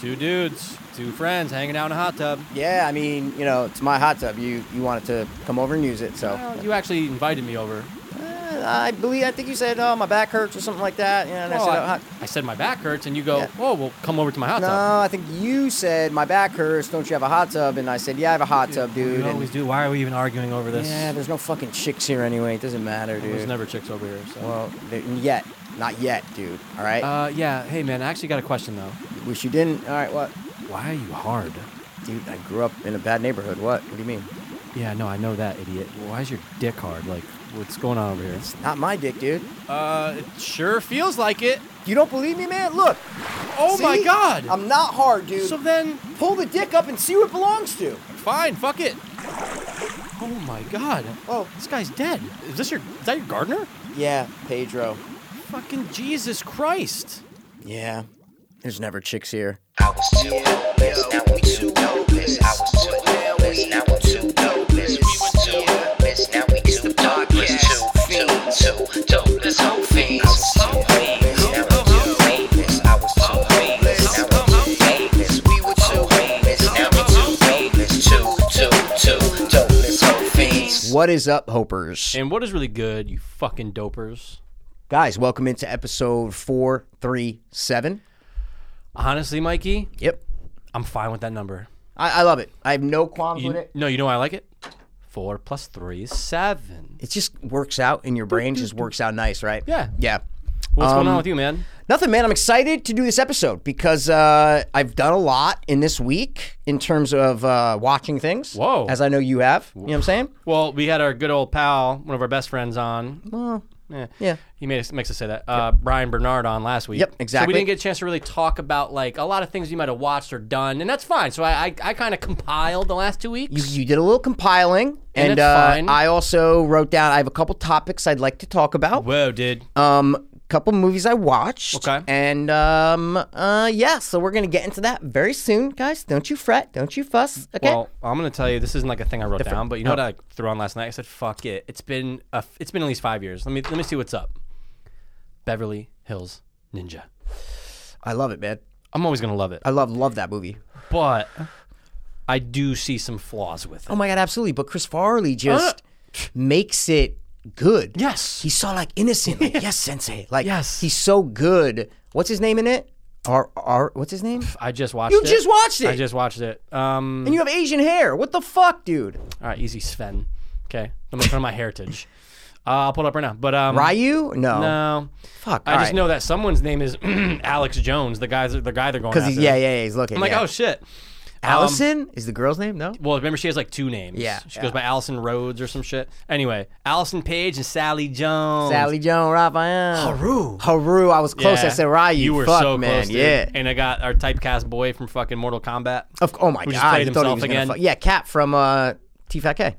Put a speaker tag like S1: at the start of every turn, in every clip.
S1: Two dudes, two friends hanging out in a hot tub.
S2: Yeah, I mean, you know, it's my hot tub. You you wanted to come over and use it, so
S1: Well, you actually invited me over.
S2: Uh, I believe I think you said, "Oh, my back hurts" or something like that. You know, and I
S1: Oh,
S2: said,
S1: I,
S2: "Oh, hot-
S1: I said my back hurts, and you go,
S2: Yeah.
S1: "Oh, well, come over to my hot tub."
S2: No, I think you said my back hurts. Don't you have a hot tub? And I said, yeah, I have a hot tub, dude.
S3: You
S2: and-
S3: always do. Why are we even arguing over this?
S2: yeah, there's no fucking chicks here anyway. It doesn't matter, dude.
S1: There's never chicks over here. So.
S2: Well, there- yet, not yet, dude. All right.
S1: uh, yeah. Hey, man, I actually got a question though.
S2: Wish you didn't. All right, what?
S1: Why are you hard?
S2: Dude, I grew up in a bad neighborhood. What? What do you mean?
S1: Yeah, no, I know that, idiot. Why is your dick hard? Like, what's going on over here?
S2: Not my dick, dude.
S1: Uh, it sure feels like it.
S2: You don't believe me, man? Look.
S1: Oh my
S2: See?
S1: God!
S2: I'm not hard, dude.
S1: so then,
S2: Pull the dick up and see what it belongs to.
S1: fine, fuck it. Oh my God!
S2: Oh.
S1: this guy's dead. Is this your? Is that your gardener?
S2: Yeah, Pedro.
S1: Fucking Jesus Christ!
S2: Yeah. There's never chicks here.
S4: I was too hopeless, now I'm too hopeless. I was too hopeless, now I'm too hopeless. We were too hopeless, now we too darkless. Two fiends, two dopeless hope fiends. So hopeless, now I'm too hopeless. I was too hopeless, now I'm too hopeless. We were too hopeless, now we too hopeless. Two, two, two dopeless hope fiends.
S2: What is up, Hopers?
S1: And what is really good, you fucking dopers?
S2: Guys, welcome into episode 437.
S1: Honestly, Mikey,
S2: Yep.
S1: I'm fine with that number.
S2: I, I love it. I have no qualms with
S1: You,
S2: it.
S1: no, you know why I like it? Four plus three is seven.
S2: It just works out in your brain, just works out nice, right?
S1: Yeah.
S2: Yeah.
S1: What's
S2: Um,
S1: going on with you, man?
S2: Nothing, man. I'm excited to do this episode because uh, I've done a lot in this week in terms of uh, watching things.
S1: Whoa.
S2: As I know you have. You know what I'm saying?
S1: Well, we had our good old pal, one of our best friends, on. Well, yeah,
S2: yeah.
S1: He made us, makes us say that. Uh, Brian Bernard on last week.
S2: Yep,
S1: So we
S2: exactly.
S1: didn't get a chance to really talk about like a lot of things you might have watched or done, and that's fine. So I, I, I kind of compiled the last two weeks.
S2: You, you did a little compiling, and,
S1: that's
S2: uh,
S1: fine.
S2: I also wrote down. I have a couple topics I'd like to talk about.
S1: Whoa, dude.
S2: Um, couple movies I watched.
S1: Okay.
S2: And um, uh, yeah. So we're gonna get into that very soon, guys. Don't you fret. Don't you fuss. Okay.
S1: Well, I'm gonna tell you, this isn't like a thing I wrote down, but you know what I threw on last night? I said, "Fuck it, it's been a, it's been at least five years. Let me let me see what's up." Beverly Hills Ninja.
S2: I love it, man.
S1: I'm always gonna love it,
S2: I love love that movie.
S1: but I do see some flaws with it.
S2: Oh my god, absolutely. But Chris
S1: Uh.
S2: Farley just makes it good.
S1: Yes.
S2: He's so like innocent. Like yes, sensei. Like
S1: Yes.
S2: He's so good. What's his name in it? R R. What's his name?
S1: I just watched
S2: You
S1: it.
S2: just watched it.
S1: I just watched it. Um,
S2: and you have Asian hair. What the fuck, dude?
S1: all right, easy, Sven. Okay, I'm gonna put on my heritage. Uh, I'll pull it up right now. But um,
S2: Ryu? No.
S1: no,
S2: Fuck.
S1: I just know that someone's name is Alex Jones, the guy, the guy they're going
S2: because
S1: after.
S2: he's yeah, yeah, yeah. He's looking.
S1: I'm like,
S2: yeah.
S1: oh shit. Um,
S2: Allison is the girl's name? No.
S1: Well, remember she has like two names.
S2: Yeah,
S1: she
S2: yeah.
S1: goes by Allison Rhodes or some shit. Anyway, Allison Page and Sally Jones.
S2: Sally Joan Raphael.
S1: Haru.
S2: Haru. I was close. I
S1: Yeah.
S2: said Ryu.
S1: You were
S2: Fuck,
S1: so
S2: man.
S1: close, dude.
S2: Yeah.
S1: And I got our typecast boy from fucking Mortal Kombat.
S2: Of, oh my
S1: Who just
S2: god.
S1: played
S2: I thought he
S1: himself
S2: was gonna
S1: again.
S2: fuck- Yeah, Cat from uh, T Fat K.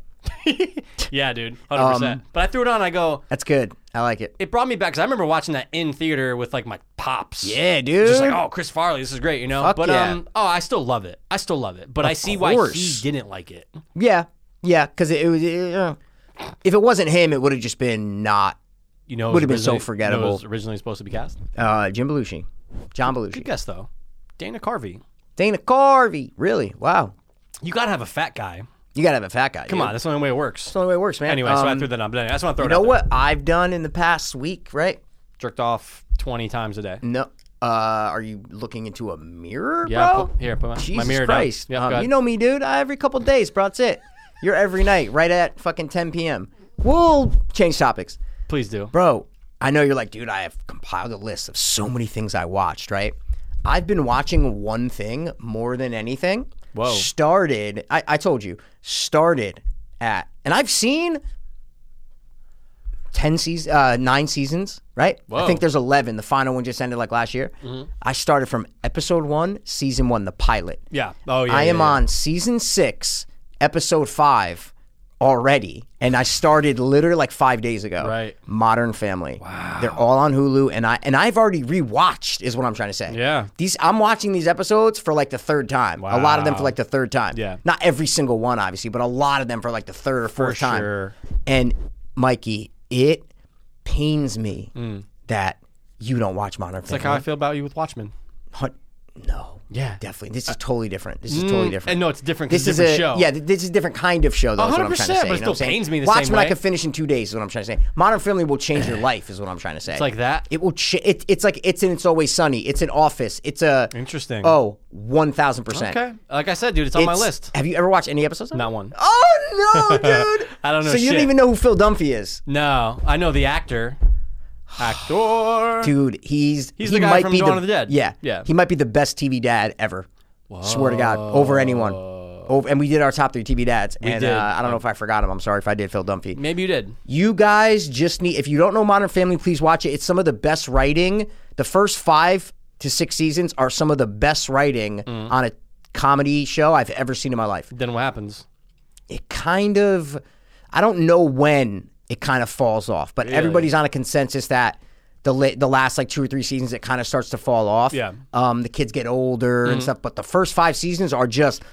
S1: Yeah, dude, hundred percent.
S2: Um,
S1: But I threw it on. I go.
S2: That's good. I like it.
S1: It brought me back because I remember watching that in theater with like my pops.
S2: Yeah, dude.
S1: Just like, oh, Chris Farley, this is great, you know.
S2: Fuck
S1: but
S2: yeah.
S1: um, oh, I still love it. I still love it. But I see why he
S2: course.
S1: didn't like it.
S2: Yeah, yeah, because it, it was. It, uh, if it wasn't him, it would have just been not
S1: You know, it was
S2: Would've been so
S1: originally- you know,
S2: forgettable.
S1: it was originally supposed to be cast.
S2: uh, Jim Belushi, John
S1: Good
S2: Belushi,
S1: guess though. Dana Carvey.
S2: Dana Carvey. Really? Wow.
S1: You gotta have a fat guy.
S2: You gotta have a fat guy.
S1: Come on, that's the only way it works.
S2: that's the only way it works, man.
S1: Anyway, so I
S2: Um,
S1: threw that on. But anyway, I just want to throw
S2: You
S1: it
S2: know
S1: out
S2: what I've done in the past week, right?
S1: There. Jerked off 20 times a day.
S2: No. Uh, are you looking into a mirror,
S1: Yeah,
S2: bro?
S1: put- here, put my,
S2: Jesus
S1: my mirror
S2: Christ.
S1: down. Yeah,
S2: Um,
S1: go ahead.
S2: you know me, dude. I, every couple days, bro. That's it. You're every night, right at fucking 10 p.m. We'll change topics.
S1: Please do.
S2: bro, I know you're like, dude, I have compiled a list of so many things I watched, right? I've been watching one thing more than anything.
S1: Whoa.
S2: Started, I, I told you, started at, and I've seen 10 seasons, uh, nine seasons, right? I
S1: Whoa. Mm-hmm.
S2: think there's 11. The final one just ended like last year. I started from episode one, season one, the pilot.
S1: Yeah. Oh, yeah.
S2: I
S1: yeah,
S2: am
S1: yeah.
S2: on season six, episode five already, and I started literally like five days ago.
S1: Right.
S2: Modern Family. Wow. They're all on Hulu, and I and I've already rewatched is what I'm trying to say.
S1: Yeah.
S2: These I'm watching these episodes for like the third time. A lot of them for
S1: Wow.
S2: like the third time.
S1: Yeah.
S2: Not every single one, obviously, but a lot of them for like the third or fourth time.
S1: sure.
S2: And Mikey, it pains me that you don't watch Modern
S1: Mm. It's like
S2: Family.
S1: how I feel about you with Watchmen.
S2: Hun- No.
S1: Yeah. Mm.
S2: Definitely. This is totally different. This is totally different.
S1: and no, it's different 'cause
S2: This
S1: it's
S2: is
S1: a
S2: a
S1: different show.
S2: yeah. th- This is a different kind of show, though. is what I'm trying to
S1: 100%, but it
S2: say. you know what I'm
S1: still
S2: saying?
S1: pains me the
S2: Watchmen,
S1: same
S2: I
S1: way.
S2: could finish in two days. Is what I'm trying to say. Modern Family will change your life. Is what I'm trying to say. It's
S1: like that?
S2: It will. Cha- it's it's like it's in. It's always sunny. It's an office. It's a
S1: Interesting.
S2: Oh, one thousand percent.
S1: Okay. Like I said, dude, it's on my
S2: It's-
S1: list.
S2: Have you ever watched any episodes? of it?
S1: Not one.
S2: Oh no, dude!
S1: I don't know
S2: So you
S1: shit.
S2: don't even know who Phil Dunphy is,
S1: No, I know the actor. Actor.
S2: dude. He's
S1: He's
S2: he
S1: the guy
S2: might
S1: from
S2: be
S1: Dawn of the Dead.
S2: Yeah,
S1: Yeah.
S2: He might be the best TV dad ever. Swear to God, over anyone. Over, and we did our top three TV dads, and
S1: did.
S2: Uh, I don't know if I forgot him. I'm sorry if I did, Phil Dunphy.
S1: Maybe you did.
S2: You guys just need, if you don't know Modern Family, please watch it. It's some of the best writing. The first five to six seasons are some of the best writing
S1: Mm.
S2: on a comedy show I've ever seen in my life.
S1: Then what happens?
S2: It kind of, I don't know when it kind of falls off, but everybody's on a consensus that. The, la- the last like two or three seasons, it kind of starts to fall off.
S1: Yeah. Mm-hmm.
S2: Um, the kids get older and stuff, but the first five seasons are just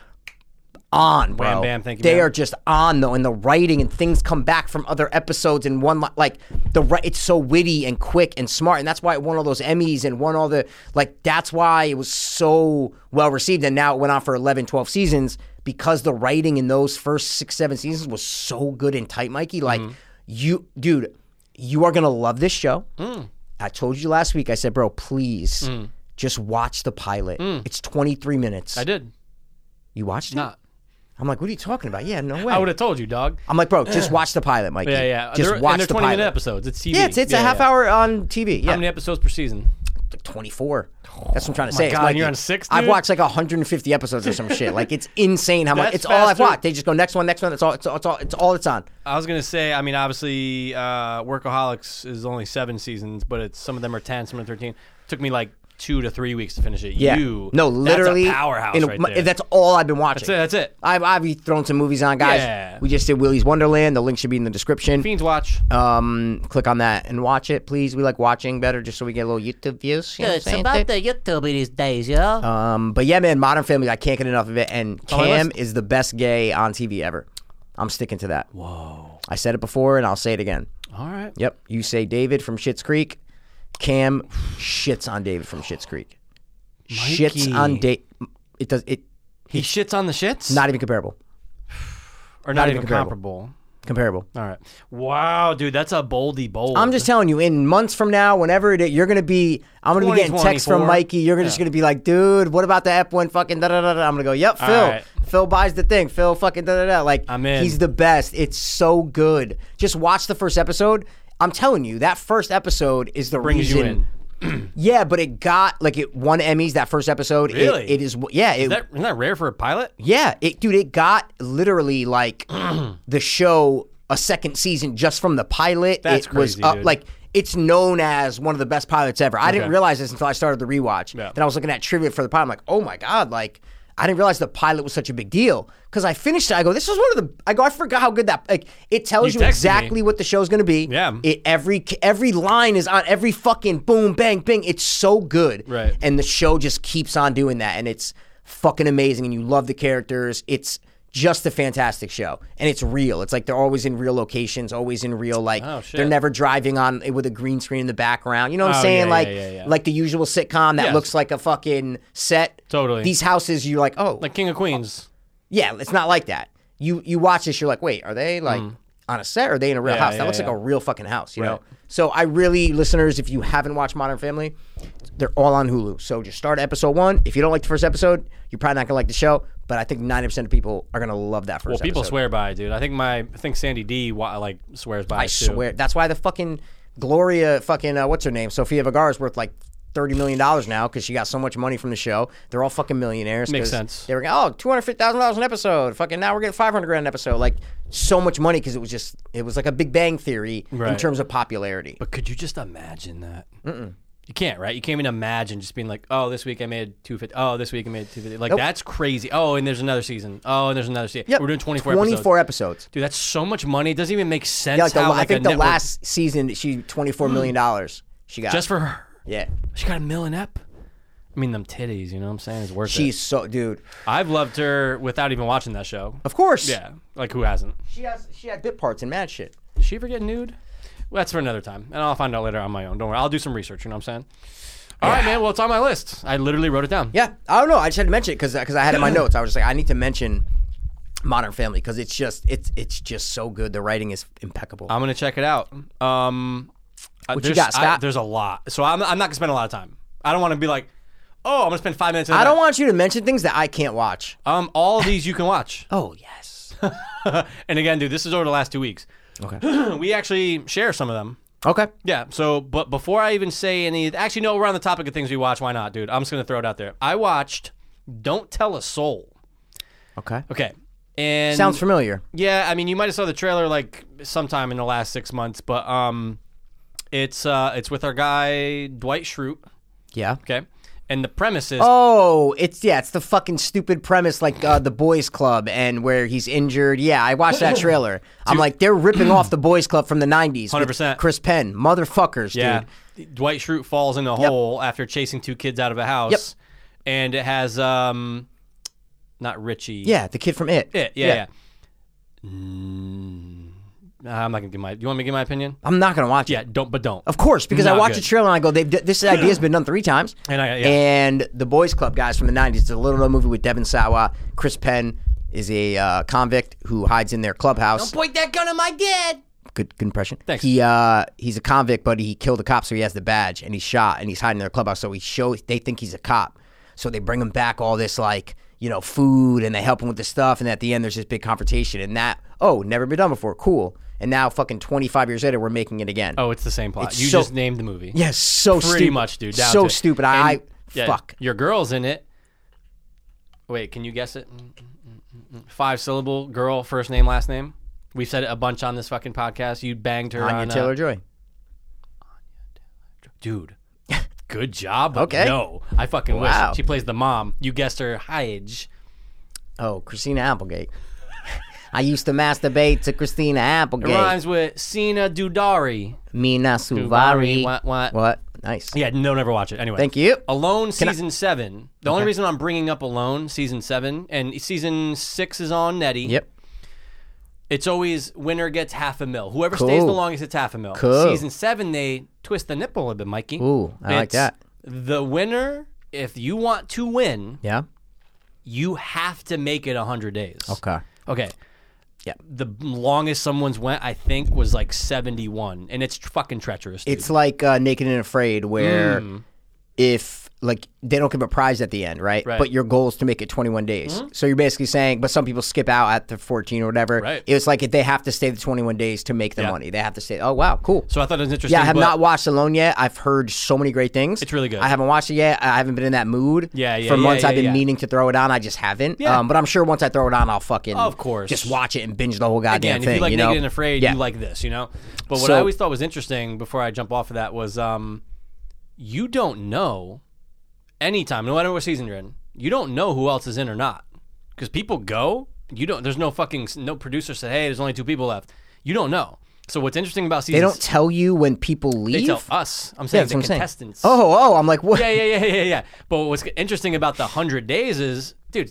S2: on, bro.
S1: bam, thank you,
S2: They
S1: ma'am.
S2: are just on though, and the writing and things come back from other episodes in one li- like the ri- it's so witty and quick and smart, and that's why it won all those Emmys and won all the like. That's why it was so well received, and now it went on for 11, 12 seasons because the writing in those first six, seven seasons was so good and tight, Mikey. Like
S1: Mm-hmm.
S2: you, dude, you are gonna love this show.
S1: Mm.
S2: I told you last week. I said, bro, please. Just watch the pilot. It's 23 minutes.
S1: Mm. I did.
S2: You watched it?
S1: Not.
S2: I'm like, what are you talking about? Yeah, no way.
S1: I would have told you, dog.
S2: I'm like, bro, just watch the pilot, Mikey.
S1: Yeah, yeah.
S2: Just
S1: they're,
S2: watch
S1: and they're
S2: the
S1: 20
S2: pilot.
S1: minute episodes. It's TV.
S2: Yeah, it's, it's a half
S1: yeah.
S2: hour on TV. Yeah,
S1: How many episodes per season?
S2: like 24. That's what I'm trying to say. It's
S1: God,
S2: Mikey.
S1: you're on six,
S2: I've
S1: dude?
S2: watched like 150 episodes or some shit. Like it's insane how much.
S1: That's
S2: It's all I've
S1: faster.
S2: watched. They just go next one, next one. That's all. It's all. It's all. It's all. It's on.
S1: I was gonna say, I mean, obviously, uh, Workaholics is only seven seasons, but it's some of them are ten, some are thirteen. took me like two to three weeks to finish it.
S2: Yeah.
S1: You,
S2: no,
S1: that's a
S2: literally
S1: powerhouse
S2: in-
S1: right
S2: my-
S1: there.
S2: That's all I've been watching.
S1: That's it, that's it.
S2: I've, I've thrown some movies on, guys.
S1: Yeah.
S2: We just did Willy's Wonderland. The link should be in the description.
S1: Fiends Watch.
S2: Um, click on that and watch it, please. We like watching better just so we get a little YouTube views. You know what I'm
S5: It's
S2: saying?
S5: about the YouTube these days, yo.
S2: Um, but yeah, man, Modern Family, I can't get enough of it. And
S1: my
S2: Cam
S1: list.
S2: is the best gay on TV ever. I'm sticking to that. Whoa. I said it before, and I'll say it again.
S1: All right.
S2: Yep. You say David from Schitt's Creek. Cam shits on David from Schitt's Creek. Shits on David. It does. It
S1: He shits on the shits.
S2: not even comparable.
S1: or not,
S2: not
S1: even
S2: even
S1: comparable.
S2: Comparable.
S1: All right. Wow, dude, that's a boldy bold.
S2: I'm just telling you, in months from now, whenever it, you're gonna be, I'm gonna be getting texts from
S1: 2024.
S2: Mikey. You're gonna just gonna be like, dude, what about the F one fucking da da da da? I'm gonna go, yep, Phil.
S1: right.
S2: Phil buys the thing. Phil fucking da da da. Like,
S1: I'm in.
S2: he's the best. It's so good. Just watch the first episode. I'm telling you, that first episode is the
S1: brings
S2: reason.
S1: you in.
S2: Yeah, but it got like it won Emmys that first episode. It-
S1: Really?
S2: it is. Yeah, it,
S1: Is that, isn't that rare for a pilot?
S2: yeah, it, dude, it got literally like the show a second season just from the pilot.
S1: That's
S2: it
S1: crazy,
S2: was up
S1: dude.
S2: like it's known as one of the best pilots ever. I didn't
S1: Okay.
S2: realize this until I started the rewatch.
S1: Yeah.
S2: Then I was looking at trivia for the pilot. I'm like, oh my god, like I didn't realize the pilot was such a big deal because I finished it. I go, this is one of the. I go, I forgot how good that. Like it tells
S1: You
S2: you,
S1: texted me.
S2: exactly what the show's going to be.
S1: Yeah.
S2: It every every line is on every fucking boom bang bing. It's so good.
S1: Right.
S2: And the show just keeps on doing that and it's fucking amazing and you love the characters. It's just a fantastic show and it's real. It's like they're always in real locations, always in real like
S1: Oh, shit.
S2: they're never driving on with a green screen in the background. You know what
S1: Oh,
S2: I'm saying?
S1: yeah,
S2: like
S1: yeah, yeah, yeah.
S2: like the usual sitcom that
S1: Yes.
S2: looks like a fucking set.
S1: Totally.
S2: These houses you're like, "Oh,
S1: Like King of Queens.
S2: yeah, it's not like that. You you watch this, you're like, wait, are they like on a set? Or are they in a real
S1: Mm. Yeah,
S2: house?
S1: yeah,
S2: that looks
S1: yeah.
S2: like a real fucking house, you
S1: Right.
S2: know. So I really, listeners, if you haven't watched Modern Family, they're all on Hulu. So just start episode one. If you don't like the first episode, you're probably not gonna like the show. But I think ninety percent of people are gonna love that first.
S1: Well, people
S2: episode.
S1: swear by it, dude. I think my I think Sandy D wa- like swears by
S2: I
S1: it too.
S2: swear. That's why the fucking Gloria, fucking uh, what's her name, Sofia Vergara is worth like. Thirty million dollars now because she got so much money from the show. They're all fucking millionaires.
S1: Makes
S2: 'cause
S1: sense.
S2: They were going, oh, two hundred fifty thousand dollars an episode. Fucking now we're getting five hundred grand an episode. Like so much money because it was just it was like a Big Bang Theory in
S1: Right.
S2: terms of popularity.
S1: But could you just imagine that? Mm-mm. You can't, right? You can't even imagine just being like, "Oh, this week I made two fifty. Oh, this week I made two fifty. Like that's crazy. Oh, and there's another season. Oh, and there's another season.
S2: Yep.
S1: We're doing twenty four.
S2: 24 episodes.
S1: Dude, that's so much money. It doesn't even make sense.
S2: Yeah, like the,
S1: how,
S2: la- I
S1: like, a
S2: think the
S1: network- Mm-hmm.
S2: last season she twenty four million dollars she got
S1: just for her,
S2: yeah.
S1: she got a million up. I mean, them titties. You know what I'm saying? It's worth
S2: She's so dude.
S1: it. I've loved her without even watching that show.
S2: Of course,
S1: Yeah, like who hasn't?
S2: She has she had bit parts in mad shit.
S1: Did she ever get nude? Well, that's for another time, and I'll find out later on my own. Don't worry, I'll do some research. You know what I'm saying? All right, man. Well, it's on my list. I literally wrote it down.
S2: Yeah, I don't know. I just had to mention it because I had it in my notes. I was just like, I need to mention Modern Family because it's just it's it's just so good. The writing is impeccable.
S1: I'm gonna check it out. Um, uh,
S2: you
S1: there's,
S2: got,
S1: I-
S2: Scott?
S1: there's a lot, so I'm, I'm not gonna spend a lot of time. I don't want to be like, oh, I'm gonna spend five minutes.
S2: I don't want you to mention things that I can't watch.
S1: Um, all of these you can watch.
S2: Oh yes.
S1: and again, dude, this is over the last two weeks. Okay. we actually share some of them.
S2: okay.
S1: Yeah. So, but before I even say any, actually, no, we're on the topic of things we watch. Why not, dude? I'm just gonna throw it out there. I watched "Don't Tell a Soul."
S2: Okay.
S1: Okay. And
S2: Sounds familiar.
S1: Yeah, I mean, you might have saw the trailer like sometime in the last six months, but um, it's uh, it's with our guy Dwight Schrute.
S2: Yeah.
S1: Okay, and the premise is
S2: Oh, it's yeah, it's the fucking stupid premise like uh, the Boys Club and where he's injured. Yeah, I watched that trailer. I'm like, they're ripping off the Boys Club from the '90s. with
S1: 100%.
S2: Chris Penn, motherfuckers,
S1: yeah,
S2: dude.
S1: Dwight Schrute falls in a hole after chasing two kids out of a house,
S2: Yep.
S1: and it has um, not Richie.
S2: Yeah, the kid from It.
S1: it. Yeah, yeah. Mm, I'm not gonna give my. Do you want me to give my opinion?
S2: I'm not gonna watch it.
S1: Yeah, don't, but don't.
S2: Of course, because I
S1: Not
S2: watch
S1: good.
S2: the trailer and I go, They've, "This idea's been done three times."
S1: And I- yeah.
S2: And the Boys Club guys from the '90s, it's a little known movie with Devin Sawa. Chris Penn is a uh, convict who hides in their clubhouse.
S1: Point that gun at my dad.
S2: Good, good impression.
S1: Thanks.
S2: He uh, he's a convict, but he killed a cop, so he has the badge, and he's shot, and he's hiding in their clubhouse. So he shows they think he's a cop, so they bring him back all this like you know food, and they help him with the stuff, and at the end there's this big confrontation, and that oh never been done before, cool. And now fucking 25 years later, we're making it again.
S1: Oh, it's the same plot.
S2: It's
S1: you
S2: so-
S1: just named the movie.
S2: Yes, so
S1: pretty
S2: stupid.
S1: much, dude. down
S2: So
S1: to it.
S2: stupid. I, I
S1: And- yeah,
S2: fuck.
S1: Your girl's in it. Wait, can you guess it? Mm, Five syllable girl, first name, last name. We've said it a bunch on this fucking podcast. You banged her
S2: Anya
S1: on uh,
S2: Taylor Joy.
S1: dude. Good job. but
S2: Okay.
S1: No, I fucking
S2: Wow.
S1: wish she plays the mom. You guessed her, Hyge.
S2: Oh, Christina Applegate. I used to masturbate to Christina
S1: It
S2: Applegate.
S1: rhymes with Sina Dudari.
S2: Mina Suvari.
S1: What? What?
S2: What? Nice.
S1: Yeah, no, never watch it. Anyway,
S2: Thank you.
S1: Alone season seven. The only reason I'm bringing up Alone season seven and season six is on Netty.
S2: Yep.
S1: It's always winner gets half a mil. Whoever
S2: Cool.
S1: stays the longest gets half a mil.
S2: Cool.
S1: Season seven, they twist the nipple a little bit, Mikey.
S2: Ooh, I like
S1: It's
S2: that.
S1: The winner, if you want to win,
S2: Yeah.
S1: you have to make it hundred days.
S2: Okay.
S1: Okay.
S2: Yeah.
S1: The longest someone's went, I think, was like seventy-one, and it's fucking treacherous. dude.
S2: It's like uh, Naked and Afraid, where
S1: Hmm.
S2: if like they don't give a prize at the end, right?
S1: Right. Hmm?
S2: But your goal is to make it 21 days. So you're basically saying, but some people skip out at the 14 or whatever.
S1: Right.
S2: It's like if they have to stay the 21 days to make the
S1: Yeah.
S2: money. They have to stay. Oh wow, cool.
S1: so I thought it was interesting.
S2: Yeah, I have
S1: but-
S2: not watched Alone yet. I've heard so many great things.
S1: It's really good.
S2: I haven't watched it yet. I haven't been in that mood.
S1: Yeah, yeah,
S2: For
S1: yeah,
S2: months,
S1: yeah,
S2: I've been
S1: yeah.
S2: meaning to throw it on. I just haven't.
S1: Yeah.
S2: Um, but I'm sure once I throw it on, I'll fucking
S1: Of course.
S2: just watch it and binge the whole goddamn
S1: again,
S2: thing.
S1: if you like
S2: you know?
S1: Naked and Afraid,
S2: Yeah.
S1: you like this, you know. But what
S2: So-
S1: I always thought was interesting before I jump off of that was, um, you don't know anytime, no matter what season you're in, you don't know who else is in or not because people go. You don't. There's no fucking no producer said, hey, there's only two people left. You don't know. So what's interesting about season
S2: They don't tell you when people leave.
S1: they tell us. I'm saying
S2: that's
S1: the
S2: what I'm saying.
S1: contestants.
S2: Oh, oh, I'm like, what?
S1: Yeah, yeah, yeah, yeah, yeah, yeah. But what's interesting about the 100 days is, dude,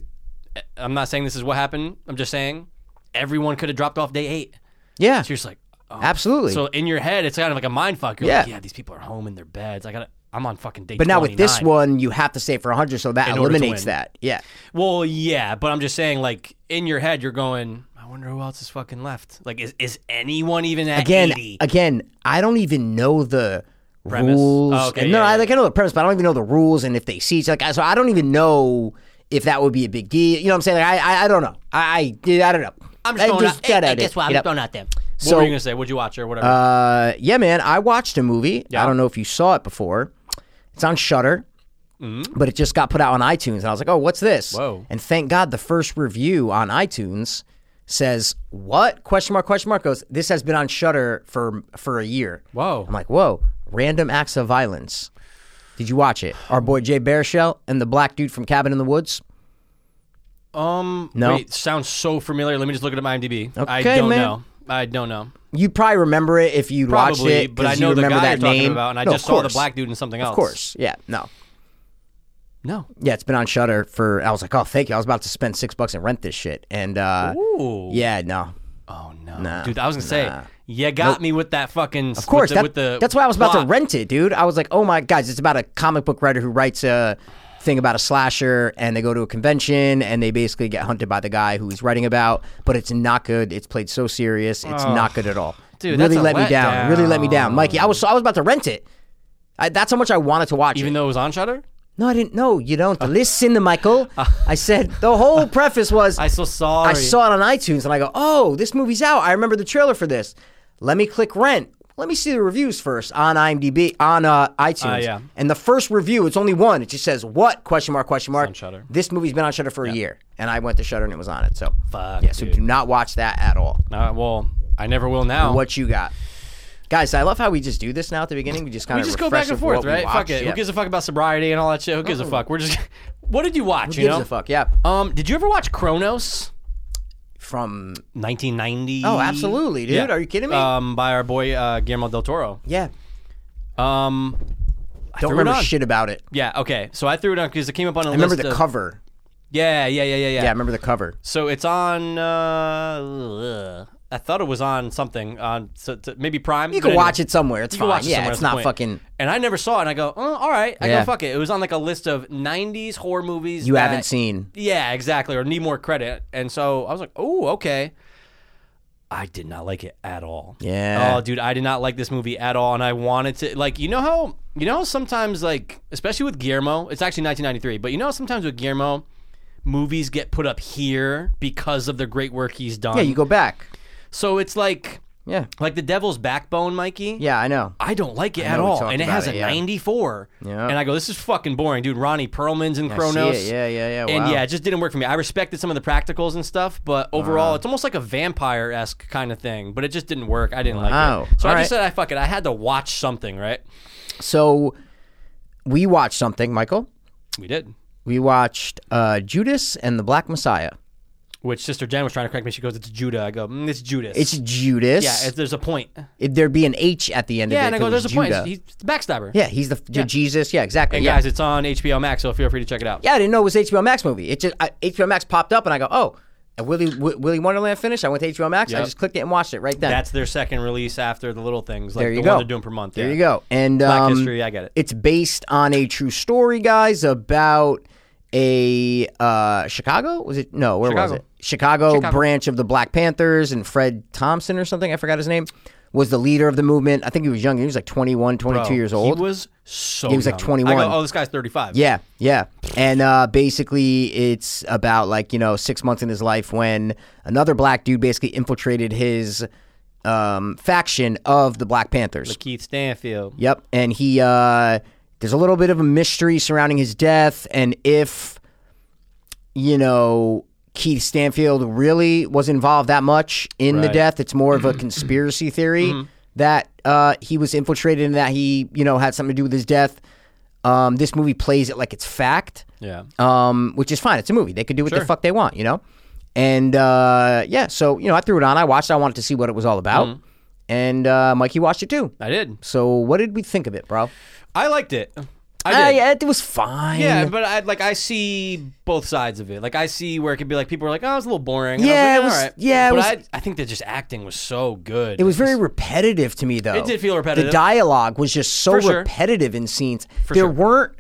S1: eh, I'm not saying this is what happened. I'm just saying everyone could have dropped off day eight.
S2: Yeah,
S1: So you're just like, oh.
S2: absolutely.
S1: So in your head, it's kind of like a mind fuck. You're
S2: Yeah.
S1: like, yeah, these people are home in their beds. I gotta, I'm on fucking day.
S2: but now with this
S1: 29."
S2: one, you have to stay for 100, so that
S1: In order to
S2: eliminates
S1: win.
S2: that. Yeah.
S1: well, yeah. But I'm just saying, like in your head, you're going, I wonder who else is fucking left. Like, is is anyone even at
S2: Again, uh,
S1: 80?
S2: again, I don't even know the
S1: Premise.
S2: rules.
S1: Oh, okay,
S2: and no,
S1: yeah,
S2: I
S1: yeah,
S2: like I know the premise, but I don't even know the rules and if they see each other. Like, So I don't even know if that would be a big deal. You know what I'm saying? Like, I, I I don't know. I I, I don't know.
S1: I'm just
S2: I
S1: throwing out-
S2: got
S5: Hey,
S2: at it,
S5: guess what?
S2: you know?
S5: I'm throwing out there.
S1: what
S2: so-
S1: were you gonna say? What'd you watch or whatever?
S2: Uh, yeah, man. I watched a movie.
S1: Yeah.
S2: I don't know if you saw it before. It's on Shutter, but it just got put out on iTunes, and I was like, "Oh, what's this?"
S1: Mm-hmm. Whoa.
S2: And thank God, the first review on iTunes says, "What?" Question mark? Question mark? Goes. This has been on Shutter for for a year.
S1: Whoa.
S2: I'm like, "Whoa!" Random acts of violence. Did you watch it? Our boy Jay Baruchel and the black dude from Cabin in the Woods.
S1: um,
S2: no.
S1: Wait, sounds so familiar. Let me just look at my IMDb. I
S2: Okay,
S1: don't
S2: man.
S1: know. I don't know.
S2: You probably remember it if you watched
S1: Probably,
S2: it,
S1: but
S2: 'cause
S1: I know
S2: you
S1: the
S2: remember
S1: guy
S2: that
S1: you're talking
S2: name.
S1: about, and I
S2: No,
S1: just
S2: of
S1: saw the
S2: course.
S1: black dude in something else.
S2: Of course, yeah, no.
S1: No.
S2: Yeah, it's been on Shutter for. I was like, oh, thank you. I was about to spend six bucks and rent this shit, and uh,
S1: Ooh.
S2: yeah, no,
S1: Oh no.
S2: Nah,
S1: dude. I was gonna say,
S2: nah.
S1: you got me with that fucking.
S2: Of
S1: with
S2: course,
S1: the,
S2: that-
S1: with the
S2: that's why I was about to
S1: plot.
S2: rent it, dude. I was like, oh my guys, it's about a comic book writer who writes a thing about a slasher, and they go to a convention, and they basically get hunted by the guy who he's writing about. But it's not good. It's played so serious. It's not good at all.
S1: Dude,
S2: really
S1: that's a
S2: let me
S1: letdown.
S2: down. Really let me down, Mikey. I was so, I was about to rent it. I, that's how much I wanted to watch.
S1: Even
S2: it.
S1: though it was on Shutter,
S2: no, I didn't. know. you don't listen to Michael. I said the whole preface was
S1: I so sorry.
S2: I saw it on iTunes and I go, oh, this movie's out. I remember the trailer for this. Let me click rent. Let me see the reviews first on IMDb on uh, iTunes.
S1: Ah, yeah.
S2: And the first review, it's only one. It just says what question mark question mark.
S1: on Shudder.
S2: This movie's been on Shutter for a year, and I went to Shutter and it was on it. So
S1: Fuck,
S2: yeah. So
S1: dude. Oh.
S2: do not watch that at all.
S1: Uh, well, I never will now.
S2: What you got, guys? I love how we just do this now at the beginning. We just kind
S1: we
S2: of
S1: just go back and forth, right? Fuck it. Who gives a fuck about sobriety and all that shit? Who gives a fuck? We're just. what did you watch?
S2: Who
S1: you
S2: gives
S1: know.
S2: a fuck? Yeah.
S1: Um, did you ever watch Kronos?
S2: From
S1: 1990.
S2: Oh, absolutely, dude. Are you kidding me?
S1: Um, by our boy uh, Guillermo del Toro.
S2: yeah.
S1: Um, I threw
S2: Don't
S1: it
S2: remember
S1: on.
S2: shit about it.
S1: Yeah. Okay. So I threw it on because it came up on a
S2: I remember
S1: list
S2: the
S1: of-
S2: cover.
S1: Yeah, yeah, yeah, yeah, yeah.
S2: Yeah, I remember the cover.
S1: So it's on. Uh, ugh. I thought it was on something on so, so maybe Prime.
S2: You can watch it somewhere. It's
S1: You
S2: fine.
S1: can watch it
S2: yeah,
S1: somewhere, that's
S2: it's
S1: the
S2: not
S1: point.
S2: fucking.
S1: And I never saw it. And I go, oh, all right. I
S2: Yeah.
S1: go, fuck it. It was on like a list of '90s horror movies
S2: You
S1: that-
S2: haven't seen.
S1: Yeah, exactly. Or need more credit. And so I was like, oh, okay. I did not like it at all.
S2: Yeah.
S1: Oh, dude, I did not like this movie at all, and I wanted to like you know how you know how sometimes like especially with Guillermo, it's actually 1993, but you know how sometimes with Guillermo, movies get put up here because of the great work he's done.
S2: Yeah, you go back.
S1: So it's like
S2: Yeah,
S1: like the Devil's Backbone, Mikey.
S2: yeah, I know.
S1: I don't like it at
S2: know we
S1: all,
S2: talked
S1: and it
S2: about
S1: has
S2: it,
S1: a
S2: yeah.
S1: 94.
S2: Yeah.
S1: And I go, this is fucking boring, dude. Ronnie Perlman's in
S2: I see
S1: Kronos.
S2: it. Yeah, yeah, yeah.
S1: And
S2: wow.
S1: yeah, it just didn't work for me. I respected some of the practicals and stuff, but
S2: Uh-huh.
S1: overall, it's almost like a vampire esque kind of thing. But it just didn't work. I didn't
S2: Wow.
S1: like it. So
S2: All
S1: I
S2: right.
S1: just said, I fuck it. I had to watch something, right?
S2: So we watched something, Michael.
S1: We did.
S2: We watched uh, Judas and the Black Messiah.
S1: Which Sister Jen was trying to correct me. She goes, "It's Judah." I go, mm, "It's Judas."
S2: It's Judas.
S1: yeah. It's, there's a point.
S2: If there'd be an H at the end
S1: Yeah,
S2: of
S1: and I
S2: it. if it
S1: go,
S2: was
S1: "There's a point.
S2: Judah.
S1: He's the backstabber."
S2: Yeah, he's the, the Jesus. Yeah, exactly.
S1: And
S2: yeah.
S1: guys, it's on HBO Max, so feel free to check it out.
S2: yeah, I didn't know it was HBO Max movie. It just I, HBO Max popped up, and I go, oh, and Willy w- Willy Wonderland finished. I went to HBO Max. I
S1: Yep.
S2: just clicked it and watched it right then.
S1: That's their second release after the little things, like
S2: there you
S1: the
S2: go.
S1: one they're doing per month.
S2: There
S1: yeah.
S2: you go. And
S1: Black
S2: um,
S1: history. I get it.
S2: It's based on a true story, guys, about a uh, Chicago. Was it no? Where was
S1: Chicago.
S2: it? Chicago,
S1: Chicago.
S2: branch of the Black Panthers, and Fred Thompson or something. I forgot his name. Was the leader of the movement. I think he was young. He was like 21, 22
S1: Bro,
S2: years old.
S1: Oh, He was so.
S2: He was, like,
S1: young.
S2: 21.
S1: I go, oh, this guy's 35.
S2: Yeah, yeah. And uh, basically, it's about like, you know, six months in his life when another black dude basically infiltrated his um, faction of the Black Panthers.
S1: Keith Stanfield.
S2: Yep. And he uh there's a little bit of a mystery surrounding his death and if you know Keith Stanfield really was involved that much in the
S1: Right. Mm-hmm.
S2: death, it's more of a conspiracy theory that uh he was infiltrated and that he, you know, had something to do with his death. Um this movie plays it like it's fact
S1: Yeah.
S2: um, which is fine. It's a movie. They could do what the
S1: Sure.
S2: fuck they want, you know? And uh, yeah, so, you know, I threw it on. I watched it. I wanted to see what it was all about.
S1: Mm-hmm.
S2: And uh, Mikey watched it too.
S1: I did.
S2: So what did we think of it, bro?
S1: I liked it. I did.
S2: Uh, yeah, it was fine.
S1: yeah, but I like I see both sides of it. Like I see where it could be like people are like, "Oh, it's a little boring." And
S2: Yeah,
S1: I
S2: it was-
S1: like, "All right."
S2: yeah, it
S1: But
S2: was-
S1: I, I think that just acting was so good.
S2: it was very repetitive to me, though.
S1: It did feel repetitive.
S2: The dialogue was just so
S1: For sure.
S2: repetitive in scenes. there
S1: sure.
S2: weren't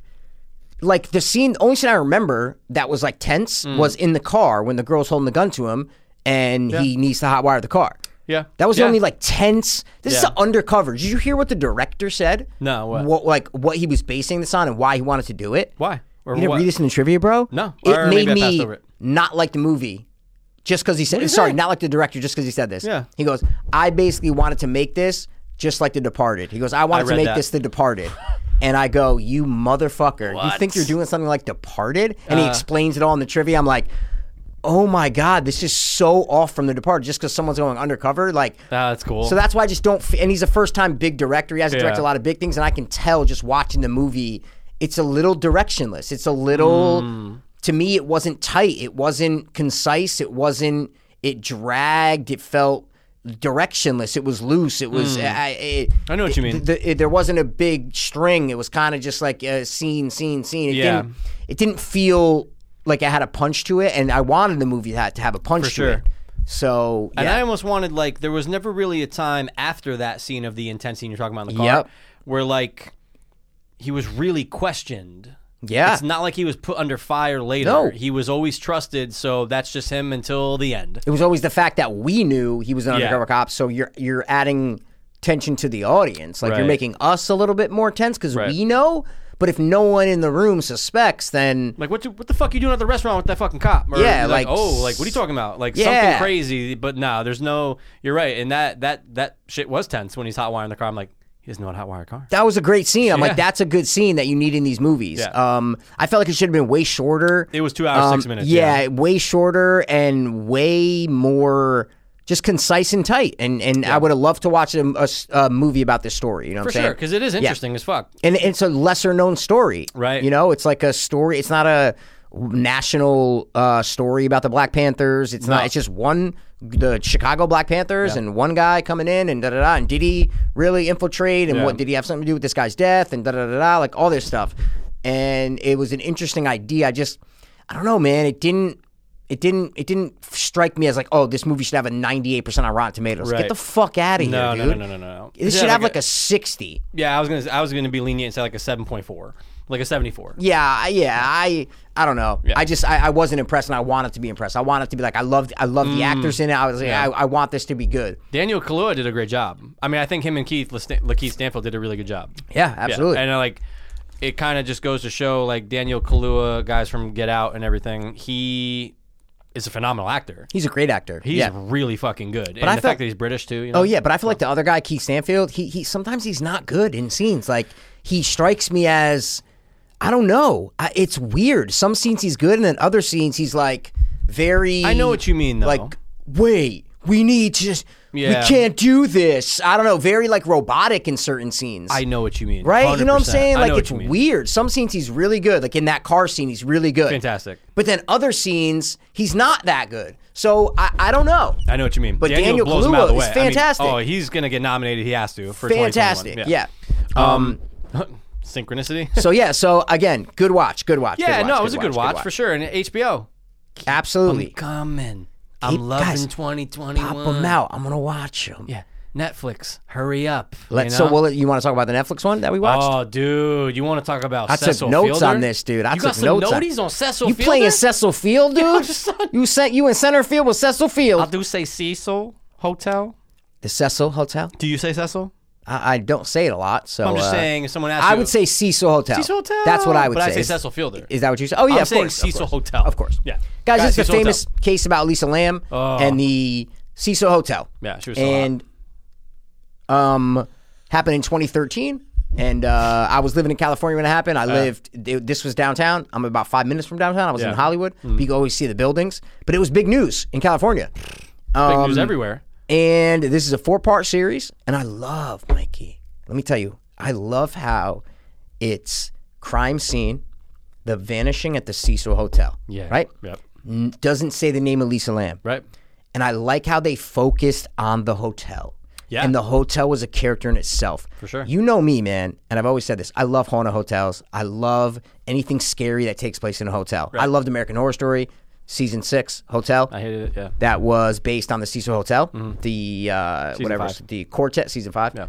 S2: like the scene. The only scene I remember that was like tense
S1: Mm.
S2: was in the car when the girl's holding the gun to him and he needs to hotwire the car.
S1: Yeah.
S2: That was
S1: Yeah.
S2: the only like tense. This is
S1: Yeah.
S2: the undercover. Did you hear what the director said?
S1: No, what?
S2: Like what he was basing this on and why he wanted to do it?
S1: Why? Or
S2: you didn't
S1: what?
S2: read this in the trivia, bro?
S1: No.
S2: It
S1: Or
S2: made
S1: maybe I passed
S2: me
S1: over it.
S2: not like the movie just because he said. Sorry, not like the director just because he said this.
S1: Yeah.
S2: He goes, I basically wanted to make this just like The Departed. He goes, I wanted
S1: read
S2: to make
S1: that.
S2: this The Departed. And I go, you motherfucker! You
S1: What? Uh.
S2: think you're doing something like Departed? And he explains it all in the trivia. I'm like, oh my god, this is so off from The Departed. Just because someone's going undercover, like
S1: Ah, that's cool.
S2: so that's why I just don't. f- And he's a first time big director. He has
S1: Yeah.
S2: directed a lot of big things, and I can tell just watching the movie, it's a little directionless. It's a little.
S1: Mm.
S2: To me, it wasn't tight. It wasn't concise. It wasn't. It dragged. It felt directionless. It was loose. It was. I, it,
S1: Hmm. I know what you mean.
S2: The, it- there wasn't a big string. It was kind of just like a scene, scene, scene. It
S1: Yeah.
S2: Didn't, it didn't feel like it had a punch to it, and I wanted the movie to have, to have a punch
S1: sure.
S2: to it. So
S1: And
S2: yeah.
S1: I almost wanted like there was never really a time after that scene of the intense scene you're talking about in the car
S2: Yep.
S1: where like he was really questioned.
S2: Yeah.
S1: It's not like he was put under fire later.
S2: No.
S1: He was always trusted, so that's just him until the end.
S2: it was always the fact that we knew he was an
S1: Yeah.
S2: undercover cop. So you're you're adding tension to the audience. Like
S1: Right.
S2: you're making us a little bit more tense because
S1: Right.
S2: we know. But if no one in the room suspects, then
S1: Like what? the- what the fuck you doing at the restaurant with that fucking cop? Or,
S2: Yeah, like,
S1: oh, like what are you talking about? Like
S2: Yeah.
S1: something crazy, but nah, there's no. You're right, and that that that shit was tense when he's hot wiring the car. I'm like, he doesn't know how to hot wire a car.
S2: that was a great scene. I'm
S1: Yeah.
S2: like, that's a good scene that you need in these movies.
S1: Yeah.
S2: Um, I felt like it should have been way shorter.
S1: It was two hours six
S2: Um,
S1: minutes.
S2: Yeah, way shorter and way more just concise and tight. And and I would have loved to watch a, a s- a movie about this story. You know, what
S1: for
S2: I'm saying?
S1: sure, because it is interesting as fuck.
S2: and it's a lesser known story,
S1: Right.
S2: You know, it's like a story. It's not a national uh, story about the Black Panthers. It's not. It's just one the Chicago Black Panthers and one guy coming in and da da da. And did he really infiltrate? And
S1: Yeah.
S2: what did he have something to do with this guy's death? And da da da da. Like all this stuff. And it was an interesting idea. I just, I don't know, man. It didn't. It didn't. It didn't strike me as like, oh, this movie should have a ninety-eight percent on Rotten Tomatoes.
S1: Right.
S2: Get the fuck out of
S1: No,
S2: here,
S1: no,
S2: dude.
S1: no, no, no, no.
S2: This
S1: Yeah,
S2: should have
S1: like
S2: like a sixty.
S1: Yeah, I was gonna I was gonna be lenient and say like a seven point four, like a seventy four.
S2: Yeah, I- yeah. I I don't know. I just I, I wasn't impressed, and I wanted to be impressed. I wanted to be like I loved I loved
S1: Mm.
S2: the actors in it. I was like I, I want this to be good.
S1: Daniel Kaluuya did a great job. I mean, I think him and Keith Lesta- Lakeith Stanfield did a really good job.
S2: Yeah, absolutely.
S1: And uh, like, it kind of just goes to show like Daniel Kaluuya, guys from Get Out and everything. He is a phenomenal actor.
S2: He's a great actor.
S1: He's
S2: yeah.
S1: really fucking good. and
S2: I
S1: the
S2: felt-
S1: fact that he's British too. You know?
S2: Oh yeah, but I feel like the other guy, Keith Stanfield, he he sometimes he's not good in scenes. Like he strikes me as I don't know. I, it's weird. Some scenes he's good, and then other scenes he's like very.
S1: I know what you mean, though.
S2: Like wait, we need to. just
S1: Yeah.
S2: We can't do this. I don't know. Very like robotic in certain scenes.
S1: I know what you mean.
S2: Right? You know what
S1: 100%.
S2: I'm saying?
S1: I
S2: Like
S1: know what
S2: it's
S1: you mean.
S2: weird. Some scenes he's really good. Like in that car scene, he's really good.
S1: Fantastic.
S2: But then other scenes, he's not that good. So I, I don't know.
S1: I know what you mean.
S2: But Daniel
S1: blows him out of the
S2: Kaluuya is
S1: way. I mean,
S2: fantastic.
S1: oh, he's gonna get nominated. He has to. For 2021.
S2: Fantastic. Yeah.
S1: Um, synchronicity.
S2: So yeah. So again, good watch. Good watch.
S1: Yeah,
S2: good watch,
S1: no, it was a good watch, for sure. And HBO
S2: Absolutely.
S1: coming. I'm
S2: Keep-
S1: loving
S2: guys,
S1: 2021.
S2: Pop them out. I'm gonna watch them.
S1: Yeah, Netflix, hurry up.
S2: Let's.
S1: you know?
S2: So will it, you want to talk about the Netflix one that we watched?
S1: Oh, dude, you want to talk about?
S2: I took
S1: Cecil
S2: notes
S1: Fielder?
S2: on this, dude. I
S1: you got
S2: took
S1: some
S2: notes on-
S1: noties on, Cecil
S2: you
S1: Fielder.
S2: playing Cecil Field, dude?
S1: son.
S2: you sent you in center field with Cecil Field.
S1: I do say Cecil Hotel.
S2: the Cecil Hotel.
S1: Do you say Cecil?
S2: I, I don't say it a lot, so
S1: I'm just
S2: uh,
S1: saying. If someone asks,
S2: I
S1: you,
S2: would say Cecil Hotel.
S1: Cecil Hotel.
S2: That's what I would
S1: but
S2: say.
S1: I say
S2: Is-
S1: Cecil Fielder.
S2: Is that what you said? Oh yeah,
S1: I'm
S2: of
S1: saying
S2: course, of
S1: Cecil
S2: course.
S1: Hotel.
S2: Of course.
S1: Yeah. Guys,
S2: Guys, this is the
S1: Cecil
S2: famous case about Lisa Lamb
S1: Oh.
S2: and the Cecil Hotel.
S1: Yeah, she was so hot.
S2: and um happened in 2013. And uh, I was living in California when it happened. I lived. th- This was downtown. I'm about five minutes from downtown. I was in
S1: Yeah. Hmm.
S2: Hollywood. You could always see the buildings, but it was big news in California.
S1: Big
S2: Um,
S1: news everywhere.
S2: and this is a four part series. And I love Mikey. Let me tell you, I love how it's crime scene, the vanishing at the Cecil Hotel.
S1: Yeah.
S2: Right?
S1: Yep.
S2: N- doesn't say the name of Lisa Lamb.
S1: Right.
S2: And I like how they focused on the hotel.
S1: Yeah.
S2: And the hotel was a character in itself. For
S1: sure.
S2: You know me, man, and I've always said this. I love haunted hotels. I love anything scary that takes place in a hotel. I loved American Horror Story, season six, hotel
S1: I hated it. Yeah.
S2: that was based on the Cecil Hotel, the uh, whatever
S1: Mm-hmm. five.
S2: the Cortez season five.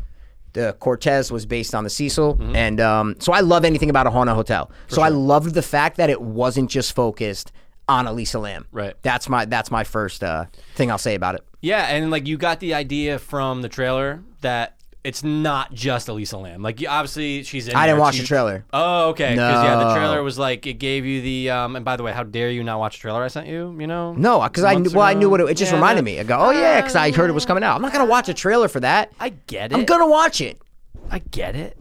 S2: The Cortez was based on the Cecil,
S1: Mm-hmm.
S2: and um, so I love anything about a haunted hotel. so I loved the fact that it wasn't just focused on Elisa Lamb.
S1: Right.
S2: That's my that's my first uh, thing I'll say about it.
S1: Yeah, and like you got the idea from the trailer that it's not just Elisa Lamb. Like you- obviously she's in.
S2: I didn't
S1: there.
S2: watch
S1: She-
S2: the trailer.
S1: Oh, okay. 'Cause, yeah, the
S2: No.
S1: trailer was like it gave you the. Um, and by the way, how dare you not watch the trailer I sent you? You know.
S2: No, because I knew,
S1: months
S2: well I
S1: ago.
S2: knew what it, it just
S1: Yeah,
S2: reminded
S1: that-
S2: me. I go, oh yeah, because I heard it was coming out. I'm not gonna watch a trailer for that.
S1: I get it.
S2: I'm gonna watch it.
S1: I get it.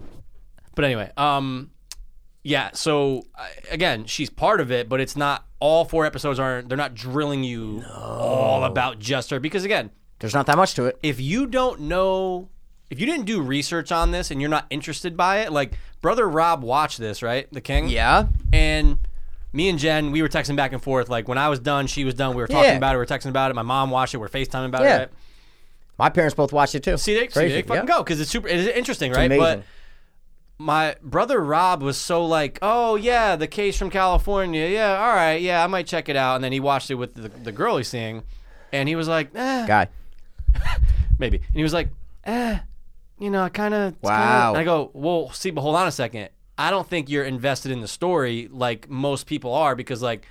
S1: But anyway, um, yeah. So I- again, she's part of it, but it's not all four episodes aren't. They're not drilling you all about just her because again,
S2: There's not that much to it.
S1: if you don't know if you didn't do research on this and you're not interested by it like brother rob watched this right the king
S2: Yeah.
S1: and me and jen we were texting back and forth like when i was done she was done we were talking
S2: Yeah.
S1: about it we were texting about it my mom watched it we are facetiming about
S2: Yeah.
S1: it right?
S2: My parents both watched it too.
S1: see they, see,
S2: Crazy,
S1: they fucking
S2: yeah.
S1: go because it's super it's interesting right
S2: amazing.
S1: but my brother Rob was so like, oh yeah, the case from California, yeah, all right, yeah, I might check it out. And then he watched it with the, the girl he's seeing, and he was like, eh,
S2: guy.
S1: maybe. And he was like, eh, you know, I kind of.
S2: Wow.
S1: I go, well, see, but hold on a second. I don't think you're invested in the story like most people are because, like,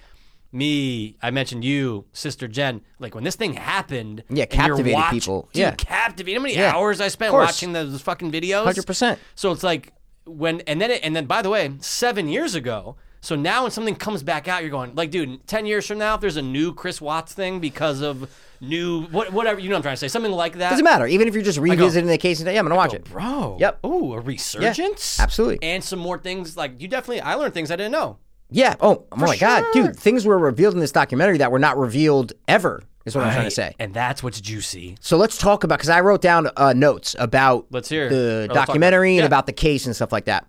S1: me, I mentioned you, Sister Jen. Like when this thing happened,
S2: Yeah,
S1: and you're
S2: captivated
S1: watch-
S2: people.
S1: dude,
S2: Yeah.
S1: captivated. How many
S2: Yeah.
S1: hours I spent
S2: Of course.
S1: watching those fucking videos?
S2: 100%.
S1: So it's like when and then it, and then by the way, seven years ago. So now when something comes back out, you're going like, dude, ten years from now, if there's a new Chris Watts thing because of new what whatever you know what I'm trying to say something like that.
S2: Doesn't matter. Even if you're just revisiting the case and say, yeah, I'm gonna watch it.
S1: bro.
S2: Yep.
S1: Ooh, a resurgence.
S2: absolutely.
S1: And some more things like you definitely I learned things I didn't know.
S2: Yeah. Oh, oh my God,
S1: sure.
S2: dude. Things were revealed in this documentary that were not revealed ever. Is what I'm trying to say.
S1: And that's what's juicy.
S2: So let's talk about because I wrote down uh, notes about
S1: Let's hear. Or
S2: the
S1: let's talk
S2: documentary
S1: about-
S2: and
S1: yeah.
S2: about the case and stuff like that.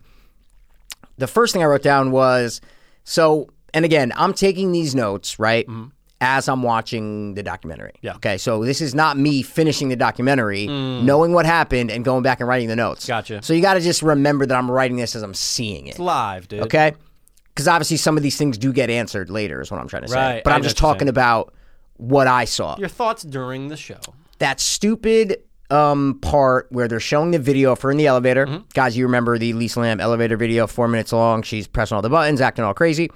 S2: The first thing I wrote down was so, and again, I'm taking these notes right as I'm watching the documentary.
S1: Mm-hmm. Yeah. Mm.
S2: Okay, so this is not me finishing the documentary, knowing what happened, and going back and writing the notes.
S1: Gotcha.
S2: So you got to just remember that I'm writing this as I'm seeing it.
S1: Live, dude.
S2: Okay. Because obviously some of these things do get answered later, is what I'm trying to say.
S1: Right,
S2: But
S1: I
S2: I'm
S1: know
S2: just
S1: what you're
S2: talking
S1: saying.
S2: about what I saw.
S1: Your thoughts during the show.
S2: That stupid um, part where they're showing the video of her in the elevator. Guys, you remember the Lisa Lamb elevator video, four minutes long. She's pressing all the buttons, acting all crazy.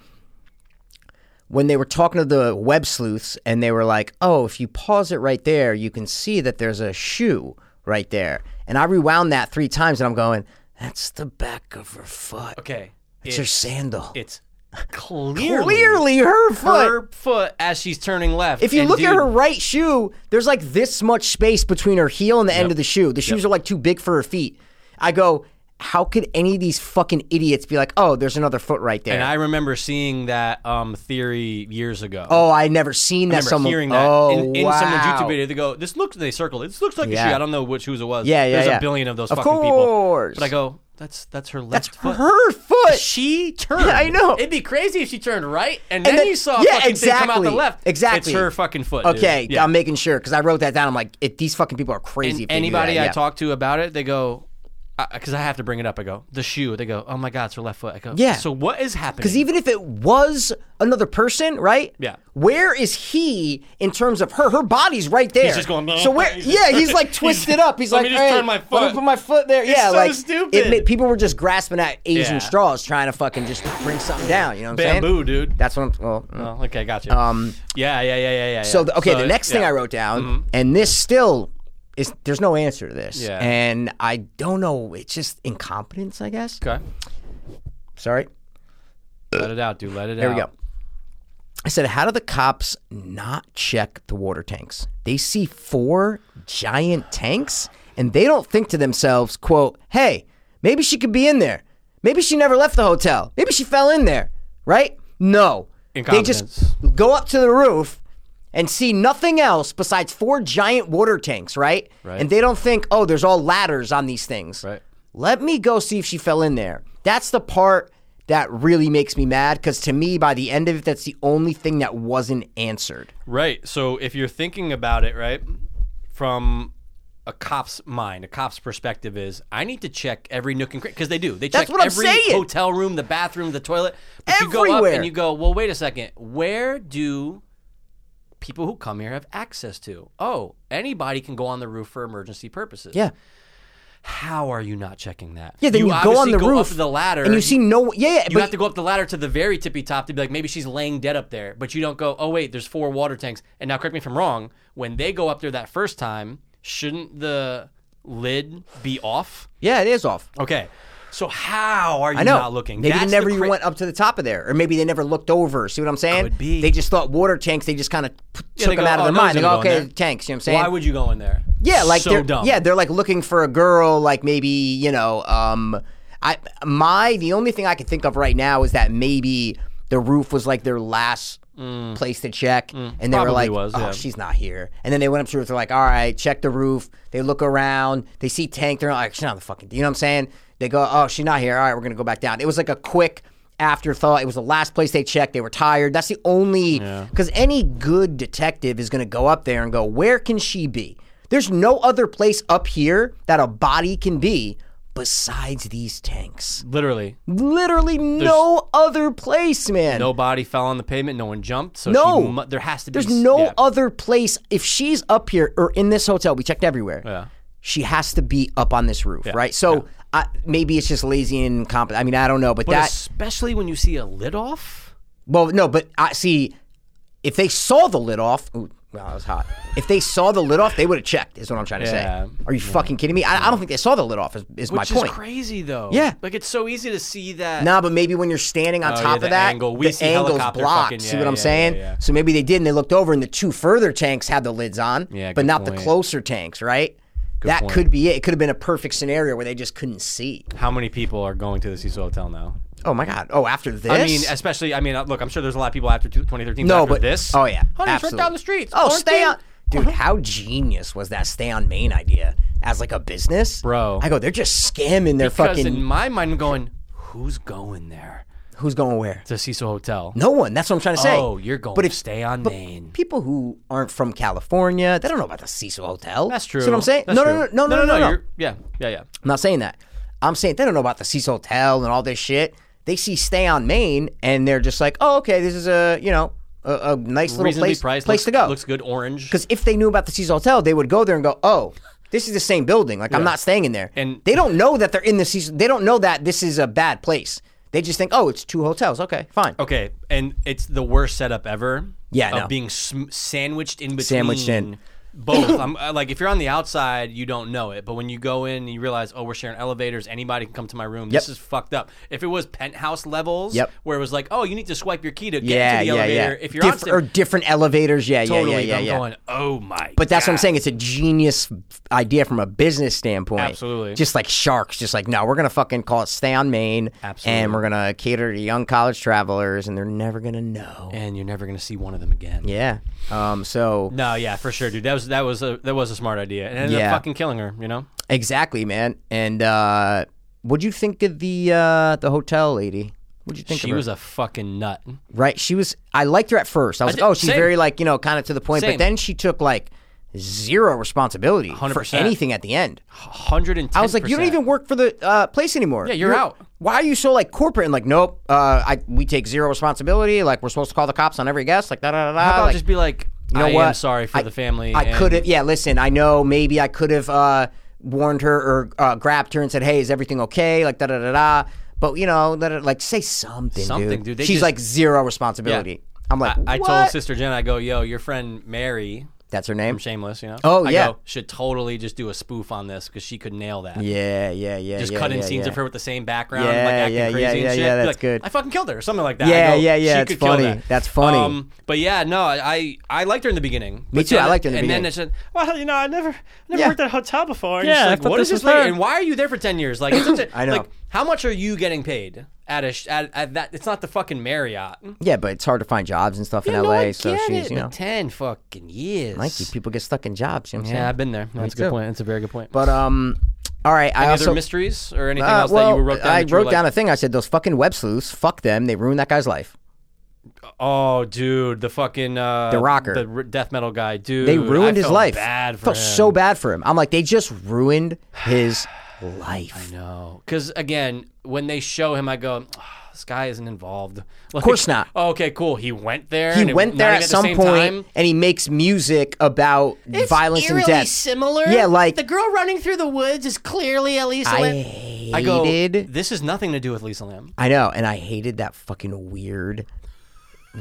S2: When they were talking to the web sleuths and they were like, oh, if you pause it right there, you can see that there's a shoe right there. And I rewound that three times and I'm going, that's the back of her foot.
S1: Okay.
S2: It's
S1: It-
S2: her sandal.
S1: It's clearly,
S2: clearly her foot.
S1: her foot as she's turning left.
S2: if you
S1: And
S2: look at
S1: dude,
S2: her right shoe, there's like this much space between her heel and the end of the shoe. The shoes are like too big for her feet. I go, how could any of these fucking idiots be like, oh, there's another foot right there?
S1: And I remember seeing that um, theory years ago.
S2: oh, I never seen that.
S1: remember
S2: Someone
S1: hearing that
S2: oh,
S1: in, in
S2: wow.
S1: someone's YouTube video. They go, "This looks." They circled it. This looks like a
S2: Yeah.
S1: shoe. I don't know which shoes it was.
S2: Yeah, yeah,
S1: There's
S2: yeah.
S1: a billion of those
S2: Of
S1: fucking
S2: course.
S1: people. But I go, "That's that's her left
S2: That's
S1: foot."
S2: her foot.
S1: She turned.
S2: Yeah, I know.
S1: It'd be crazy if she turned right and,
S2: And
S1: then,
S2: then-
S1: you saw a
S2: yeah,
S1: fucking thing come out
S2: exactly.
S1: the left.
S2: Exactly.
S1: It's her fucking foot. dude.
S2: Okay,
S1: Yeah.
S2: I'm making sure because I wrote that down. I'm like, if these fucking people are
S1: And
S2: crazy. if they do
S1: anybody
S2: that,
S1: I
S2: yeah.
S1: talk to about it, they go, because I, have to bring it up. I go, the shoe. They go, oh my god, it's her left foot. I go,
S2: Yeah.
S1: So what is happening?
S2: Because even if it was another person, right?
S1: Yeah.
S2: Where is he in terms of her? Her body's right there.
S1: just going, "Oh,
S2: So where?
S1: he's
S2: Yeah,
S1: just-
S2: he's like twisted up. He's
S1: let
S2: like,
S1: me just
S2: "Hey,
S1: turn my
S2: Let
S1: foot."
S2: me put my foot there. yeah,
S1: so
S2: like
S1: stupid.
S2: It, ma- people were just grasping at Asian
S1: Yeah.
S2: straws, trying to fucking just bring something down. You know what I'm
S1: bamboo,
S2: saying?
S1: dude.
S2: That's what I'm. Well, mm.
S1: Oh, okay, gotcha. Um, yeah, yeah, yeah, yeah, yeah.
S2: So
S1: yeah.
S2: the, okay, the next thing
S1: yeah. Mm-hmm.
S2: I wrote down, and this still is there's no answer to this,
S1: Yeah.
S2: and I don't know. It's just incompetence, I guess.
S1: Okay,
S2: Sorry.
S1: let it out, dude. Let it
S2: There
S1: out.
S2: we go. I said, how do the cops not check the water tanks? They see four giant tanks and they don't think to themselves, quote, hey, maybe she could be in there. Maybe she never left the hotel. Maybe she fell in there, right? No. They just
S1: Incompetence.
S2: go up to the roof and see nothing else besides four giant water tanks, right?
S1: Right.
S2: And they don't think, oh, there's all ladders on these things.
S1: Right.
S2: Let me go see if she fell in there. That's the part that really makes me mad because to me, by the end of it, that's the only thing that wasn't answered.
S1: Right. So if you're thinking about it, right, from a cop's mind, a cop's perspective is I need to check every nook and cranny because they do. They
S2: That's
S1: check
S2: what I'm
S1: every
S2: saying.
S1: hotel room, the bathroom, the toilet. But you go up
S2: Everywhere.
S1: and you go, well, wait a second. Where do people who come here have access to? Oh, anybody can go on the roof for emergency purposes.
S2: Yeah.
S1: How are you not checking that?
S2: Yeah, then you, go on
S1: obviously
S2: the
S1: go
S2: roof.
S1: up the ladder
S2: And you see no. Yeah, yeah
S1: you
S2: but
S1: have to go up the ladder to the very tippy top to be like, maybe she's laying dead up there. But you don't go, oh, wait, there's four water tanks. And now, correct me if I'm wrong, when they go up there that first time, shouldn't the lid be off?
S2: yeah, it is off.
S1: Okay. So, how are you
S2: I know.
S1: not looking?
S2: Maybe
S1: That's
S2: they never
S1: the
S2: even
S1: cra-
S2: went up to the top of there, or maybe they never looked over. See what I'm saying?
S1: Could be.
S2: They just thought water tanks. They just kind of
S1: Yeah,
S2: took
S1: they go,
S2: them out of
S1: "Oh,
S2: their
S1: no one's
S2: mind. They
S1: gonna
S2: go,
S1: go in
S2: okay,
S1: there."
S2: tanks. You know what I'm saying?
S1: Why would you go in there?
S2: Yeah, like
S1: so
S2: they're
S1: dumb.
S2: yeah, they're like looking for a girl, like maybe you know, um, I my the only thing I can think of right now is that maybe the roof was like their last place to check, and they were
S1: Mm. Probably
S2: like,
S1: was,
S2: "Oh,
S1: yeah.
S2: she's not here," and then they went up to the roof. They're like, "All right, check the roof." They look around, they see tank. They're like, "She's not on the fucking," you know what I'm saying? They go, "Oh, she's not here." All right, we're gonna go back down. It was like a quick. Afterthought. It was the last place they checked. They were tired. That's the only because any good detective is going to go up there and go, "Where can she be?" There's no other place up here that a body can be besides these tanks?
S1: Literally,
S2: Literally no other place, man.
S1: nobody fell on the pavement. No one jumped. So
S2: No.
S1: she mu- there has to be.
S2: There's
S1: s-
S2: no
S1: yeah.
S2: other place. If she's up here or in this hotel, we checked everywhere.
S1: Yeah.
S2: She has to be up on this roof, right? So I, maybe it's just lazy and incompetent. I mean, I don't know, but,
S1: But
S2: that.
S1: especially when you see a lid off.
S2: Well, no, but I see. If they saw the lid off, ooh, well, that was hot. If they saw the lid off, they would have checked. Is what I'm trying to
S1: Yeah.
S2: say. Are you fucking kidding me? I, I don't think they saw the lid off. Is, is my
S1: Which is
S2: point?
S1: crazy though.
S2: Yeah.
S1: Like it's so easy to see that.
S2: Nah, but maybe when you're standing on
S1: Oh,
S2: top
S1: yeah, the
S2: of that,
S1: angle. We
S2: the
S1: see
S2: angle's
S1: helicopter
S2: blocked.
S1: fucking-
S2: see
S1: yeah,
S2: what I'm
S1: yeah,
S2: saying?
S1: yeah, yeah.
S2: So maybe they did, and they looked over, and the two further tanks had the lids on,
S1: Yeah,
S2: but
S1: good
S2: not the
S1: point.
S2: closer tanks, right? that
S1: point.
S2: could be it. It could have been a perfect scenario where they just couldn't see.
S1: How many people are going to the Cecil Hotel now?
S2: Oh my god! Oh, after this,
S1: I mean, especially. I mean, uh, look. I'm sure there's a lot of people after two- 2013.
S2: no,
S1: after
S2: but
S1: this.
S2: Oh yeah,
S1: honey, it's right
S2: absolutely.
S1: down the street. Uh-huh. It's
S2: Oh, stay
S1: quarantine.
S2: on, dude. How genius was that stay on main idea as like a business,
S1: Bro.
S2: I go, they're just scamming their
S1: Because
S2: fucking.
S1: in my mind, I'm going, who's going there
S2: who's going where?
S1: to Cecil Hotel?
S2: No one. That's what I'm trying to say.
S1: Oh, you're going.
S2: But
S1: But
S2: if-
S1: if stay on Maine.
S2: people who aren't from California, they don't know about the Cecil Hotel.
S1: That's true.
S2: See what I'm saying?
S1: That's
S2: No,
S1: true.
S2: no, no, no, no, no, no, no.
S1: you're- Yeah, yeah, yeah.
S2: I'm not saying that. I'm saying they don't know about the Cecil Hotel and all this shit. They see Stay on Main and they're just like, oh, okay, this is a you know a, a nice little
S1: Reasonably
S2: place
S1: priced.
S2: place
S1: looks,
S2: to go.
S1: Looks good. Orange.
S2: Because if they knew about the Cecil Hotel, they would go there and go, oh. This is the same building. Like I'm not staying in there.
S1: And-
S2: they don't know that they're in the Cecil. They don't know that this is a bad place. They just think, oh, it's two hotels. Okay, fine.
S1: Okay, and it's the worst setup ever.
S2: Yeah,
S1: of
S2: no.
S1: being sm- sandwiched in between.
S2: Sandwiched in.
S1: Both. I'm uh, like, if you're on the outside, you don't know it, but when you go in, you realize, oh, we're sharing elevators. Anybody can come to my room. This
S2: Yep.
S1: is fucked up. If it was penthouse levels,
S2: Yep.
S1: where it was like, oh, you need to swipe your key to get
S2: Yeah,
S1: into the
S2: yeah,
S1: elevator.
S2: yeah.
S1: If you're
S2: Diff-
S1: on sta-
S2: or different elevators. Yeah,
S1: totally,
S2: yeah,
S1: but
S2: yeah, yeah,
S1: I'm
S2: yeah.
S1: going, oh my.
S2: But that's what I'm saying. It's a genius idea from a business standpoint.
S1: Absolutely.
S2: Just like sharks, just like, no, we're going to fucking call it Stay on Main.
S1: Absolutely.
S2: And we're going to cater to young college travelers, and they're never going to know.
S1: and you're never gonna see one of them again.
S2: Yeah. Um. So,
S1: No, yeah, for sure, dude. That was that was a that was a smart idea, and it ended
S2: Yeah.
S1: up fucking killing her. You know,
S2: exactly, man. And uh, what'd you think of the uh, the hotel lady? What'd you think of
S1: she
S2: her?
S1: was a fucking nut.
S2: right. She was, I liked her at first. I
S1: I
S2: was like,
S1: did-
S2: oh, she's
S1: same.
S2: very, like, you know, kind of to the point. But
S1: Same.
S2: then she took, like, zero responsibility for
S1: 100%.
S2: anything at the end.
S1: Hundred and ten.
S2: I was like, you don't even work for the uh, place anymore. Yeah,
S1: you're out.
S2: Why are you so like corporate and like, nope? Uh, I we take zero responsibility. Like we're supposed to call the cops on every guest. Like da da da da.
S1: How about
S2: like,
S1: just be like,
S2: you know
S1: I
S2: what?
S1: am sorry for
S2: I-
S1: the family.
S2: I
S1: and-
S2: could have. Yeah, listen. I know. Maybe I could have uh, warned her or uh, grabbed her and said, hey, is everything okay? Like da da da da. But you know, da, da, like say something.
S1: Something,
S2: dude.
S1: dude. They
S2: She's
S1: just-
S2: like zero responsibility. I'm like,
S1: I
S2: what?
S1: told Sister Jen, I go, yo, your friend Mary
S2: That's her name.
S1: from Shameless, you know?
S2: Oh,
S1: I
S2: yeah.
S1: go, should totally just do a spoof on this because she could nail that.
S2: Yeah, yeah, yeah.
S1: Just
S2: yeah,
S1: cut in
S2: yeah,
S1: scenes
S2: yeah.
S1: of her with the same background,
S2: Yeah,
S1: like acting
S2: yeah,
S1: crazy
S2: yeah,
S1: and
S2: yeah,
S1: shit.
S2: yeah,
S1: Be
S2: that's
S1: like,
S2: good.
S1: I fucking killed her, or something like that. I
S2: Yeah,
S1: go,
S2: yeah, yeah,
S1: She
S2: it's
S1: could kill
S2: funny.
S1: that." Um,
S2: That's funny.
S1: but yeah, no, I, I I liked her in the beginning.
S2: Me
S1: But
S2: too, I
S1: then-
S2: liked her in the
S1: and
S2: beginning.
S1: then it said, well, you know, I never, I never
S2: Yeah.
S1: worked at a hotel before. And
S3: Yeah,
S1: she's
S3: I
S1: like,
S3: thought
S1: what is
S3: this
S1: this
S3: was
S1: lady?
S3: her.
S1: And why are you there for ten years? Like, it's such a,
S2: I know.
S1: Like, how much are you getting paid at a sh- at, at that? It's not the fucking Marriott.
S2: Yeah, but it's hard to find jobs and stuff
S1: Yeah,
S2: in
S1: no,
S2: LA.
S1: I
S2: so
S1: get
S2: she's
S1: it,
S2: you
S1: but
S2: know.
S1: ten fucking years.
S2: Thank you. People get stuck in jobs. You know what I'm saying?
S1: Yeah, I've been there. That's a good
S2: too.
S1: point. That's a very good point.
S2: But um, all right. I
S1: Any
S2: also
S1: other mysteries or anything
S2: uh,
S1: else
S2: well,
S1: that you wrote down?
S2: I
S1: that you were
S2: wrote
S1: like,
S2: down a thing. I said those fucking web sleuths. Fuck them. They ruined that guy's life.
S1: Oh, dude, the fucking uh,
S2: The rocker.
S1: the r- death metal guy, dude.
S2: They ruined
S1: I
S2: his
S1: felt
S2: life.
S1: Bad for
S2: felt
S1: him.
S2: so bad for him. I'm like, they just ruined his life.
S1: No, because again, when they show him, I go, "Ah, this guy isn't involved. of
S2: course not.
S1: okay, cool. He went there. and
S2: He
S1: it-
S2: went
S1: not
S2: there
S1: even
S2: at
S1: the
S2: some
S1: same
S2: point,
S1: time.
S2: and he makes music about violence and death.
S5: similar.
S2: Yeah, like
S5: the girl running through the woods is clearly Elisa.
S2: I
S5: Lam-
S2: hated.
S1: I go, this is nothing to do with Lisa Lamb.
S2: I know, and I hated that fucking weird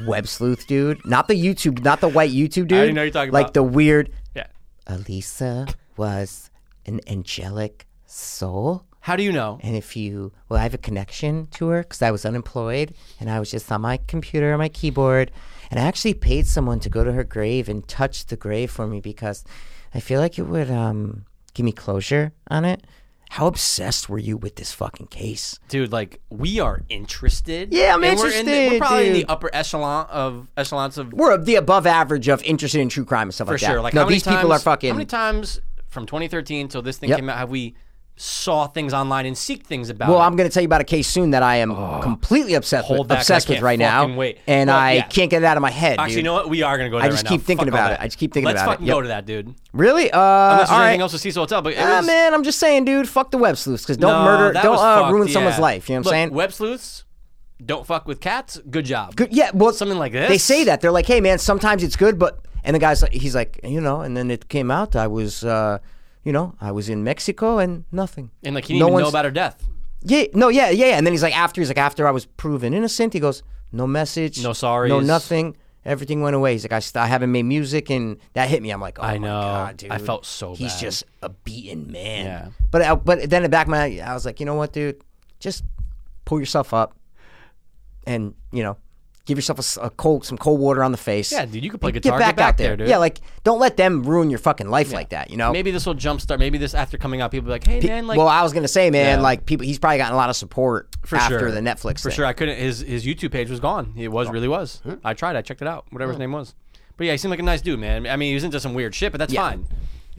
S2: web sleuth dude. Not the YouTube, not the white YouTube dude.
S1: already know what you're talking
S2: like
S1: about.
S2: the weird.
S1: Yeah.
S2: Elisa was an angelic soul.
S1: How do you know?
S2: And if you, well, I have a connection to her because I was unemployed and I was just on my computer, my keyboard. And I actually paid someone to go to her grave and touch the grave for me because I feel like it would um, give me closure on it. How obsessed were you with this fucking case?
S1: dude, like we are interested.
S2: Yeah, I'm
S1: and We're, in the,
S2: interested,
S1: we're probably in
S2: dude.
S1: the upper echelon of echelons of
S2: We're the above average of interested in true crime and stuff
S1: for
S2: like that.
S1: sure. Like
S2: no,
S1: how many
S2: these people are
S1: times-
S2: fucking.
S1: How many times from 2013 till this thing
S2: Yep.
S1: came out have we saw things online and seek things about.
S2: Well,
S1: it.
S2: I'm going to tell you about a case soon that I am completely obsessed
S1: Oh. Hold
S2: with,
S1: back, I
S2: obsessed with
S1: can't
S2: right now,
S1: fucking wait.
S2: and
S1: Well,
S2: I
S1: yeah.
S2: can't get it out of my head.
S1: Actually,
S2: dude.
S1: you know what? We are going to go
S2: I
S1: there
S2: just
S1: right now.
S2: keep thinking
S1: Fuck all
S2: about it.
S1: that.
S2: I just keep thinking
S1: Let's
S2: about it.
S1: fucking
S2: Yep.
S1: go to that, dude.
S2: Really? Uh,
S1: Unless there's
S2: all right.
S1: anything else with Cecil Hotel, but it
S2: Ah,
S1: was,
S2: man, I'm just saying, dude. Fuck the web sleuths, because don't
S1: No,
S2: murder,
S1: that
S2: don't
S1: was
S2: uh,
S1: fucked,
S2: ruin someone's
S1: yeah.
S2: life. You know what
S1: Look,
S2: I'm saying?
S1: Web sleuths, don't fuck with cats. Good job.
S2: good. Yeah, well,
S1: Something like
S2: They
S1: this?
S2: say that they're like, "Hey, man, sometimes it's good, but..." And the guy's like, "He's like, you know." And then it came out. I was, uh, you know, I was in Mexico and nothing.
S1: And like he didn't
S2: No
S1: even know
S2: one's-
S1: about her death.
S2: Yeah, no, yeah, yeah, yeah. And then he's like, after he's like, after I was proven innocent, he goes, no message,
S1: No sorries.
S2: no nothing. Everything went away. He's like, I, st- I haven't made music, and that hit me. I'm like, oh
S1: I
S2: my
S1: know.
S2: God, dude.
S1: I felt so
S2: He's
S1: bad.
S2: just a beaten man.
S1: Yeah.
S2: But I, but then in the back of my, I was like, you know what, dude, just pull yourself up, and you know, give yourself a s- a, cold, some cold water on the face.
S1: Yeah, dude, you could play
S2: and
S1: guitar.
S2: Get back, out there,
S1: dude.
S2: Yeah, like don't let them ruin your fucking life like that. You know,
S1: maybe this will jumpstart. Maybe this after coming out, people be like, hey man, like
S2: Oh. well, I was gonna say, man,
S1: Yeah.
S2: like people, he's probably gotten a lot of support
S1: for
S2: after
S1: sure.
S2: the Netflix.
S1: For
S2: thing. Oh.
S1: sure, I couldn't. His his YouTube page was gone. It was really was. I tried. I checked it out. Whatever his name was. But yeah, he seemed like a nice dude, man. I mean, he was into some weird shit, but that's fine.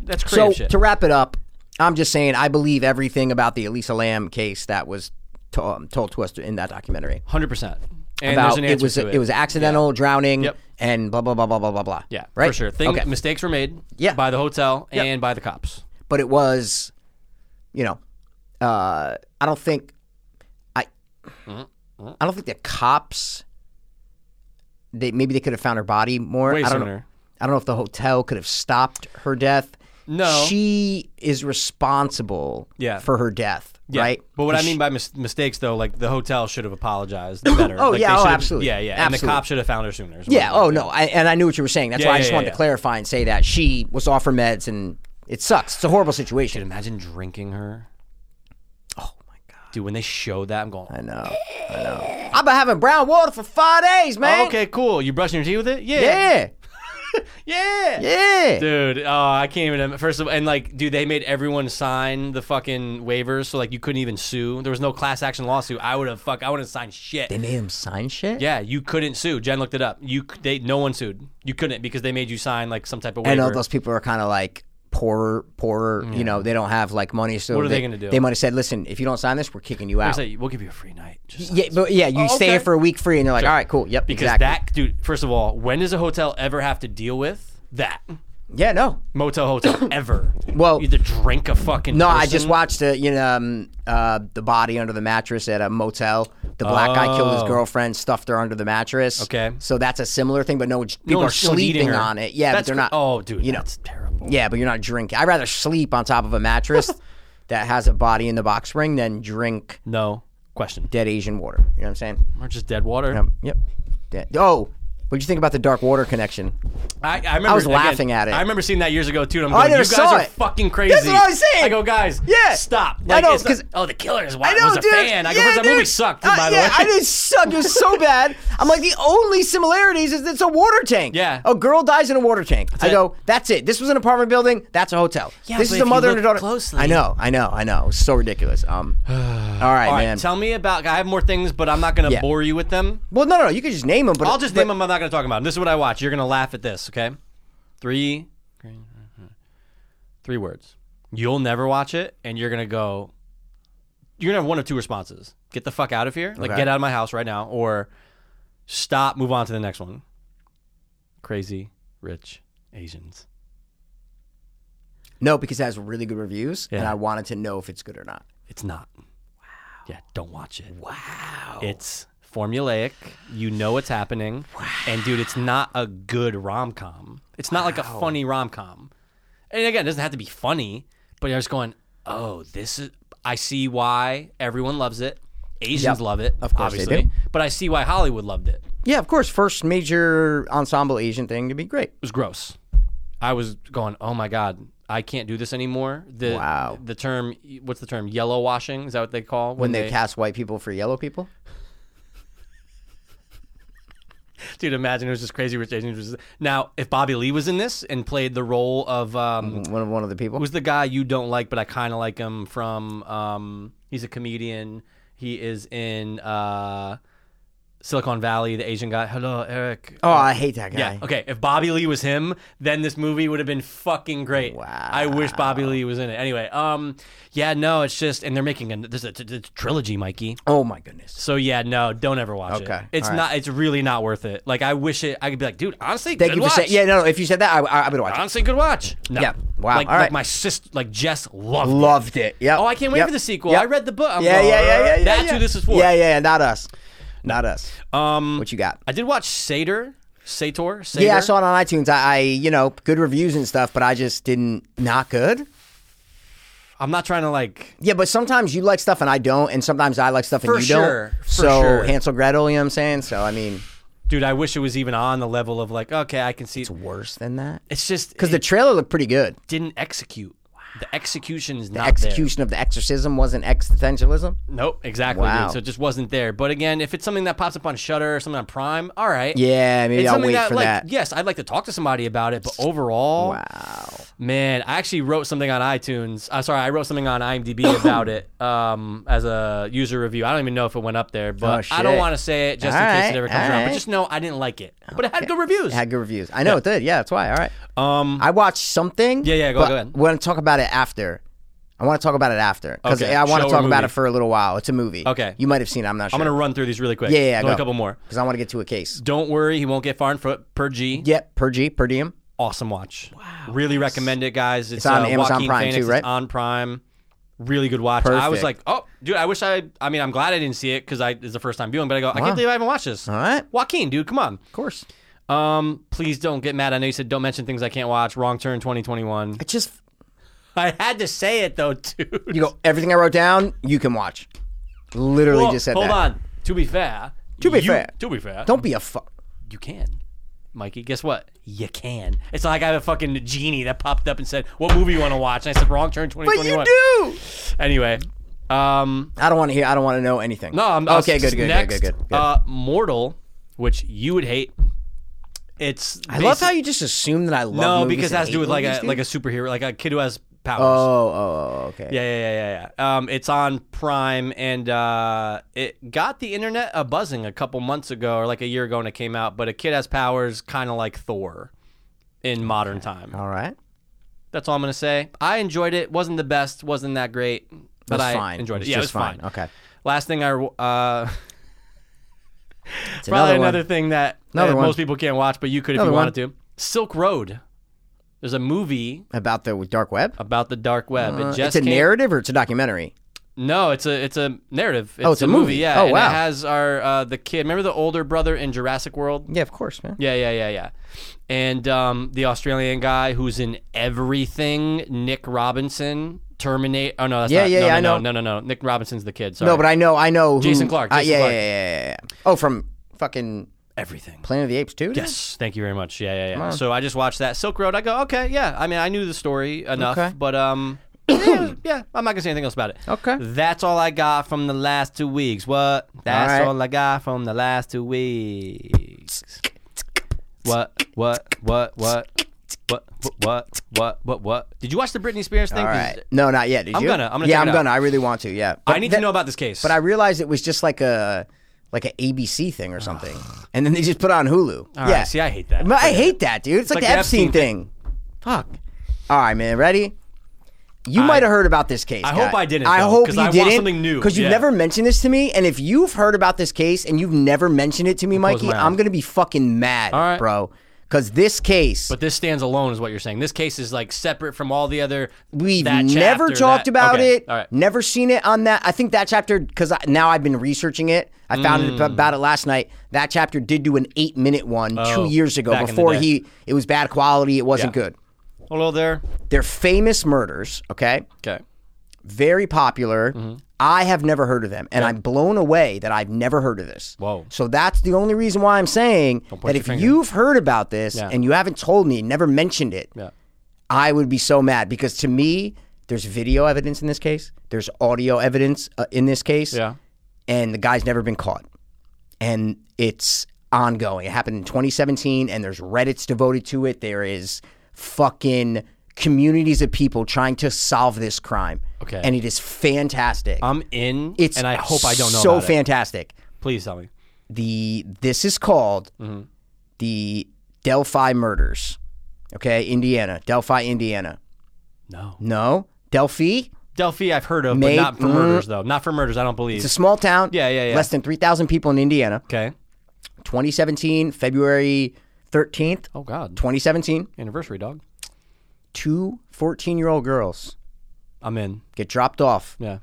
S1: That's creative
S2: So
S1: shit.
S2: to wrap it up, I'm just saying I believe everything about the Elisa Lamb case that was to, um, told to us in that documentary.
S1: Hundred percent. And
S2: about
S1: there's an answer
S2: it was
S1: to it.
S2: was accidental drowning
S1: Yep.
S2: and blah blah blah blah blah blah blah.
S1: Yeah,
S2: right.
S1: for sure. Thing,
S2: okay.
S1: Mistakes were made
S2: Yeah.
S1: by the hotel and by the cops.
S2: but it was, you know, uh, I don't think I,
S1: Mm-hmm.
S2: I don't think the cops. They maybe they could have found her body more.
S1: Way
S2: I don't know.
S1: sooner.
S2: I don't know if the hotel could have stopped her death.
S1: No.
S2: she is responsible.
S1: Yeah.
S2: for her death.
S1: Yeah.
S2: Right.
S1: But what I
S2: She-
S1: mean by mis- mistakes, though, like the hotel should have apologized better.
S2: Oh,
S1: Like,
S2: yeah,
S1: they
S2: oh,
S1: should have-
S2: absolutely.
S1: Yeah, yeah. And the
S2: Absolutely.
S1: cops should have found her sooner. is what
S2: Yeah.
S1: I'm
S2: Oh
S1: saying.
S2: no. I, and I knew what you were saying. That's
S1: Yeah,
S2: why I
S1: yeah,
S2: just
S1: yeah,
S2: wanted
S1: yeah.
S2: to clarify and say that she was off her meds, and it sucks. It's a horrible situation.
S1: Imagine drinking her. Oh my god. Dude, when they show that, I'm going.
S2: I know. I know. I've been having brown water for five days, man.
S1: "Oh, okay, cool. You brushing your teeth with it? Yeah.
S2: Yeah.
S1: Yeah.
S2: Yeah.
S1: Dude, oh, I can't even. First of all, and like, dude, they made everyone sign the fucking waivers, so like you couldn't even sue. There was no class action lawsuit. I would have fuck. I wouldn't sign shit.
S2: They made him sign shit.
S1: Yeah, you couldn't sue. Jen looked it up. You c- they no one sued. You couldn't because they made you sign like some type of waiver.
S2: I know those people are kind of like poorer, poorer. You know, they don't have like money. So
S1: What are they gonna do?
S2: They might have said, "Listen, if you don't sign this, we're kicking you
S1: They
S2: out."
S1: say, we'll give you a free night. Just
S2: Yeah, but yeah, you
S1: Oh,
S2: stay
S1: okay.
S2: here for a week free, and they're like, "All right, cool, yep."
S1: because
S2: exactly.
S1: that dude. First of all, when does a hotel ever have to deal with that
S2: Yeah, no,
S1: motel hotel ever?
S2: Well-
S1: either drink a fucking
S2: No, I
S1: person-
S2: just watched the you know um, uh, the body under the mattress at a motel. The black guy killed his
S1: Oh.
S2: girlfriend, stuffed her under the mattress.
S1: Okay.
S2: so that's a similar thing, but no, people
S1: No
S2: are
S1: one's- no one's eating
S2: sleeping
S1: her.
S2: on it. Yeah,
S1: that's
S2: but they're
S1: cr-
S2: not.
S1: Oh, dude,
S2: you know.
S1: that's terrible.
S2: Yeah, but you're not drinking. I'd rather sleep on top of a mattress that has a body in the box ring than drink
S1: No question.
S2: dead Asian water. You know what I'm saying?
S1: Or just dead water.
S2: Um, yep. Dead. Oh, what'd you think about the dark water connection?
S1: I, I remember.
S2: was
S1: again,
S2: laughing at it. Oh,
S1: I remember seeing that years ago too. And I'm
S2: I
S1: going,
S2: never
S1: you guys
S2: saw
S1: are
S2: it.
S1: fucking crazy.
S2: That's what I was saying.
S1: I go, guys.
S2: Yeah.
S1: Stop.
S2: I
S1: Like,
S2: know,
S1: it's not-
S2: 'cause-
S1: oh, the killer is why was a fan. I go,
S2: Yeah,
S1: first, that movie
S2: dude.
S1: sucked.
S2: Uh,
S1: by the
S2: yeah,
S1: way,
S2: I did suck. It was so bad. I'm like, the only similarities is it's a water tank.
S1: Yeah.
S2: A girl dies in a water tank. I
S1: it.
S2: go, that's it. This was an apartment building. That's a hotel.
S1: Yeah,
S2: this
S1: but
S2: is a
S1: if you
S2: mother and a
S1: look
S2: daughter.
S1: closely-
S2: I know, I know, I know. It was so ridiculous. Um, all right,
S1: All right,
S2: man.
S1: tell me about. I have more things, but I'm not going to
S2: Yeah.
S1: bore you with them.
S2: well, no, no, no. You could just name them, but
S1: I'll just name them. I'm not going to talk about them. This is what I watch. You're going to laugh at this. Okay, three, three words. You'll never watch it, and you're going to go. You're going to have one of two responses: get the fuck out of here, like
S2: Okay.
S1: get out of my house right now, or stop, move on to the next one. Crazy rich Asians.
S2: No, because it has really good reviews, and
S1: Yeah.
S2: I wanted to know if it's good or not.
S1: It's not. Wow. Yeah, don't watch it. Wow. It's formulaic. You know what's happening. Wow. And dude, it's not a good rom com. It's not like a funny rom com. And again, it doesn't have to be funny, but you're just going, oh, this is. I see why everyone loves it. Asians
S2: Yep.
S1: love it,
S2: Of course they
S1: obviously.
S2: do.
S1: But I see why Hollywood loved it. It
S2: Yeah, of course. First major ensemble Asian thing to be great.
S1: was gross. I was going, oh my god, I can't do this anymore. The,
S2: Wow.
S1: The term, what's the term? Yellow washing is that what they call
S2: When they cast white people for yellow people.
S1: Dude, imagine it was just crazy rich Asians. Was now, if Bobby Lee was in this and played the role of um,
S2: One of one of the people.
S1: who's the guy you don't like, but I kind of like him from. Um, he's a comedian. He is in uh, Silicon Valley, the Asian guy. Hello, Eric.
S2: Oh, I hate that guy.
S1: Yeah. Okay. If Bobby Lee was him, then this movie would have been fucking great.
S2: Wow.
S1: I wish Bobby Lee was in it. Anyway. Um. Yeah. No. It's just, and they're making a there's a, t- t- trilogy, Mikey.
S2: Oh my goodness.
S1: So yeah. No. Don't ever watch it.
S2: Okay,
S1: It's
S2: all right.
S1: not. It's really not worth it. Like I wish it. I could be like, dude. Honestly,
S2: Thank
S1: good
S2: you for
S1: watch.
S2: saying. Yeah, no, no. If you said that, I, I, I would watch. it.
S1: Honestly, good watch. No.
S2: Yeah. Wow,
S1: Like,
S2: all
S1: like
S2: right.
S1: my sister, like Jess loved. it.
S2: Loved it. Yeah.
S1: Oh, I can't wait for the sequel. I read the book. I'm
S2: yeah,
S1: like,
S2: yeah, yeah, yeah, yeah.
S1: That's
S2: yeah.
S1: who this is for.
S2: Yeah, yeah, yeah. Not us. Not us. Um, what you got?
S1: I did watch Seder, Sator. Sator.
S2: Yeah, I saw it on iTunes. I, I, you know, good reviews and stuff, but I just didn't. Not good.
S1: I'm not trying to like.
S2: Yeah, but sometimes you like stuff and I don't, and sometimes I like stuff and
S1: For
S2: you
S1: sure,
S2: don't.
S1: for
S2: so
S1: sure.
S2: Hansel Gretel, you know what I'm saying? So I mean,
S1: Dude, I wish it was even on the level of like, okay, I can see. It's,
S2: worse than that
S1: just
S2: because the trailer looked pretty good.
S1: didn't execute. The execution is not
S2: Execution of the exorcism wasn't existentialism.
S1: There. Nope, exactly.
S2: Wow.
S1: Dude. So it just wasn't there. But again, if it's something that pops up on Shutter or something on Prime, all right.
S2: Yeah, maybe
S1: It's
S2: I'll
S1: something
S2: wait
S1: that,
S2: for
S1: like,
S2: that.
S1: yes, I'd like to talk to somebody about it, but overall,
S2: Wow.
S1: Man, I actually wrote something on iTunes. I'm sorry, I wrote something on IMDb about it um, as a user review. I don't even know if it went up there, but
S2: Oh,
S1: I don't
S2: shit.
S1: want to say it just in
S2: All
S1: case
S2: right,
S1: it ever comes
S2: all
S1: around. But
S2: right.
S1: just know I didn't like it, but it had good reviews.
S2: It had good reviews. I know it did. Yeah, that's why. All right.
S1: um,
S2: I watched something.
S1: Yeah, yeah, go-
S2: but
S1: go ahead.
S2: We're gonna talk about it after. I want to talk about it after because
S1: Okay,
S2: I want
S1: show
S2: to
S1: or
S2: talk about
S1: movie?
S2: it for a little while. It's a movie.
S1: Okay.
S2: You might have seen. it. I'm not sure.
S1: I'm gonna run through these really quick.
S2: Yeah, yeah,
S1: Only
S2: go.
S1: a couple more.
S2: because I want to get to a case.
S1: Don't worry, he won't get far in front per G.
S2: Yep. Per G. Per diem.
S1: Awesome watch. Wow. Really recommend it, guys. It's,
S2: on
S1: uh,
S2: Amazon
S1: Joaquin
S2: Prime
S1: Phoenix.
S2: too, right?
S1: It's on Prime. Really good watch. I was
S2: Perfect.
S1: like, oh, dude, I wish I. I mean, I'm glad I didn't see it because I it's the first time viewing. But I go, I
S2: Wow.
S1: can't believe I haven't watched this.
S2: All right.
S1: Joaquin, dude, come on.
S2: Of course.
S1: Um, please don't get mad. I know you said don't mention things I can't watch. Wrong turn 2021.
S2: It just
S1: I had to say it though, dude.
S2: you go everything I wrote down. You can watch. Literally
S1: Well,
S2: just said
S1: hold
S2: that.
S1: on. To be fair.
S2: To be
S1: you-
S2: fair.
S1: To be fair.
S2: Don't be a fuck.
S1: You can. Mikey, guess what? You can. It's not like I have a fucking genie that popped up and said, "What movie you want to watch?" And I said, "Wrong Turn
S2: But you
S1: 2021."
S2: do.
S1: Anyway, um,
S2: I don't want to hear. I don't want to know anything.
S1: No, I'm
S2: okay.
S1: uh,
S2: Good. Good.
S1: next,
S2: good. Good. Good. good.
S1: Uh, Mortal, which you would hate. It's.
S2: I love how you just assume that I love.
S1: No,
S2: movies
S1: because it
S2: and
S1: has to do
S2: hate
S1: with like
S2: movies,
S1: a
S2: dude.
S1: like a superhero, like a kid who has powers.
S2: Oh, oh, oh, okay.
S1: Yeah, yeah, yeah, yeah, yeah. Um, it's on Prime, and uh, it got the internet a buzzing a couple months ago, or like a year ago when it came out. But a kid has powers, kind of like Thor, in modern time.
S2: All right.
S1: That's all I'm gonna say. I enjoyed it. wasn't the best. wasn't that great. But
S2: was
S1: I
S2: fine.
S1: enjoyed it.
S2: It was
S1: yeah,
S2: just
S1: it was fine.
S2: fine. Okay.
S1: Last thing I uh,
S2: It's
S1: probably
S2: another one.
S1: another thing that
S2: Another
S1: uh,
S2: one.
S1: most people can't watch, but you could if
S2: Another
S1: you
S2: one.
S1: wanted to. Silk Road. There's a movie
S2: about the dark web.
S1: about the dark web.
S2: Uh,
S1: it
S2: it's
S1: just
S2: a
S1: came-
S2: narrative or it's a documentary.
S1: No, it's a it's a narrative. It's
S2: it's a movie.
S1: Yeah.
S2: Oh,
S1: and
S2: wow.
S1: It has our uh, the kid. Remember the older brother in Jurassic World?
S2: Yeah, of course, man.
S1: Yeah, yeah, yeah, yeah. And um, the Australian guy who's in everything, Nick Robinson, Terminator. Oh no, that's
S2: Yeah,
S1: not,
S2: yeah,
S1: no,
S2: yeah,
S1: no,
S2: I
S1: No, no, no, no. Nick Robinson's the kid. Sorry.
S2: No, but I know, I know. Who,
S1: Jason Clarke,
S2: uh,
S1: Jason
S2: yeah,
S1: Clarke.
S2: yeah, yeah, yeah, yeah. Oh, from fucking
S1: everything.
S2: Planet of the Apes too. dude?
S1: Yes, thank you very much. Yeah, yeah, yeah. So I just watched that Silk Road. I go, okay, yeah. I mean, I knew the story enough,
S2: Okay.
S1: but um, yeah, yeah, I'm not gonna say anything else about it.
S2: Okay.
S1: That's all I got from the last two weeks. What? That's
S2: right.
S1: all I got from the last two weeks. What? What? What? What? What? What? What? What? What? Did you watch the Britney Spears thing?
S2: All
S1: 'Cause
S2: right. No, not yet. Did
S1: I'm
S2: you?
S1: gonna- I'm gonna
S2: Yeah,
S1: check it
S2: I'm
S1: out.
S2: gonna. I really want to. Yeah.
S1: I
S2: But
S1: need
S2: that-
S1: to know about this case.
S2: But I realized it was just like a like an ABC thing or something, and then they just put it on Hulu.
S1: All right,
S2: yeah.
S1: see, I hate that.
S2: But I hate that, dude. It's
S1: like
S2: like, the
S1: the
S2: Epstein,
S1: Epstein
S2: thing. Fuck. All right, man. Ready? You might have heard about this case.
S1: I hope
S2: guy.
S1: I didn't,
S2: I
S1: though,
S2: hope
S1: 'cause
S2: you
S1: I want
S2: didn't.
S1: something new.
S2: Because you've
S1: Yeah.
S2: never mentioned this to me, and if you've heard about this case and you've never mentioned it to me,
S1: closing
S2: Mikey,
S1: my eyes.
S2: I'm gonna be fucking mad,
S1: right.
S2: bro. Because this case,
S1: But this stands alone, is what you're saying. This case is like separate from all the other.
S2: We've
S1: that
S2: never
S1: chapter,
S2: talked
S1: that-
S2: about
S1: okay,
S2: it.
S1: All right.
S2: Never seen it on that. I think that chapter because now I've been researching it. I found
S1: Mm.
S2: it about it last night. That chapter did do an eight-minute one two
S1: Oh,
S2: years ago.
S1: back in the
S2: Before
S1: day.
S2: he, it was bad quality. It wasn't
S1: Yeah.
S2: good.
S1: Hello there.
S2: They're famous murders. Okay,
S1: Okay.
S2: very popular.
S1: Mm-hmm.
S2: I have never heard of them, and I'm blown away that I've never heard of this.
S1: Whoa.
S2: So that's the only reason why I'm saying that
S1: your
S2: if
S1: finger.
S2: you've heard about this
S1: Yeah.
S2: and you haven't told me, never mentioned it,
S1: Yeah.
S2: I would be so mad because to me, there's video evidence in this case. There's audio evidence uh, in this case.
S1: Yeah.
S2: And the guy's never been caught. And it's ongoing. It happened in 2017, and there's Reddits devoted to it. There is fucking communities of people trying to solve this crime.
S1: Okay.
S2: And it is fantastic.
S1: I'm in,
S2: it's
S1: and I hope I don't know
S2: so
S1: about it.
S2: fantastic.
S1: Please tell me.
S2: the this is called
S1: Mm-hmm.
S2: the Delphi murders. Okay, Indiana, Delphi, Indiana.
S1: No.
S2: No, Delphi.
S1: Delphi, I've heard of,
S2: May-
S1: but
S2: Mm.
S1: not for murders, though. Not for murders, I don't believe.
S2: It's a small town.
S1: Yeah, yeah, yeah.
S2: Less than three thousand people in Indiana.
S1: okay.
S2: 2017, February 13th,
S1: Oh, God.
S2: 2017.
S1: Anniversary, dog.
S2: Two 14 year old girls
S1: I'm in.
S2: get dropped off.
S1: Yeah.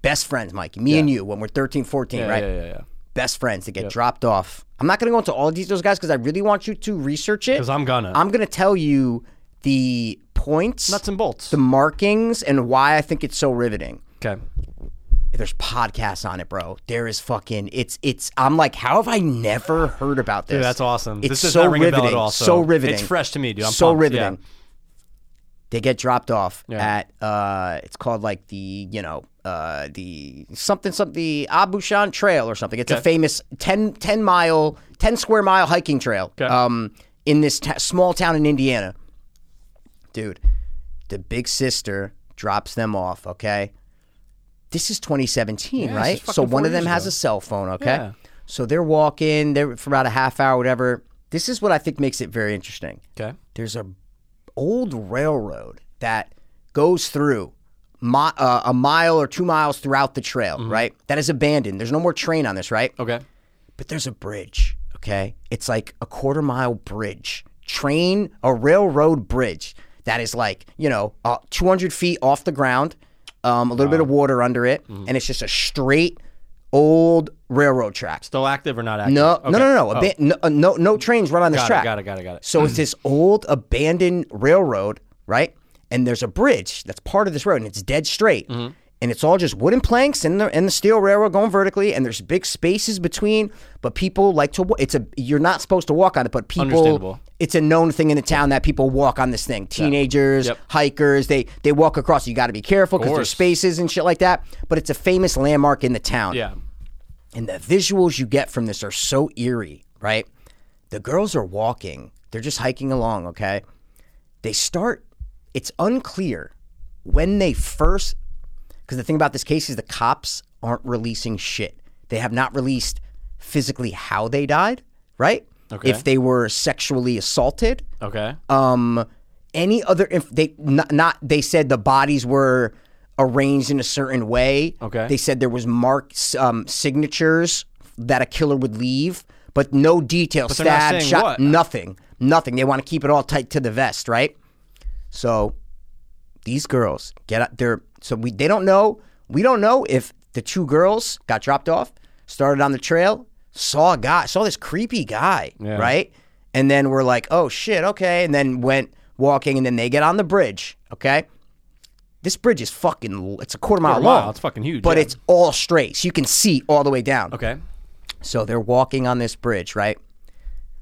S2: Best friends, Mikey. Me and you when we're 13, 14,
S1: Yeah,
S2: right?
S1: yeah, yeah, yeah.
S2: Best friends that get dropped off. I'm not going to go into all the details, guys, because I really want you to research it.
S1: Because I'm gonna.
S2: I'm going to tell you the points,
S1: Nuts and bolts.
S2: the markings, and why I think it's so riveting.
S1: okay.
S2: There's podcasts on it, bro. There is fucking it's it's. I'm like, how have I never heard about this?
S1: Dude, that's awesome.
S2: It's
S1: this does
S2: so
S1: not ring
S2: riveting.
S1: a bell at all. So,
S2: So riveting.
S1: It's fresh to me, dude. I'm
S2: so
S1: pumped.
S2: riveting.
S1: Yeah.
S2: They get dropped off
S1: Yeah.
S2: at uh, it's called like the you know uh, the something something the Abushan Trail or something. It's a
S1: Okay.
S2: famous 10, 10 mile, ten square mile hiking trail.
S1: Okay.
S2: Um, in this ta small town in Indiana, dude, the big sister drops them off. Okay, this is 2017,
S1: this
S2: right?
S1: is fucking
S2: So one
S1: four
S2: of them
S1: years
S2: has
S1: ago.
S2: a cell phone. Okay,
S1: Yeah.
S2: so they're walking. They're for about a half hour, whatever. This is what I think makes it very interesting
S1: Okay.
S2: there's a old railroad that goes through mi- uh, a mile or two miles throughout the trail,
S1: Mm-hmm.
S2: right? That is abandoned. There's no more train on this, right?
S1: Okay.
S2: But there's a bridge, okay? It's like a quarter mile bridge, train, a railroad bridge that is like, you know, uh, 200 feet off the ground, um, a little bit of water under it,
S1: Mm-hmm.
S2: and it's just a straight old railroad track.
S1: Still active or not active?
S2: No,
S1: Okay.
S2: no, no, no, no.
S1: Oh,
S2: Aban- no, uh, no, no trains run on this
S1: Got it,
S2: track.
S1: got it, got it, got it.
S2: So it's this old abandoned railroad, right? And there's a bridge that's part of this road, and it's dead straight,
S1: Mm-hmm.
S2: and it's all just wooden planks and the and the steel railroad going vertically, and there's big spaces between. But people like to. wa- It's a you're not supposed to walk on it, but people.
S1: Understandable.
S2: It's a known thing in the town that people walk on this thing. Teenagers,
S1: Yep.
S2: hikers, they they walk across. You got to be careful because
S1: course.
S2: there's spaces and shit like that. But it's a famous landmark in the town.
S1: Yeah.
S2: And the visuals you get from this are so eerie, right? The girls are walking, they're just hiking along, okay? They start, it's unclear when they first, because the thing about this case is the cops aren't releasing shit. They have not released physically how they died, right?
S1: Okay.
S2: If they were sexually assaulted,
S1: Okay.
S2: um any other if they not, not they said the bodies were arranged in a certain way
S1: Okay.
S2: they said there was marks um signatures that a killer would leave but no detail
S1: they're not
S2: stab
S1: saying
S2: shot
S1: what.
S2: nothing nothing they want to keep it all tight to the vest right so these girls get up there so we they don't know we don't know if the two girls got dropped off started on the trail saw a guy saw this creepy guy
S1: Yeah.
S2: right and then we're like oh shit okay and then went walking and then they get on the bridge okay this bridge is fucking it's a quarter mile
S1: Quarter
S2: long
S1: mile, it's fucking huge,
S2: but
S1: yeah.
S2: it's all straight so you can see all the way down
S1: Okay.
S2: so they're walking on this bridge, right?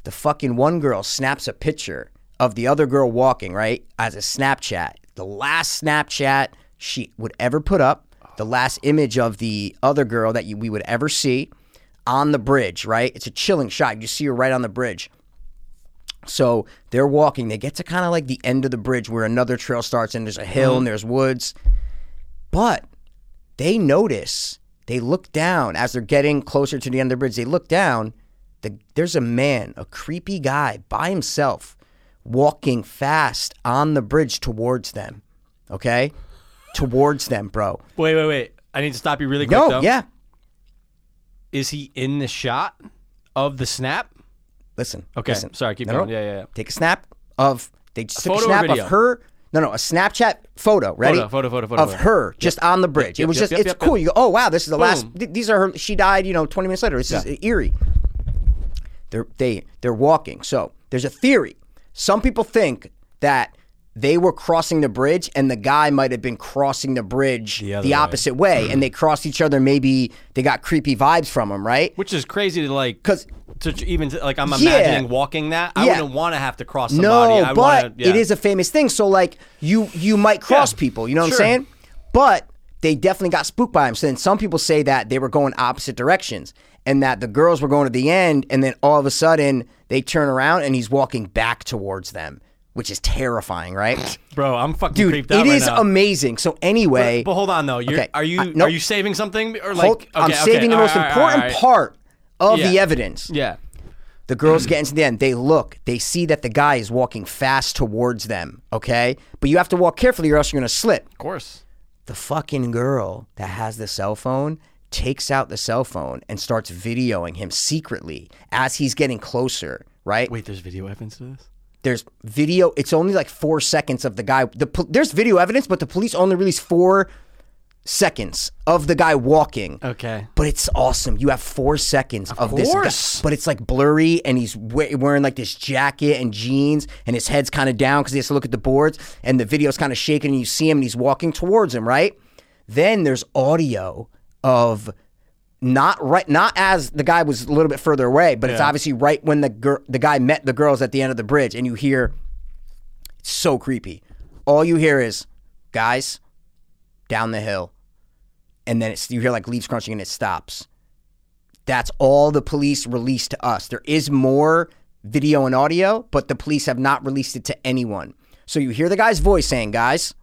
S2: The fucking one girl snaps a picture of the other girl walking, right? As a Snapchat. The last Snapchat she would ever put up, the last image of the other girl that you, we would ever see on the bridge, right? It's a chilling shot. You see her right on the bridge. So they're walking. They get to kind of like the end of the bridge where another trail starts and there's a hill and there's woods. But they notice, they look down as they're getting closer to the end of the bridge. They look down. The, there's a man, a creepy guy by himself, walking fast on the bridge towards them. Okay? towards them, bro.
S1: Wait, wait, wait. I need to stop you really quick,
S2: No,
S1: though.
S2: yeah.
S1: Is he in the shot of the snap?
S2: Listen.
S1: Okay.
S2: Listen.
S1: Sorry, keep
S2: No, no.
S1: going. Yeah, yeah, yeah.
S2: Take a snap of. They just took a
S1: photo or
S2: snap of
S1: video?
S2: her. No, no, a Snapchat photo. Ready?
S1: Photo, photo, photo, photo,
S2: of
S1: photo.
S2: her just on the bridge.
S1: yep,
S2: it was
S1: yep,
S2: just.
S1: yep,
S2: it's
S1: yep,
S2: cool.
S1: yep.
S2: You go. Oh wow, this is the last.
S1: Boom.
S2: th- these are her. She died. You know, 20 minutes later. This is eerie. They're they they're walking. So there's a theory. Some people think that they were crossing the bridge and the guy might have been crossing the bridge the,
S1: other way. Mm-hmm.
S2: opposite way, and they crossed each other. Maybe they got creepy vibes from him, right?
S1: Which is crazy to like,
S2: 'Cause-
S1: to tr- even to- like I'm
S2: Yeah.
S1: imagining walking that. I
S2: Yeah.
S1: wouldn't want to have to cross
S2: No,
S1: somebody. I
S2: but
S1: wanna, yeah.
S2: it is a famous thing. So like you you might cross
S1: Yeah.
S2: people, you know what
S1: Sure.
S2: I'm saying? But they definitely got spooked by him. So then some people say that they were going opposite directions and that the girls were going to the end and then all of a sudden they turn around and he's walking back towards them, which is terrifying, right?
S1: bro. I'm fucking
S2: Dude,
S1: creeped
S2: it
S1: out right
S2: is
S1: now.
S2: amazing. So anyway,
S1: But hold on though. You're,
S2: Okay,
S1: Are you
S2: I- nope.
S1: are you saving something or like?
S2: hold- I'm
S1: okay, okay,
S2: saving the
S1: all
S2: most
S1: right, all right,
S2: important
S1: all right.
S2: part of the
S1: Yeah.
S2: evidence.
S1: Yeah.
S2: The girls get into the end. They look. They see that the guy is walking fast towards them. Okay, but you have to walk carefully, or else you're gonna slip.
S1: Of course.
S2: The fucking girl that has the cell phone takes out the cell phone and starts videoing him secretly as he's getting closer. Right?
S1: Wait, there's video evidence to this?
S2: There's video. It's only like four seconds of the guy. The pol- there's video evidence, but the police only released four seconds of the guy walking.
S1: Okay.
S2: But it's awesome. You have four seconds of, this.
S1: course.
S2: Guy, but it's like blurry, and he's we- wearing like this jacket and jeans, and his head's kind of down because he has to look at the boards, and the video's kind of shaking, and you see him, and he's walking towards him, right? Then there's audio of not right, not as the guy was a little bit further away, but it's obviously right when the girl, the guy met the girls at the end of the bridge, and you hear, it's so creepy. All you hear is, guys, down the hill and then it's, you hear like leaves crunching and it stops. That's all the police released to us. There is more video and audio, but the police have not released it to anyone. So you hear the guy's voice saying, guys.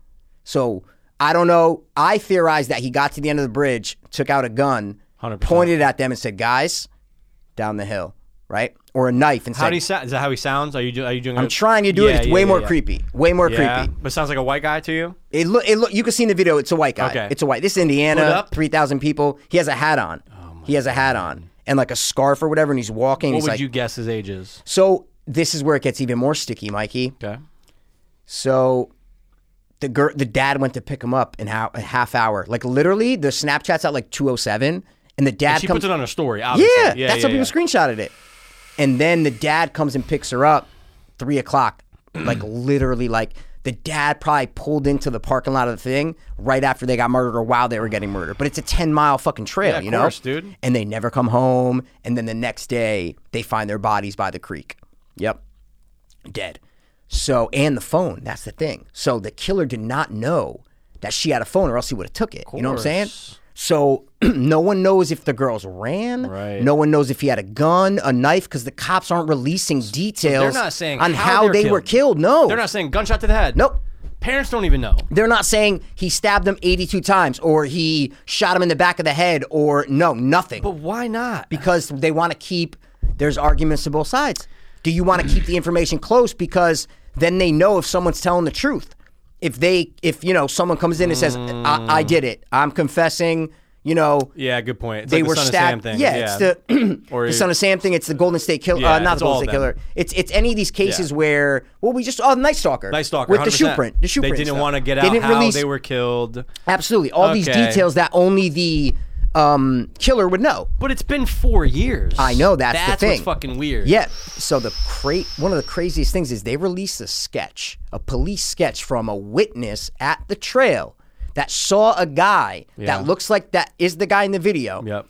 S2: So I don't know. I theorized that he got to the end of the bridge, took out a gun,
S1: 100%.
S2: pointed it at them, and said, guys, down the hill, right? Or a knife and
S1: How
S2: said,
S1: do you sound? Is that how he sounds? Are you do- are you doing?
S2: I'm trying to do it. It's way more creepy. Way more
S1: Yeah,
S2: creepy.
S1: but sounds like a white guy to you.
S2: It look, it look. You can see in the video. It's a white guy.
S1: Okay.
S2: It's a white. This is
S1: Hood
S2: Indiana,
S1: up? Oh
S2: three thousand people. He has a hat on. he has a hat on and like a scarf or whatever, and he's walking.
S1: What
S2: he's
S1: would
S2: like,
S1: you guess his age is?
S2: so this is where it gets even more sticky, Mikey.
S1: Okay.
S2: So the girl, the dad went to pick him up in how, a half hour. Like literally, the Snapchat's at like two oh seven, and the dad
S1: She
S2: comes.
S1: puts it on her story.
S2: yeah,
S1: Obviously.
S2: that's how
S1: yeah,
S2: people screenshotted it. And then the dad comes and picks her up, three o'clock. like literally, like the dad probably pulled into the parking lot of the thing right after they got murdered or while they were getting murdered. But it's a ten mile fucking trail,
S1: of
S2: you know,
S1: course, dude.
S2: And they never come home. And then the next day, they find their bodies by the creek. Yep, dead. So and the phone. That's the thing. So the killer did not know that she had a phone, or else he would have took it. You know what I'm saying? So no one knows if the girls ran.
S1: Right.
S2: No one knows if he had a gun, a knife, because the cops aren't releasing details
S1: not saying
S2: on
S1: how
S2: how,
S1: they're
S2: they were killed. No,
S1: They're not saying gunshot to the head.
S2: Nope.
S1: Parents don't even know.
S2: They're not saying he stabbed them 82 times, or he shot him in the back of the head, or no, nothing,
S1: But why not?
S2: because they want to keep. There's arguments to both sides. Do you want to keep the information close because then they know if someone's telling the truth? If they, if you know, someone comes in and says, I, "I
S1: Mm.
S2: did it. I'm confessing," you know,
S1: Yeah, good point. It's
S2: they
S1: like the
S2: were
S1: Son of Sam
S2: stabbed.
S1: thing.
S2: Yeah, it's the
S1: Or-
S2: the Son of Sam thing. It's the Golden State Killer.
S1: Yeah,
S2: uh, not
S1: it's
S2: the
S1: all
S2: Golden
S1: of
S2: State
S1: them.
S2: Killer. It's it's any of these cases
S1: Yeah.
S2: where well we just oh the Night Stalker.
S1: Night Stalker
S2: with the shoe
S1: 100%.
S2: print. The shoe
S1: They
S2: print.
S1: didn't
S2: stuff.
S1: want to get out
S2: They didn't
S1: how
S2: release
S1: they were killed.
S2: absolutely all these
S1: Okay.
S2: details that only the um, killer would know.
S1: But it's been four years.
S2: I know, that's the
S1: That's
S2: thing.
S1: what's fucking weird.
S2: Yeah. So the cra- one of the craziest things is they released a sketch, a police sketch from a witness at the trail that saw a guy
S1: Yeah.
S2: that looks like that is the guy in the video.
S1: Yep.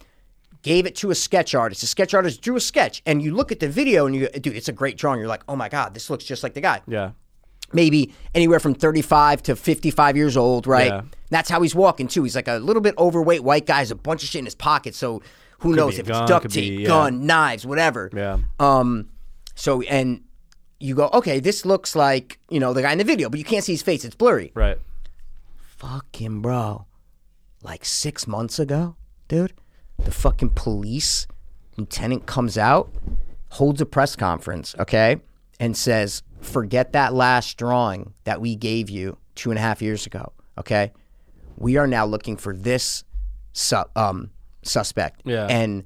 S2: gave it to a sketch artist. The sketch artist drew a sketch, and you look at the video and you, dude, it's a great drawing. You're like, oh my god, this looks just like the guy.
S1: Yeah.
S2: Maybe anywhere from 35 to 55 years old, right?
S1: Yeah.
S2: That's how he's walking too. He's like a little bit overweight white guy. Has a bunch of shit in his pocket, so who knows
S1: be a
S2: if
S1: gun,
S2: it's duct
S1: could
S2: tape,
S1: be- yeah.
S2: gun, knives, whatever.
S1: Yeah.
S2: Um. So and you go, okay, this looks like you know the guy in the video, but you can't see his face. It's blurry.
S1: Right.
S2: Fucking bro. Like six months ago, dude, the fucking police lieutenant comes out, holds a press conference, okay, and says, forget that last drawing that we gave you two and a half years ago, okay? We are now looking for this su- um, suspect.
S1: Yeah.
S2: And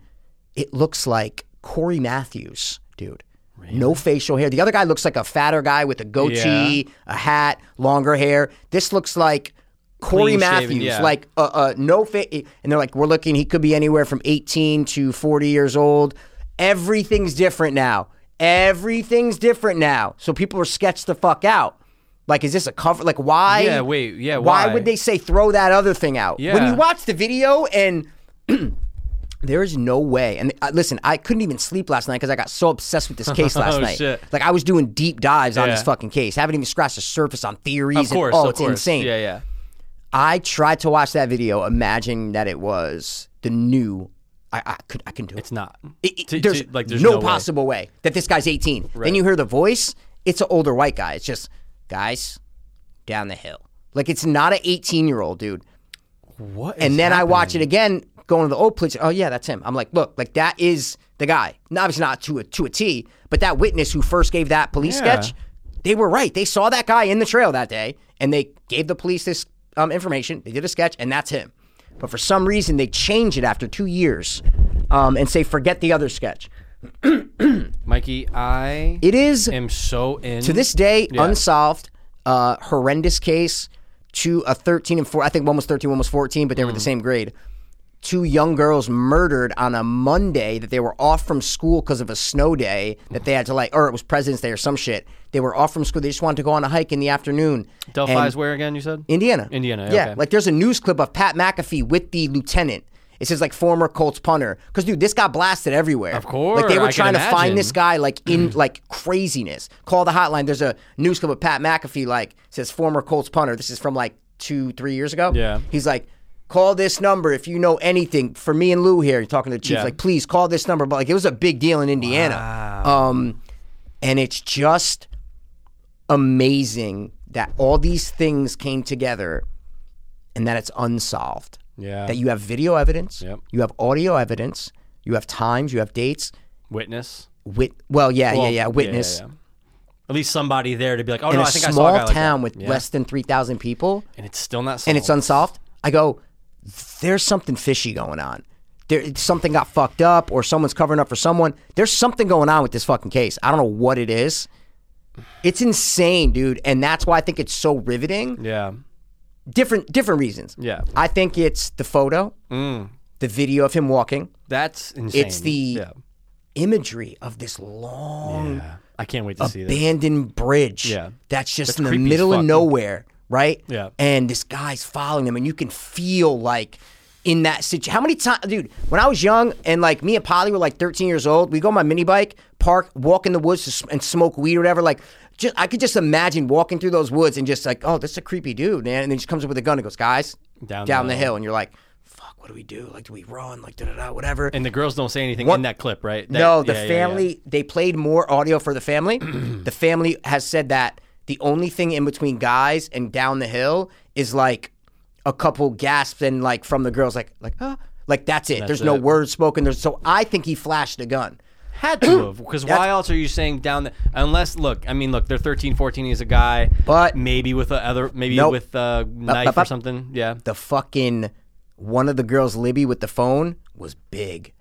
S2: it looks like Corey Matthews, dude. No facial hair. The other guy looks like a fatter guy with a goatee, a hat, longer hair. This looks like Corey
S1: Clean shaven,
S2: Matthews,
S1: yeah.
S2: like uh, uh, no fit. And they're like, we're looking. He could be anywhere from 18 to 40 years old. Everything's different now. Everything's different now. So people are sketched the fuck out. Like, is this a cover? Like, why?
S1: Yeah, wait, yeah, why?
S2: would they say throw that other thing out? When
S1: Yeah.
S2: you watch the video and there is no way. And uh, listen, I couldn't even sleep last night because I got so obsessed with this case last
S1: Oh,
S2: night.
S1: shit.
S2: Like I was doing deep dives on this
S1: Yeah.
S2: fucking case. haven't even scratched the surface on theories.
S1: Of course.
S2: and, oh,
S1: of
S2: it's
S1: course.
S2: insane.
S1: Yeah, yeah.
S2: I tried to watch that video, imagining that it was the new. I, I could I can do it.
S1: It's not.
S2: It- it-
S1: To-
S2: there's,
S1: to- like, there's
S2: no,
S1: no way.
S2: possible way. that this guy's 18. Then you hear the voice. It's an older white guy. It's just guys down the hill. Like it's not an 18 year old dude.
S1: What?
S2: And then I watch it again, going to the old place. Oh yeah, that's him. I'm like, look, like that is the guy. And obviously not to a to a T, but that witness who first gave that police
S1: Yeah.
S2: sketch, they were right. They saw that guy in the trail that day, and they gave the police this um, information. They did a sketch, and that's him. But for some reason, they change it after two years, um, and say forget the other sketch.
S1: Mikey, I
S2: It is
S1: am so in
S2: to this day
S1: Yeah.
S2: unsolved uh, horrendous case to a 13 and 4 i think one was 13 one was 14 but they were the
S1: Mm.
S2: same grade two young girls murdered on a monday that they were off from school because of a snow day that they had to like or it was president's day or some shit they were off from school they just wanted to go on a hike in the afternoon
S1: Delphi's
S2: And-
S1: where again? You said
S2: Indiana.
S1: Indiana,
S2: Yeah.
S1: okay.
S2: Like there's a news clip of Pat McAfee with the lieutenant. It says like former Colts punter. Because dude, this got blasted everywhere. Of
S1: course,
S2: Like they were
S1: I can
S2: trying to
S1: imagine.
S2: find this guy like in like craziness. Call the hotline. There's a news clip of Pat McAfee like says former Colts punter. This is from like two, three years ago.
S1: Yeah.
S2: He's like, call this number if you know anything. For me and Lou here, You're talking to the chief,
S1: Yeah.
S2: like, please call this number. But like it was a big deal in Indiana. Um and it's just amazing that all these things came together and that it's unsolved.
S1: Yeah.
S2: That you have video evidence,
S1: Yep.
S2: you have audio evidence, you have times, you have dates.
S1: witness.
S2: Wit- well, yeah, yeah,
S1: Well,
S2: yeah, witness.
S1: yeah. At least somebody there to be like, oh
S2: In
S1: no,
S2: a
S1: I think I saw a
S2: small
S1: guy like that.
S2: town with
S1: Yeah.
S2: less than 3,000 people,
S1: and it's still not solved.
S2: and it's unsolved. I go, there's something fishy going on. There, something got fucked up, or someone's covering up for someone. There's something going on with this fucking case. I don't know what it is. It's insane, dude, and that's why I think it's so riveting.
S1: yeah,
S2: Different, different reasons.
S1: yeah. Mm.
S2: I think it's the photo, the video of him walking,
S1: That's insane.
S2: It's the-
S1: yeah.
S2: imagery of this long
S1: Yeah. I can't wait to see this.
S2: abandoned bridge
S1: Yeah.
S2: that's just
S1: That's
S2: in the
S1: creepy as
S2: middle
S1: fuck.
S2: of nowhere, right?
S1: Yeah.
S2: And this guy's following them, and you can feel like in that situation. How many times, dude? When I was young, and like me and Polly were like 13 years old, we go on my mini bike, park, walk in the woods to, s- and smoke weed or whatever. Like, just I could just imagine walking through those woods and just like, oh, this is a creepy dude, man. And then he just comes up with a gun and goes, guys,
S1: Down the
S2: the
S1: hill.
S2: hill, and you're like. Fuck, what do we do? Like, do we run? Like, da da da, whatever.
S1: And the girls don't say anything in that clip, right? That-
S2: No, the
S1: yeah, yeah, yeah.
S2: family they played more audio for the family. the family has said that the only thing in between guys and down the hill is like a couple gasps and like from the girls like like huh? like that's it. There's no
S1: it.
S2: words spoken. There's so I think he flashed a gun.
S1: had to have because why else are you saying down the unless look i mean look they're 13 14 he's a guy
S2: But-
S1: maybe with a other maybe
S2: Nope.
S1: with a knife
S2: up,
S1: or
S2: up.
S1: something yeah
S2: The fucking one of the girls Libby with the phone was big.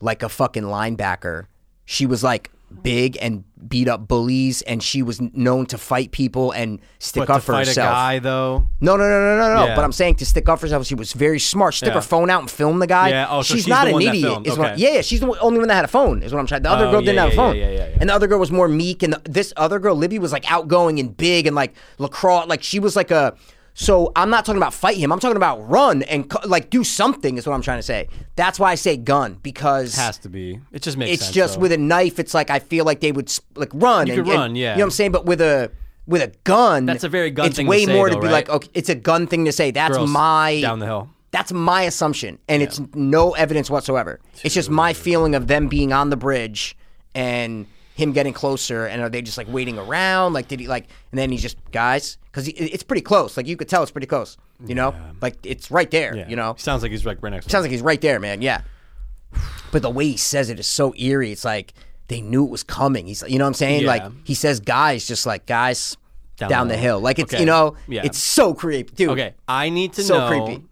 S2: Like a fucking linebacker. She was like big and beat up bullies and she was known to fight people and stick
S1: but
S2: up
S1: to
S2: for
S1: fight
S2: herself.
S1: a guy though
S2: No, no, no, no, no, no.
S1: Yeah.
S2: But I'm saying to stick up for herself, she was very smart. Stick
S1: Yeah.
S2: her phone out and film the guy.
S1: Yeah, oh, so she's
S2: not
S1: the
S2: an
S1: one that
S2: idiot.
S1: filmed.
S2: is what-
S1: Okay.
S2: yeah, yeah, she's the one- only one that had a phone. Is what I'm trying. The other
S1: Oh,
S2: girl
S1: yeah,
S2: didn't have a
S1: yeah,
S2: phone.
S1: yeah, yeah, yeah.
S2: And the other girl was more meek, and the, this other girl, Libby, was like outgoing and big and like lacrosse. Like she was like a. So I'm not talking about fight him. I'm talking about run and co- like do something. Is what I'm trying to say. That's why I say gun because
S1: has to be it just makes
S2: it's
S1: sense,
S2: just
S1: though.
S2: with a knife. It's like I feel like they would s- like run.
S1: You
S2: and,
S1: could
S2: and-
S1: run, yeah.
S2: You know what I'm saying? But with a with a gun,
S1: That's a very gun
S2: It's
S1: thing to
S2: way
S1: say,
S2: more
S1: though,
S2: to be
S1: right?
S2: like, okay, it's a gun thing to say. That's
S1: Girls
S2: my
S1: down the hill
S2: That's my assumption, and it's no evidence whatsoever. It's just my feeling of them being on the bridge and him getting closer. And are they just like waiting around? Like, did he like? And then he's just guys, because it's pretty close. Like you could tell it's pretty close. You know, like it's right there.
S1: yeah.
S2: You know,
S1: sounds like he's like right next to
S2: Sounds like he's right there, man. Yeah. But the way he says it is so eerie. It's like they knew it was coming. He's, you know what I'm saying?
S1: Yeah.
S2: Like he says, guys, just like guys
S1: Down
S2: down,
S1: the
S2: the
S1: hill.
S2: hill. Like it's,
S1: Okay.
S2: you know,
S1: Yeah.
S2: it's so creepy, dude.
S1: okay i need to
S2: So
S1: know
S2: creepy.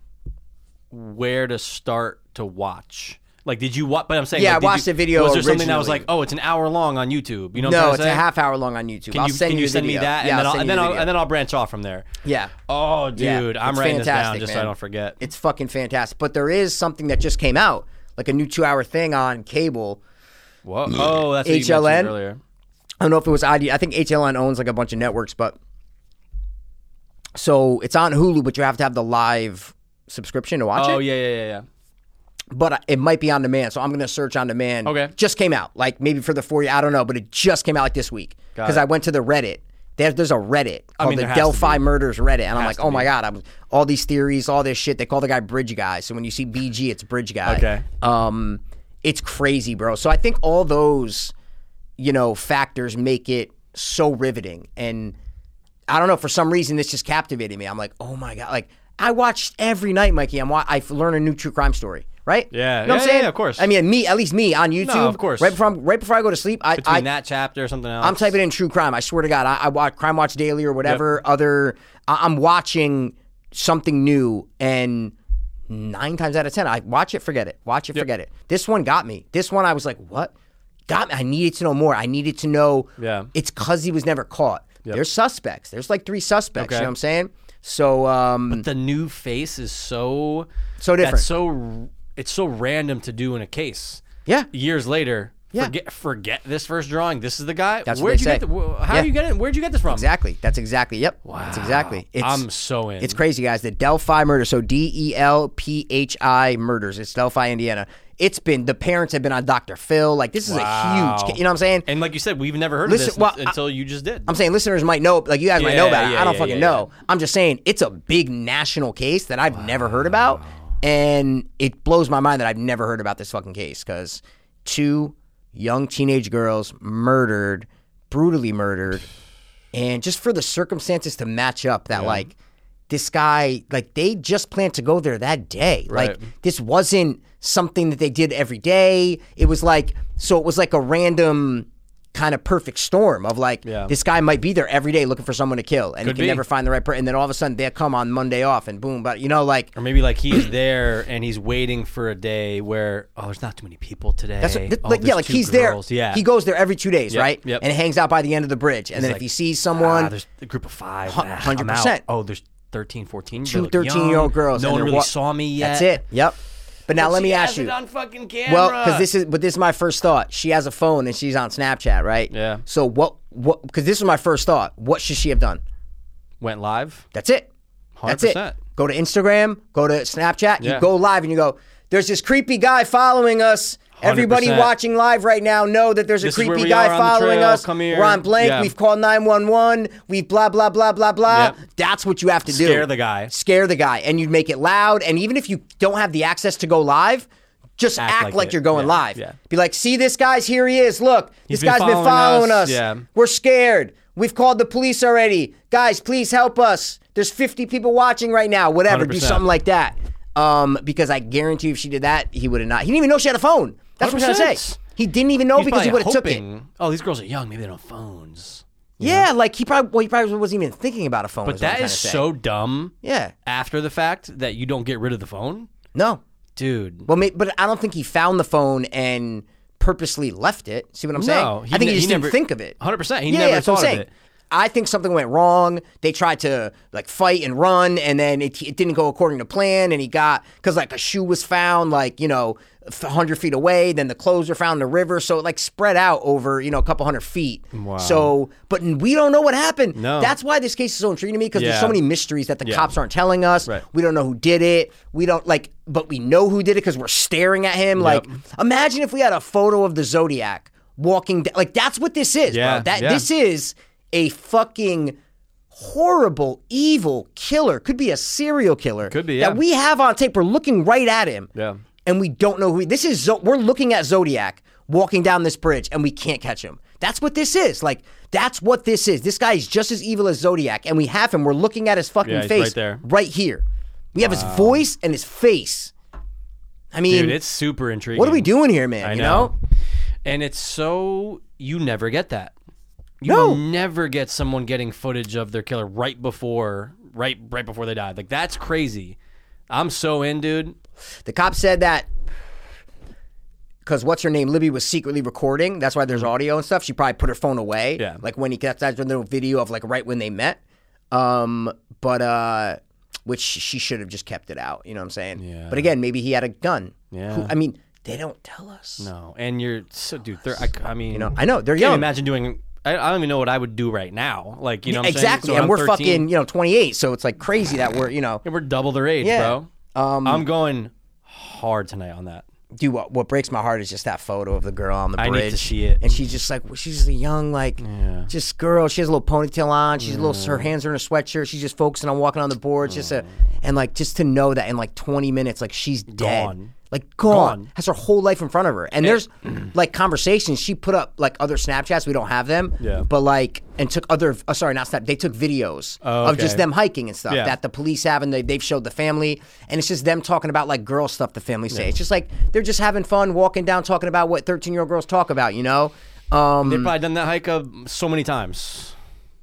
S1: where to start to watch like did you watch but i'm saying like,
S2: Yeah, I
S1: did you-
S2: watched the video
S1: was there something that was
S2: originally.
S1: like oh it's an hour long on youtube you know what
S2: No,
S1: I'm trying
S2: it's
S1: to
S2: a
S1: say?
S2: half hour long on YouTube.
S1: can
S2: I'll
S1: you,
S2: send
S1: can you
S2: the
S1: send me
S2: video.
S1: that
S2: Yeah,
S1: and then
S2: I'll
S1: I'll,
S2: send
S1: and
S2: you
S1: then
S2: the
S1: I'll,
S2: video.
S1: and then I'll branch off from there
S2: yeah.
S1: oh dude
S2: Yeah,
S1: i'm
S2: it's
S1: writing this down
S2: fantastic,
S1: just so i
S2: man.
S1: don't forget
S2: It's fucking fantastic. But there is something that just came out, like a new two hour thing on cable.
S1: Whoa. Oh, that's what you
S2: HLN?
S1: mentioned earlier.
S2: I don't know if it was ID. I think HLN owns like a bunch of networks, but so it's on Hulu, but you have to have the live subscription to watch
S1: Oh
S2: it.
S1: yeah, yeah, yeah, yeah.
S2: But I- it might be on demand, so I'm gonna search on demand.
S1: Okay.
S2: just came out like maybe for the four year. I don't know, but it just came out like this week
S1: Got
S2: because
S1: it.
S2: I went to the Reddit. There's, there's a Reddit called
S1: mean, there
S2: the
S1: has to
S2: Delphi
S1: be.
S2: Murders Reddit, and I'm like,
S1: to
S2: oh my
S1: be.
S2: god, I'm, all these theories, all this shit. They call the guy Bridge Guy, so when you see BG, it's Bridge Guy.
S1: Okay.
S2: um, it's crazy, bro. So I think all those you know, factors make it so riveting. And I don't know, for some reason, this just captivated me. I'm like, oh my god! Like I watched every night, Mikey. I'm wa- I learn a new true crime story. right?
S1: Yeah,
S2: You know
S1: yeah,
S2: what I'm
S1: yeah,
S2: saying?
S1: yeah, of course.
S2: I mean, me, at least me on YouTube.
S1: of course.
S2: Right before, I'm, right before I go to sleep, I,
S1: Between
S2: I
S1: that chapter or something else.
S2: I'm typing in true crime. I swear to God, I, I watch Crime Watch Daily or whatever other. I, I'm watching something new, and nine times out of ten, I watch it, forget it, watch it, forget it. This one got me. This one, I was like, what? Got me. I needed to know more. I needed to know.
S1: Yeah.
S2: It's because he was never caught. There's suspects. There's like three suspects. You
S1: Okay.
S2: know what I'm saying? So, um,
S1: the new face is so
S2: So different.
S1: That's so it's so random to do in a case.
S2: yeah.
S1: Years later,
S2: Yeah.
S1: forget forget this first drawing. This is the guy.
S2: That's what
S1: Where'd
S2: they
S1: you
S2: say.
S1: get? The, wh- how
S2: Yeah.
S1: you get it? Where'd you get this from?
S2: Exactly. That's exactly. Yep. Wow. That's exactly. It's,
S1: I'm so in.
S2: It's crazy, guys. The Delphi murder. So D E L P H I murders. It's Delphi, Indiana. It's been the parents have been on Dr. Phil. Like this is
S1: Wow.
S2: a huge. ca- You know what I'm saying?
S1: And like you said, we've never heard
S2: Listen,
S1: of this
S2: well,
S1: n- until you just did.
S2: I'm saying listeners might know, like you guys might
S1: Yeah,
S2: know about it.
S1: yeah,
S2: I don't
S1: yeah,
S2: fucking
S1: yeah, yeah.
S2: know. I'm just saying it's a big national case that I've never heard about, and it blows my mind that I've never heard about this fucking case because two young teenage girls murdered, brutally murdered, and just for the circumstances to match up that like this guy like they just planned to go there that day like this wasn't something that they did every day it was like so it was like a random kind of perfect storm of like
S1: Yeah.
S2: this guy might be there every day looking for someone to kill and he
S1: Could
S2: can
S1: be.
S2: never find the right person and then all of a sudden they'll come on monday off and boom but you know like
S1: or maybe like he's there and he's waiting for a day where oh, there's not too many people today.
S2: That's what, th-
S1: Oh,
S2: like, yeah,
S1: there's
S2: like
S1: two
S2: he's
S1: girls.
S2: there.
S1: Yeah,
S2: He goes there every two days,
S1: Yep,
S2: right?
S1: yep.
S2: And hangs out by the end of the bridge. And then if
S1: like,
S2: he sees
S1: Ah,
S2: someone,
S1: there's a group of five.
S2: Hun-
S1: Ah, I'm out.
S2: 100%.
S1: Oh, there's 13, 14.
S2: two 13 year old girls.
S1: No
S2: and
S1: one
S2: they're
S1: really
S2: wa-
S1: saw me yet.
S2: That's it. Yep. But now let me
S1: She has
S2: ask you.
S1: it on fucking camera.
S2: Well, because this is, but this is my first thought. She has a phone and she's on Snapchat, right?
S1: Yeah.
S2: So what? What? Because this is my first thought. What should she have done?
S1: went live.
S2: That's it. That's it.
S1: 100%.
S2: Go to Instagram. Go to Snapchat. You
S1: Yeah.
S2: go live and you go. There's this creepy guy following us. Everybody
S1: 100%.
S2: watching live right now know that there's a
S1: This is where
S2: creepy
S1: we
S2: guy
S1: are on the
S2: following
S1: trail.
S2: us.
S1: Come
S2: We're
S1: here.
S2: on blank.
S1: Yeah.
S2: We've called 911. We've blah blah blah blah blah.
S1: Yep.
S2: That's what you have to do.
S1: Scare the guy.
S2: Scare the guy, and you'd make it loud. And even if you don't have the access to go live, just act,
S1: Act
S2: like,
S1: like it.
S2: you're going
S1: Yeah.
S2: live.
S1: Yeah.
S2: Be like, see this guy's here. He is. Look, this
S1: been
S2: guy's been
S1: following
S2: following us.
S1: us. Yeah.
S2: We're scared. We've called the police already. Guys, please help us. There's 50 people watching right now. Whatever, do
S1: 100%.
S2: something like that. Um, because I guarantee you if she did that, he would have not. He didn't even know she had a phone. That's what I'm trying to
S1: 100%.
S2: say. He didn't even know
S1: He's
S2: because he would
S1: probably
S2: have took it.
S1: hoping, Oh, these girls are young. Maybe they don't have phones.
S2: Yeah, like he probably well, he probably wasn't even thinking about a phone.
S1: But
S2: what I'm
S1: that
S2: trying
S1: is
S2: to say.
S1: so dumb.
S2: Yeah.
S1: After the fact that you don't get rid of the phone,
S2: No.
S1: dude.
S2: Well, may- but I don't think he found the phone and purposely left it. See what I'm saying?
S1: No, he
S2: I think
S1: ne-
S2: he
S1: he
S2: just didn't
S1: never-
S2: think of it.
S1: 100%, he
S2: yeah,
S1: never
S2: yeah, that's what I'm
S1: thought of
S2: saying.
S1: it.
S2: I think something went wrong. They tried to like fight and run, and then it, it didn't go according to plan. And he got because like a shoe was found, like you know, f- hundred feet away. Then the clothes were found in the river, so it like spread out over you know a couple hundred feet. Wow. So, but we don't know what happened.
S1: No.
S2: that's why this case is so intriguing to me because there's
S1: Yeah.
S2: so many mysteries that the cops aren't telling us.
S1: Right.
S2: We don't know who did it. We don't like, but we know who did it because we're staring at him. Like, imagine if we had a photo of the Zodiac walking. Da- like, that's what this is,
S1: Yeah,
S2: bro. That
S1: yeah.
S2: this is a fucking horrible, evil killer. Could be a serial killer.
S1: Could be, yeah.
S2: That we have on tape. We're looking right at him.
S1: Yeah.
S2: And we don't know who. This is. Zo- we're looking at Zodiac walking down this bridge, and we can't catch him. That's what this is. Like, that's what this is. This guy is just as evil as Zodiac, and we have him. We're looking at his fucking
S1: Yeah, he's
S2: face
S1: right there.
S2: right here. We have his voice and his face. I mean,
S1: Dude, it's super intriguing.
S2: what are we doing here, man?
S1: I
S2: you
S1: know. And it's so you never get that. You
S2: No.
S1: never get someone getting footage of their killer right before right right before they died. Like that's crazy. I'm so in, dude.
S2: The cop said that because what's her name? Libby was secretly recording. That's why there's audio and stuff. She probably put her phone away.
S1: Mm-hmm. Yeah.
S2: Like when he that's that's when the video of like right when they met. Um, but uh, which she should have just kept it out. You know what I'm saying? Yeah. But again, maybe he had a gun.
S1: Yeah.
S2: I mean, they don't tell us.
S1: No, and you're so, dude. They're, I, I mean, you
S2: know, I know, they're young.
S1: Imagine doing. I, I don't even know what I would do right now. Like you know, what I'm saying?
S2: exactly.
S1: So
S2: and
S1: I'm
S2: we're
S1: 13.
S2: fucking you know 28, so it's like crazy that we're you know
S1: Yeah, we're double their age,
S2: Yeah.
S1: bro. I'm going hard tonight on that.
S2: do Um, what what breaks my heart is just that photo of the girl on the bridge.
S1: I need to see it.
S2: And she's just like well, she's a young like just girl. She has a little ponytail on. She's a little her hands are in a sweatshirt. She's just focusing on walking on the boards. Just a and like just to know that in like 20 minutes like she's dead.
S1: Gone.
S2: Like gone.
S1: Gone. Eh.
S2: Has her whole life in front of her. And there's like conversations. She put up like other Snapchats. We don't have them.
S1: Yeah.
S2: But like and took other uh, sorry, not snap they took videos
S1: Oh,
S2: of just
S1: okay.
S2: them hiking and stuff
S1: Yeah.
S2: that the police have and they, they've showed the family and it's just them talking about like girl stuff the family say. It's just like they're just having fun walking down talking about what thirteen year old girls talk about, you know? Um,
S1: They've probably done that hike uh, so many times.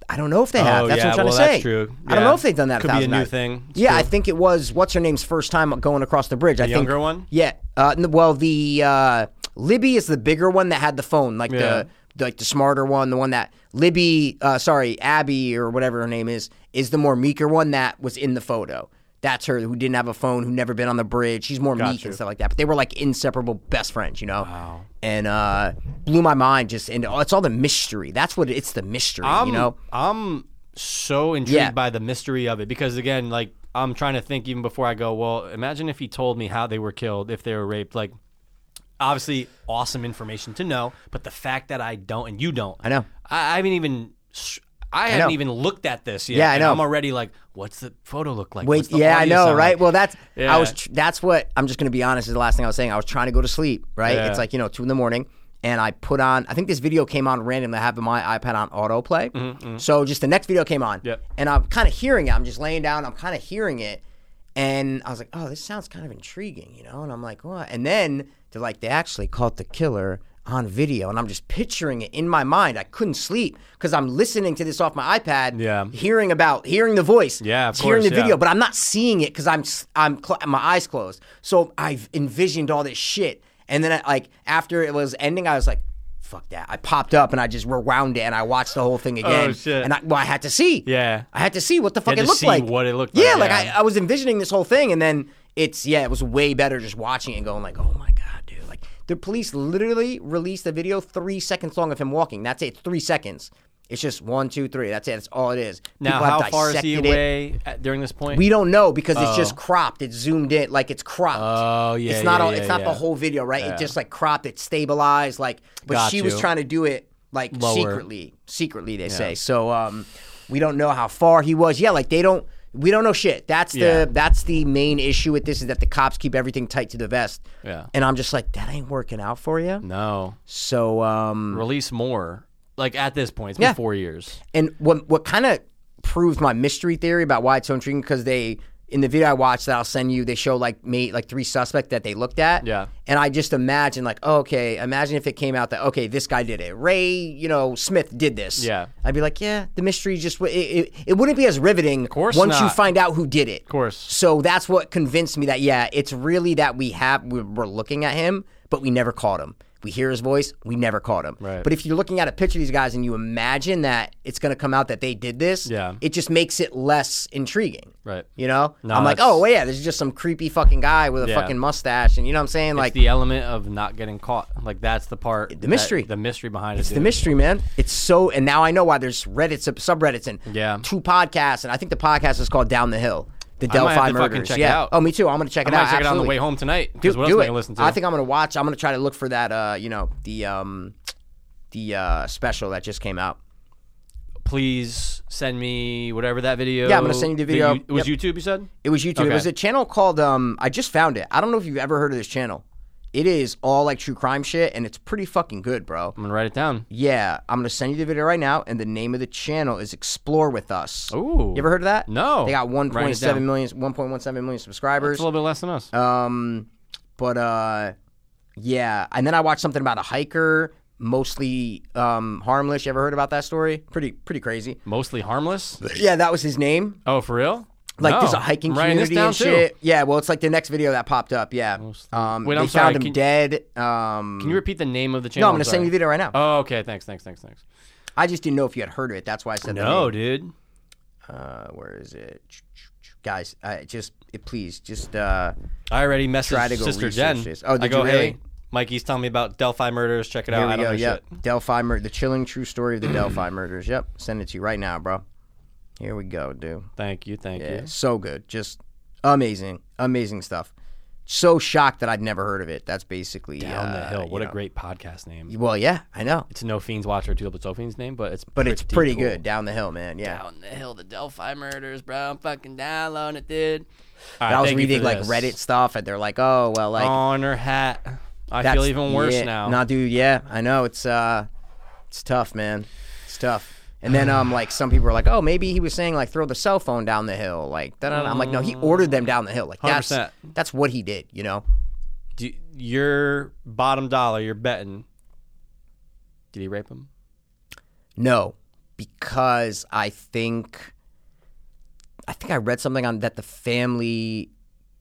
S2: I don't know if they have.
S1: Oh,
S2: that's
S1: yeah,
S2: what I'm trying
S1: well,
S2: to say.
S1: that's true.
S2: I don't
S1: Yeah.
S2: know if they've done that.
S1: Could
S2: a
S1: be a
S2: thousand
S1: new
S2: times.
S1: thing. It's
S2: yeah,
S1: true.
S2: I think it was what's her name's first time going across the bridge. I think
S1: younger one?
S2: Yeah. Uh, n- well, the uh, Libby is the bigger one that had the phone, like
S1: Yeah.
S2: the, the like the smarter one, the one that Libby, uh, sorry, Abby or whatever her name is, is the more meeker one that was in the photo. That's her who didn't have a phone, who never been on the bridge. She's more meek and stuff like that. But they were like inseparable best friends, you know. Wow. And uh, blew my mind just into oh, it's all the mystery. That's what it- it's the mystery,
S1: I'm,
S2: you know.
S1: I'm so intrigued
S2: Yeah.
S1: by the mystery of it because again, like I'm trying to think even before I go. Well, imagine if he told me how they were killed, if they were raped. Like, obviously, awesome information to know, but the fact that I don't and you don't,
S2: I know.
S1: I, I haven't even. s- I haven't
S2: know.
S1: even looked at this yet.
S2: Yeah, I
S1: and
S2: know.
S1: I'm already like, what's the photo look like? What's
S2: Wait,
S1: the
S2: yeah, I
S1: audio
S2: know,
S1: sound
S2: right?
S1: like?
S2: Well, that's I was.
S1: Yeah.
S2: Tr- that's what I'm just gonna be honest. Is the last thing I was saying. I was trying to go to sleep, right?
S1: Yeah.
S2: It's like you know two in the morning, and I put on. I think this video came on randomly. I have my iPad on autoplay, so just the next video came on,
S1: Mm-hmm, Yep.
S2: and I'm kind of hearing it. I'm just laying down. I'm kind of hearing it, and I was like, oh, this sounds kind of intriguing, you know? And I'm like, what? And then they're like, they actually caught the killer on video, and I'm just picturing it in my mind. I couldn't sleep because I'm listening to this off my iPad,
S1: Yeah.
S2: hearing about hearing the voice,
S1: Yeah, of
S2: hearing
S1: course,
S2: the
S1: yeah.
S2: video, but I'm not seeing it because I'm s- I'm cl- my eyes closed. So I've envisioned all this shit, and then I, like after it was ending, I was like, "Fuck that!" I popped up and I just rewound it and I watched the whole thing again.
S1: Oh, shit.
S2: And I, well, I had to see.
S1: Yeah.
S2: I had to see what the fuck
S1: had
S2: it
S1: to
S2: looked
S1: see
S2: like.
S1: what it looked
S2: Yeah,
S1: like,
S2: like
S1: yeah.
S2: I, I was envisioning this whole thing, and then it's yeah, it was way better just watching it and going like, "Oh my god, dude!" Like the police literally released a video three seconds long of him walking. That's it. It's three seconds. It's just one, two, three. That's it. That's all it is.
S1: now
S2: People have
S1: how far is he
S2: dissected it.
S1: away at, during this point?
S2: We don't know because it's just cropped. It's zoomed in, like it's cropped.
S1: Oh, yeah,
S2: It's not
S1: yeah,
S2: all,
S1: yeah,
S2: it's not
S1: yeah.
S2: the whole video, right? It just like cropped. It stabilized. Like, but
S1: Got
S2: she was
S1: you.
S2: trying to do it like
S1: Lower.
S2: secretly. Secretly, they say. So, um, we don't know how far he was. Yeah, like they don't. We don't know shit. That's
S1: Yeah.
S2: the that's the main issue with this is that the cops keep everything tight to the vest.
S1: Yeah. Mm.
S2: And I'm just like that ain't working out for you.
S1: no
S2: So um,
S1: release more. Like at this point, it's
S2: Yeah.
S1: been four years.
S2: And what what kind of proved my mystery theory about why it's so intriguing because they in the video I watched that I'll send you, they show like me like three suspect that they looked at.
S1: Yeah.
S2: And I just imagine like, oh, okay, imagine if it came out that okay, this guy did it. Ray, you know, Smith did this.
S1: Yeah.
S2: I'd be like, yeah, the mystery just w- it, it, it wouldn't be as riveting of
S1: course
S2: once you
S1: not.
S2: find out who did it. Of
S1: course.
S2: So that's what convinced me that yeah, it's really that we have we we're looking at him, but we never caught him. We hear his voice, we never caught him.
S1: Right.
S2: But if you're looking at a picture of these guys and you imagine that it's going to come out that they did this,
S1: Yeah.
S2: it just makes it less intriguing.
S1: Right.
S2: You know,
S1: No,
S2: I'm like,
S1: that's-
S2: oh well, yeah, there's just some creepy fucking guy with a
S1: Yeah.
S2: fucking mustache, and you know what I'm saying?
S1: Like
S2: Like
S1: the element of not getting caught. Like that's the part. The
S2: mystery.
S1: the mystery behind it.
S2: the
S1: dude.
S2: mystery, man. It's so, and now I know why there's Reddit sub- subreddits and
S1: Yeah.
S2: two podcasts, and I think the podcast is called Down the Hill, the
S1: I might
S2: Delphi
S1: have to fucking
S2: Murders.
S1: check it
S2: yeah.
S1: out.
S2: Oh, me too. I'm gonna check
S1: I
S2: it
S1: might
S2: out.
S1: check it on the
S2: absolutely.
S1: way home tonight.
S2: Do,
S1: Because what else
S2: do
S1: am I
S2: it.
S1: gonna listen to?
S2: I think I'm gonna watch. I'm gonna try to look for that. Uh, you know the um, the uh special that just came out.
S1: please send me whatever that video.
S2: Yeah, I'm gonna send you the
S1: that
S2: video.
S1: it was YouTube. You said.
S2: It was YouTube. It
S1: Okay.
S2: was a channel called um I just found it. I don't know if you've ever heard of this channel. It is all like true crime shit and it's pretty fucking good, bro.
S1: I'm gonna write it down.
S2: Yeah, I'm gonna send you the video right now, and the name of the channel is Explore with Us.
S1: Ooh.
S2: You ever heard of that?
S1: No.
S2: They got
S1: Write it
S2: 1.7
S1: down.
S2: million, 1.17 million subscribers.
S1: It's a little bit less than us.
S2: Um, but uh, yeah, and then I watched something about a hiker, mostly um harmless. You ever heard about that story? Pretty pretty crazy.
S1: Mostly harmless.
S2: Yeah, that was his name.
S1: Oh, for real?
S2: Like
S1: no.
S2: there's a hiking
S1: I'm writing
S2: community and
S1: this down too.
S2: shit. Yeah, well, it's like the next video that popped up. Yeah. Um,
S1: Wait,
S2: they
S1: I'm sorry,
S2: found him
S1: can-
S2: dead. Um,
S1: Can you repeat the name of the channel?
S2: no, I'm gonna send you the video right now.
S1: Oh, okay. Thanks, thanks, thanks, thanks.
S2: I just didn't know if you had heard of it. That's why I said the name.
S1: No, dude.
S2: uh, where is it, guys? I just it, please just uh,
S1: I already messaged
S2: Try to go
S1: Sister
S2: research
S1: Jen.
S2: this. Oh, did
S1: I go,
S2: you really?
S1: hey, Mikey's telling me about Delphi murders. Check it
S2: here
S1: out. I
S2: we
S1: don't
S2: go.
S1: know
S2: Yep,
S1: shit.
S2: Delphi murder, the chilling true story of the Delphi murders. Yep, send it to you right now, bro. Here we go, dude.
S1: Thank you, thank
S2: Yeah,
S1: you.
S2: so good, just amazing, amazing stuff. So shocked that I'd never heard of it. That's basically
S1: Down the
S2: uh,
S1: hill. What
S2: you
S1: a
S2: know.
S1: great podcast name.
S2: Well, yeah, I know,
S1: It's no Fiends Watcher, too, but it's Fiends name, but it's
S2: but it's pretty good. Down the hill, man. Yeah.
S1: Down the hill, the Delphi murders, bro. I'm fucking down on it, dude. right,
S2: I was
S1: thank you for
S2: reading like
S1: this.
S2: Reddit stuff, and they're like, "Oh well, like
S1: on her hat. I
S2: that's-
S1: feel even worse
S2: yeah,
S1: now.
S2: Nah, dude, yeah, I know it's uh, it's tough, man. It's tough. And then um, like some people are like, "Oh, maybe he was saying like throw the cell phone down the hill." Like, da da da. I'm like, no, he ordered them down the hill. Like that's
S1: 100%.
S2: that's what he did, you know.
S1: Do, your bottom dollar, you're betting. Did he rape him?
S2: No, because I think I think I read something on that the family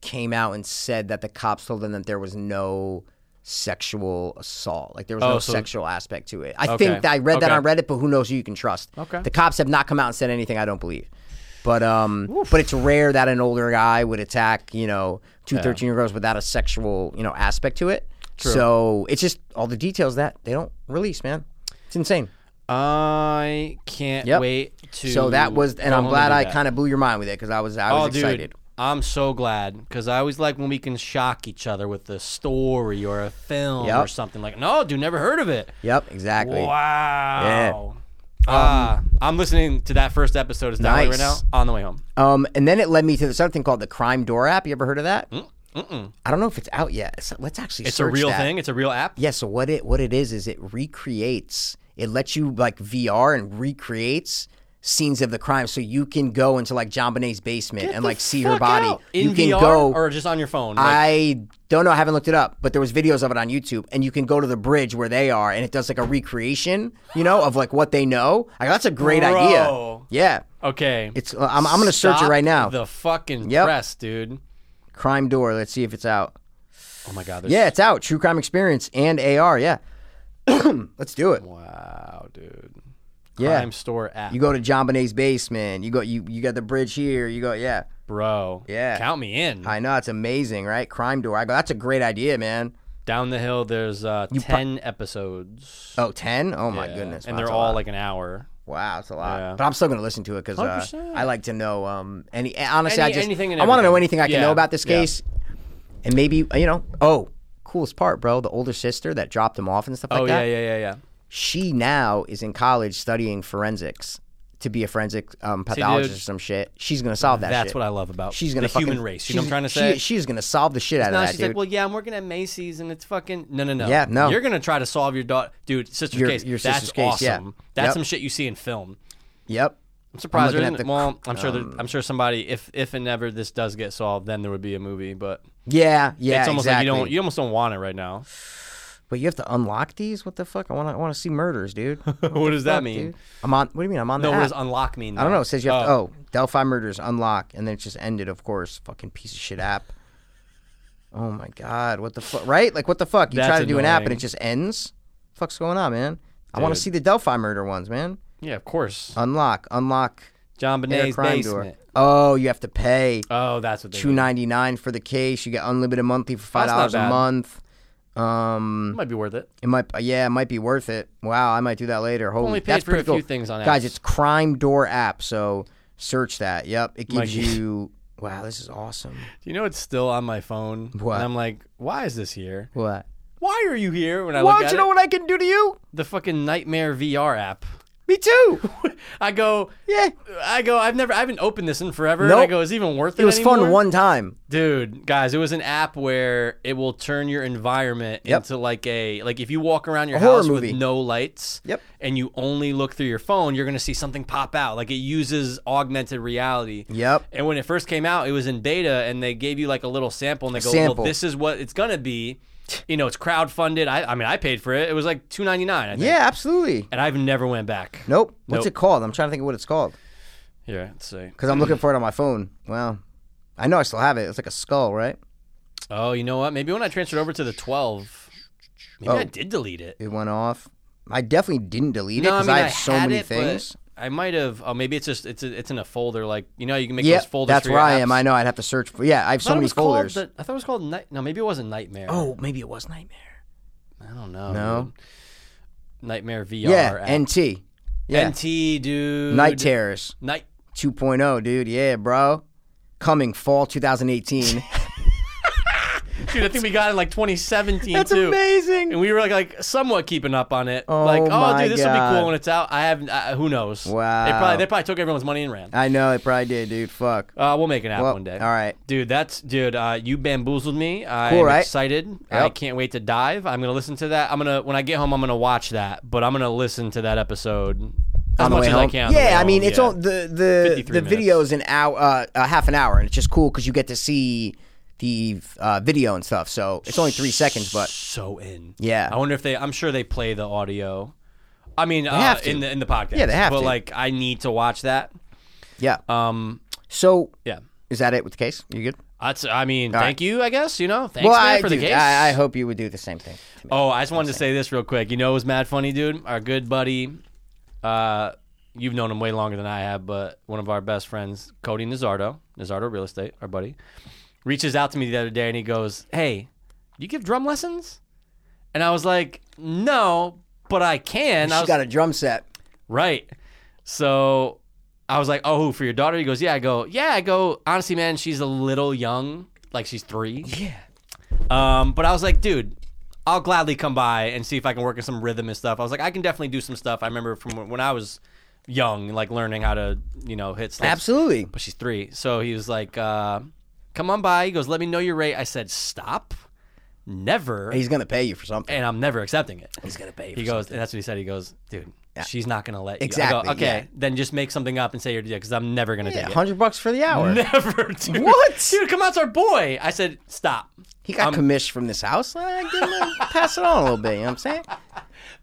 S2: came out and said that the cops told them that there was no sexual assault, like there was no
S1: Oh, so-
S2: sexual aspect to it. I
S1: Okay.
S2: think that I read that
S1: Okay.
S2: on Reddit, but who knows who you can trust?
S1: Okay.
S2: the cops have not come out and said anything. I don't believe. But um, but it's rare that an older guy would attack, you know, two 13 year olds without a sexual, you know, aspect to it. So it's just all the details that they don't release, man. It's insane.
S1: I can't
S2: Yep.
S1: wait to.
S2: So that was, and I'm glad I kind
S1: of.
S2: of blew your mind with it because I was, I was
S1: Oh,
S2: excited.
S1: dude, I'm so glad because I always like when we can shock each other with a story or a film
S2: Yep.
S1: or something like. No, dude, never heard of it.
S2: Yep, exactly.
S1: Wow. Ah, I'm listening to that first episode. It's downloading right now
S2: Nice.
S1: on the way home.
S2: Um, and then it led me to this other thing called the Crime Door app. You ever heard of that? Mm-mm. I don't know if it's out yet. So let's actually.
S1: Mm, It's a
S2: search
S1: real
S2: that.
S1: thing. It's a real app.
S2: Yeah. So what it what it is is it recreates. It lets you like VR and recreates scenes of the crime, so you can go into like John Bonet's basement and like see her
S1: Fuck
S2: body.
S1: out.
S2: you
S1: In
S2: can
S1: VR
S2: go
S1: or just on your phone. Like,
S2: I don't know. I haven't looked it up, but there was videos of it on YouTube, and you can go to the bridge where they are, and it does like a recreation, you know, of like what they know. Like, that's a great idea.
S1: Bro.
S2: Yeah,
S1: okay.
S2: it's. uh, I'm, I'm gonna search it
S1: Stop
S2: right now.
S1: The fucking
S2: Yep.
S1: press, dude.
S2: Crime Door. Let's see if it's out.
S1: Oh my god. there's-
S2: Yeah, it's out. True Crime Experience and AR. Yeah, let's do it.
S1: Wow, dude.
S2: Yeah.
S1: Crime store app.
S2: You go to John Bonet's basement. You go. You you got the bridge here. You go. Yeah,
S1: bro.
S2: Yeah.
S1: Count me in.
S2: I know. It's amazing, right? Crime Door. I go. That's a great idea, man.
S1: Down the hill. There's uh, ten episodes.
S2: Oh, 10? Oh my
S1: Yeah.
S2: goodness.
S1: And
S2: wow,
S1: they're
S2: that's a
S1: all
S2: lot.
S1: like an hour.
S2: Wow, it's a lot.
S1: Yeah.
S2: But I'm still going to listen to it because uh,
S1: 100%.
S2: I like to know um, any. Honestly,
S1: Any-
S2: I just
S1: anything and
S2: I want to know
S1: everything.
S2: anything I can
S1: Yeah,
S2: know about this
S1: yeah.
S2: case, and maybe you know. Oh, coolest part, bro. The older sister that dropped him off and stuff like
S1: Oh
S2: that.
S1: yeah, yeah, yeah, yeah.
S2: She now is in college studying forensics to be a forensic um, pathologist or some shit. She's going to solve that.
S1: That's
S2: shit.
S1: what I love about
S2: She's gonna
S1: the
S2: fucking,
S1: human race. You know what I'm
S2: she's-
S1: trying to say?
S2: she- she's gonna solve the shit out
S1: now
S2: of that,
S1: she's
S2: dude.
S1: like, well, yeah, I'm working at Macy's and it's fucking no, no, no.
S2: Yeah, no.
S1: You're gonna try to solve your daughter, dude. Sister's
S2: Your-
S1: case.
S2: your
S1: That's
S2: sister's case, yeah.
S1: awesome. That's
S2: Yep.
S1: some shit you see in film.
S2: yep.
S1: I'm surprised.
S2: looking
S1: there
S2: at
S1: isn't-
S2: the um,
S1: well, I'm sure. There, I'm sure somebody, if if and ever this does get solved, then there would be a movie. But
S2: Yeah. Yeah.
S1: it's almost
S2: exactly.
S1: like you don't. You almost don't want it right now.
S2: But you have to unlock these. What the fuck? I want. to. I want to see murders, dude.
S1: what does that
S2: Fuck,
S1: mean?
S2: dude. I'm on. What do you mean? I'm on
S1: No,
S2: the
S1: what
S2: app.
S1: does unlock mean?
S2: I don't
S1: though?
S2: know. It says you have to. Oh, Delphi Murders unlock, and then it just ended. Of course, fucking piece of shit app. Oh my god, what the fuck? Right? Like what the fuck? You try
S1: That's
S2: to do an app and
S1: annoying.
S2: it just ends. fuck's going on, man? I want to
S1: Dude.
S2: see the Delphi murder ones, man.
S1: Yeah, of course.
S2: Unlock, unlock.
S1: John
S2: Air
S1: Bonet's
S2: crime
S1: basement.
S2: door. Oh, you have to pay
S1: Oh, that's what they.
S2: two
S1: do.
S2: ninety nine for the case. You get unlimited monthly for five
S1: That's not
S2: dollars a
S1: bad.
S2: month. Um,
S1: Might be worth it.
S2: it might. Yeah, it might be worth it. Wow, I might do that later. Holy,
S1: Only paid
S2: that's
S1: for
S2: pretty
S1: a few
S2: cool.
S1: things on
S2: guys
S1: apps.
S2: it's crime door app so search that yep it gives
S1: Mikey.
S2: you wow this is awesome
S1: Do you know it's still on my phone?
S2: What?
S1: And I'm like, why is this here?
S2: what
S1: Why are you here? When I
S2: why
S1: look
S2: don't
S1: at
S2: you know
S1: it,
S2: what i can do to you
S1: the fucking nightmare VR app.
S2: me too
S1: I go,
S2: yeah
S1: I go. I've never, I haven't opened this in forever. And I
S2: Nope.
S1: go, is it even worth it?
S2: it was fun
S1: anymore?"
S2: one time
S1: dude, guys. It was an app where it will turn your environment
S2: Yep.
S1: into like a like if you walk around your
S2: A horror
S1: house with
S2: movie.
S1: no lights.
S2: Yep.
S1: And you only look through your phone, you're gonna see something pop out. Like it uses augmented reality.
S2: Yep.
S1: And when it first came out, it was in beta, and they gave you like a little sample, and they go,
S2: sample.
S1: "Well, this is what it's gonna be." You know, it's crowdfunded. I, I mean, I paid for it. It was like two ninety nine. I think.
S2: yeah absolutely
S1: And I've never went back.
S2: nope what's
S1: Nope.
S2: it called i'm trying to think of what it's called
S1: Here, let's see.
S2: because i'm looking for it on my phone wow i know i still have it it's like a skull right
S1: Oh, you know what? Maybe when I transferred over to the 12, maybe
S2: Oh.
S1: I did delete it.
S2: it went off i definitely didn't delete it
S1: No, I
S2: because
S1: mean I,
S2: have so
S1: had
S2: many
S1: it, but
S2: things
S1: I might have. Oh, maybe it's just it's a, it's in a folder. Like you know, how you can make
S2: yeah
S1: those folders.
S2: that's
S1: for
S2: where
S1: your
S2: i am
S1: apps?
S2: i know i'd have to search for yeah i have
S1: I thought
S2: so
S1: it
S2: many
S1: was called
S2: folders
S1: the- I thought it was called night. No, maybe it wasn't nightmare.
S2: oh maybe it was nightmare
S1: I don't know.
S2: No.
S1: dude. Nightmare VR.
S2: yeah
S1: app.
S2: nt yeah
S1: NT dude.
S2: night terrors oh,
S1: Night.
S2: 2.0, dude. Yeah, bro. Coming fall 2018.
S1: Dude, I think we got it in like 2017
S2: That's
S1: too.
S2: amazing.
S1: And we were like, like somewhat keeping up on it. like, oh,
S2: my
S1: dude, this will be
S2: God.
S1: cool when it's out. I have uh, who knows. They
S2: Wow.
S1: probably they probably took everyone's money and ran.
S2: I know it probably did, dude. Fuck.
S1: Uh, we'll make it happen
S2: Well,
S1: one day.
S2: all right.
S1: dude. That's dude. Uh, you bamboozled me. I'm
S2: Cool, right?
S1: excited. I
S2: Yep.
S1: can't wait to dive. I'm gonna listen to that. I'm gonna when I get home. I'm gonna watch that, but I'm gonna listen to that episode as
S2: on the
S1: much
S2: way
S1: as I
S2: home.
S1: can. on the way
S2: yeah, I mean,
S1: home,
S2: it's
S1: yeah.
S2: all the the
S1: 53
S2: the
S1: minutes.
S2: videos an hour, uh, uh, half an hour, and it's just cool because you get to see the uh, video and stuff. So it's only three seconds, but
S1: so in.
S2: Yeah.
S1: I wonder if they. I'm sure they play the audio. I mean, uh,
S2: have to.
S1: in the in the podcast.
S2: Yeah, they have
S1: But
S2: to.
S1: like, I need to watch that.
S2: yeah.
S1: Um,
S2: so
S1: yeah.
S2: is that it with the case? You good?
S1: That's. I mean,
S2: right.
S1: thank you. I guess you know. Thanks
S2: well,
S1: man,
S2: I,
S1: for
S2: dude,
S1: the case.
S2: I, I hope you would do the same thing. to me.
S1: Oh, I just wanted to say this real quick. You know, it was mad funny, dude. Our good buddy, uh, you've known him way longer than I have, but one of our best friends, Cody Nazardo, Nazardo Real Estate, our buddy, reaches out to me the other day and he goes, "Hey, do you give drum lessons?" And I was like, "No, but I can." I
S2: She's
S1: was
S2: got a drum set.
S1: Right. So I was like, "Oh, who for your daughter?" He goes, "Yeah." I go, "Yeah." I go, "Honestly, man, she's a little young. Like she's three. Yeah." Um, but I was like, "Dude, I'll gladly come by and see if I can work on some rhythm and stuff." I was like, "I can definitely do some stuff." I remember from when I was young, like learning how to, you know, hit. Slips.
S2: Absolutely.
S1: But she's three. So he was like, uh, "Come on by." He goes, "Let me know your rate." I said, "Stop." Never
S2: He's gonna pay you for something.
S1: and I'm never accepting it. He's
S2: gonna pay you
S1: He
S2: for
S1: goes, and that's what he said. He goes, dude, she's not gonna let you. I go,
S2: Exactly,
S1: okay,
S2: yeah.
S1: then just make something up and say you're because I'm never gonna
S2: yeah,
S1: take
S2: hundred bucks for the hour.
S1: it. Never, dude.
S2: What?
S1: dude? Come out's our boy. I said, stop,
S2: He got commissioned from this house. I give him a- pass it on a little bit. You know what I'm saying?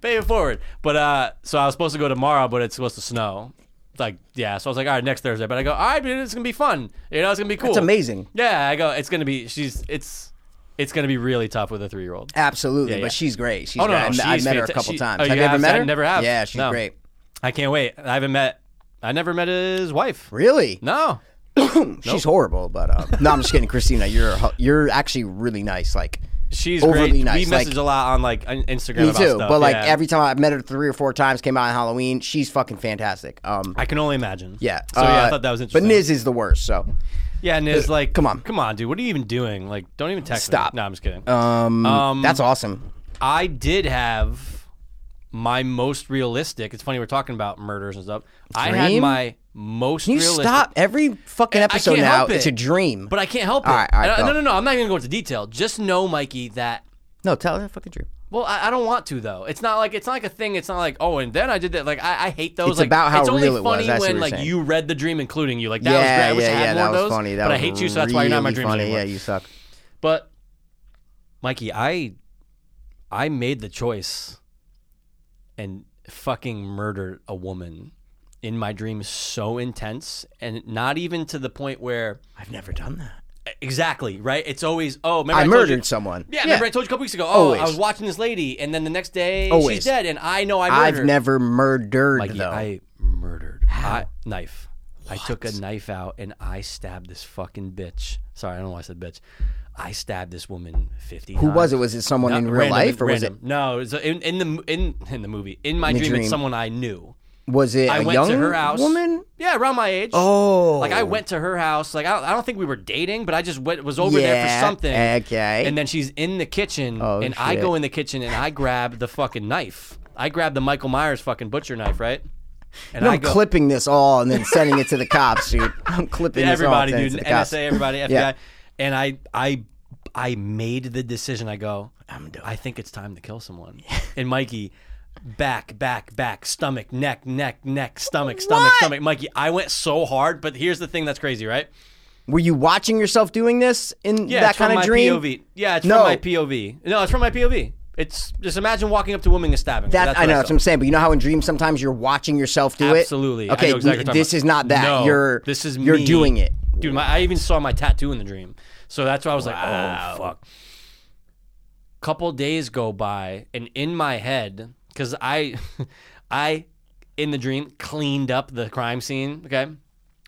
S1: pay it forward. But uh, so I was supposed to go tomorrow, but it's supposed to snow. Like, yeah. So I was like, all right, next Thursday. But I go, all right, dude, it's gonna be fun. You know, it's gonna be cool.
S2: It's amazing.
S1: Yeah, I go, it's gonna be. She's it's. It's gonna be really tough with a three-year-old.
S2: Absolutely,
S1: Yeah, yeah.
S2: but she's great. She's
S1: Oh, no,
S2: great.
S1: no,
S2: I, I
S1: she's
S2: met her a
S1: fanta-
S2: couple
S1: she-
S2: times.
S1: oh, you
S2: have you ever
S1: have?
S2: met
S1: I
S2: her?
S1: never have.
S2: Yeah, she's
S1: No.
S2: great.
S1: I can't wait. I haven't met. I never met his wife.
S2: Really?
S1: No,
S2: She's horrible, but uh, no, I'm just kidding, Christina. You're you're actually really nice. Like
S1: She's
S2: overly
S1: great.
S2: nice.
S1: We
S2: like,
S1: message a lot on like on Instagram.
S2: me
S1: about
S2: too.
S1: stuff.
S2: But like
S1: yeah.
S2: every time I've met her three or four times, came out on Halloween. She's fucking fantastic. Um,
S1: I can only imagine.
S2: yeah.
S1: So yeah, I
S2: uh,
S1: thought that was interesting.
S2: But Niz is the worst. So
S1: yeah, Niz, like,
S2: come on.
S1: come on, dude, what are you even doing? Like, don't even text. me.
S2: Stop.
S1: No, I'm just kidding.
S2: um,
S1: Um,
S2: that's awesome.
S1: I did have my most realistic. It's funny we're talking about murders and stuff. I had
S2: Dream?
S1: my most.
S2: Can you
S1: realistic,
S2: stop every fucking episode
S1: can't
S2: now?
S1: help
S2: It's
S1: it.
S2: a dream.
S1: But I can't help
S2: All
S1: it.
S2: right, all right,
S1: And I-
S2: go.
S1: no, no, no. I'm not even going to detail. Just know, Mikey, that
S2: no, tell her a fucking dream.
S1: Well, I, I don't want to though. It's not like it's not like a thing. It's not like oh, and then I did that. Like I, I hate those.
S2: It's
S1: like,
S2: about how
S1: it's only
S2: real it was.
S1: funny
S2: I see what
S1: when
S2: you're
S1: like
S2: saying.
S1: you read the dream, including you. Like that was great.
S2: yeah,
S1: I wish I
S2: yeah,
S1: had more
S2: yeah. That
S1: of
S2: was
S1: those.
S2: funny. That
S1: but
S2: was
S1: I hate you, so that's why you're not in my
S2: really
S1: dreams
S2: funny.
S1: anymore.
S2: Yeah, you suck.
S1: But Mikey, I I made the choice and fucking murdered a woman in my dreams so intense and not even to the point where
S2: I've never done that.
S1: exactly right. It's always oh, remember I,
S2: I
S1: told you-
S2: murdered someone.
S1: Yeah, remember I told you a couple weeks ago. Oh,
S2: Always.
S1: I was watching this lady, and then the next day she's
S2: Always.
S1: dead, and I know I murdered.
S2: I've
S1: her.
S2: never murdered
S1: Mikey,
S2: though.
S1: I murdered. I, knife. I took a knife out and I stabbed this fucking bitch. Sorry, I don't know why I said bitch. I stabbed this woman fifty.
S2: Who was it? Was it someone in real life, or was it
S1: No, it was in, in the in in the movie. In my
S2: the
S1: dream, it's
S2: dream.
S1: someone I knew.
S2: Was it a
S1: I went
S2: young
S1: to her house.
S2: woman?
S1: Yeah, around my age.
S2: Oh.
S1: Like I went to her house. Like I don't, I don't think we were dating, but I just went, was over there
S2: Yeah,
S1: for something.
S2: okay.
S1: And then she's in the kitchen,
S2: Oh,
S1: and I go
S2: shit.
S1: in the kitchen and I grab the fucking knife. I grab the Michael Myers fucking butcher knife, right? And
S2: You know,
S1: I
S2: I'm clipping this all and then sending it to the cops, dude. I'm clipping this all and
S1: everybody,
S2: sending it
S1: dude,
S2: to the cops.
S1: NSA, everybody, FBI,
S2: Yeah.
S1: and I, I, I made the decision. I go, I'm doing. I think it's time to kill someone. and Mikey, back, back, back, stomach, neck, neck, neck, stomach, stomach, stomach. Mikey, I went so hard, but here's the thing that's crazy, right?
S2: Were you watching yourself doing this in
S1: Yeah,
S2: that
S1: it's from
S2: kind of
S1: my
S2: dream?
S1: POV. Yeah, it's
S2: No.
S1: from my POV. No, it's from my POV. It's just imagine walking up to a woman and stabbing. her.
S2: That,
S1: That's
S2: I
S1: what
S2: know
S1: I
S2: that's
S1: saw.
S2: what I'm saying, but you know how in dreams sometimes you're watching yourself do
S1: Absolutely.
S2: it.
S1: I
S2: Okay,
S1: know exactly what you're
S2: this
S1: talking
S2: is not that.
S1: No,
S2: you're
S1: this is
S2: you're
S1: me.
S2: doing it.
S1: dude. My, I even saw my tattoo in the dream, so that's why I was like, "Oh fuck." Couple days go by, and in my head, because I, I, in the dream, cleaned up the crime scene. Okay,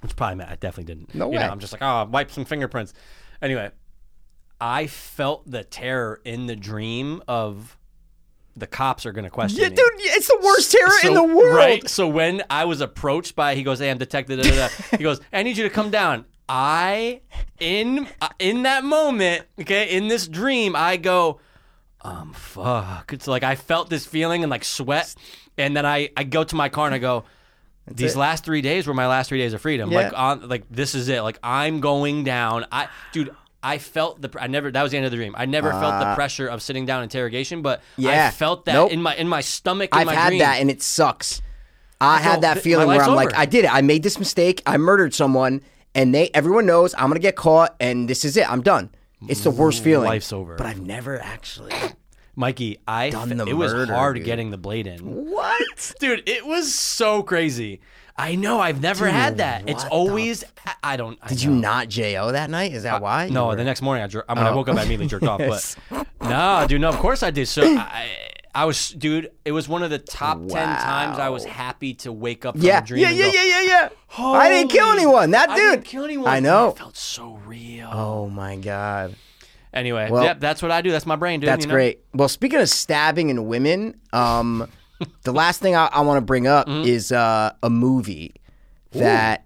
S1: which probably meant I definitely didn't.
S2: No
S1: you
S2: way.
S1: Know, I'm just like, oh, wipe some fingerprints. Anyway, I felt the terror in the dream of the cops are going to question
S2: Yeah,
S1: me.
S2: dude, it's the worst terror in
S1: So-
S2: the world.
S1: Right. So when I was approacted by, he goes, "Hey, I'm detective." Da, da, da. He goes, "I need you to come down." I in uh, in that moment, okay, in this dream, I go, um, fuck. It's like I felt this feeling and like sweat, and then I I go to my car and I go. These
S2: it.
S1: last three days were my last three days of freedom.
S2: Yeah.
S1: Like on, like this is it. Like I'm going down. I, dude, I felt the. pr- I never. That was the end of the dream. I never felt the pressure of sitting down interrogation, but I
S2: Ah. Yeah.
S1: felt that
S2: Nope.
S1: in my in my stomach. In
S2: I've
S1: my
S2: had
S1: dream.
S2: that and it sucks. I
S1: all.
S2: had that
S1: Th-
S2: feeling
S1: my
S2: where
S1: life's
S2: I'm like,
S1: over.
S2: I did it. I made this mistake. I murdered someone, and they everyone knows I'm gonna get caught, and this is it. I'm done. It's the worst feeling.
S1: Mm, life's over.
S2: But I've never actually.
S1: Mikey, I
S2: Done
S1: fe-
S2: the
S1: it was
S2: murder,
S1: hard
S2: dude.
S1: getting the blade in.
S2: what?
S1: Dude, it was so crazy. I know I've never had that. It's always I- I don't I
S2: Did you not jo that night? Is that why? You
S1: Uh, No,
S2: were-
S1: the next morning I jer- I mean, I woke
S2: Oh.
S1: up I immediately jerked off, but No, dude, no, of course I did. So I I was dude, it was one of the top 10 times I was happy to wake up from
S2: yeah.
S1: a dream
S2: yeah,
S1: and
S2: yeah,
S1: go,
S2: yeah, yeah, yeah, I didn't kill
S1: "Holy-
S2: anyone. That
S1: I
S2: dude.
S1: didn't kill anyone.
S2: I
S1: It
S2: know.
S1: felt so real.
S2: Oh my god.
S1: Anyway,
S2: Well,
S1: yep, that's what I do. That's my brain, dude.
S2: That's
S1: you know?
S2: great. Well, speaking of stabbing and women, um, the last thing I, I want to bring up
S1: Mm-hmm.
S2: is uh, a movie that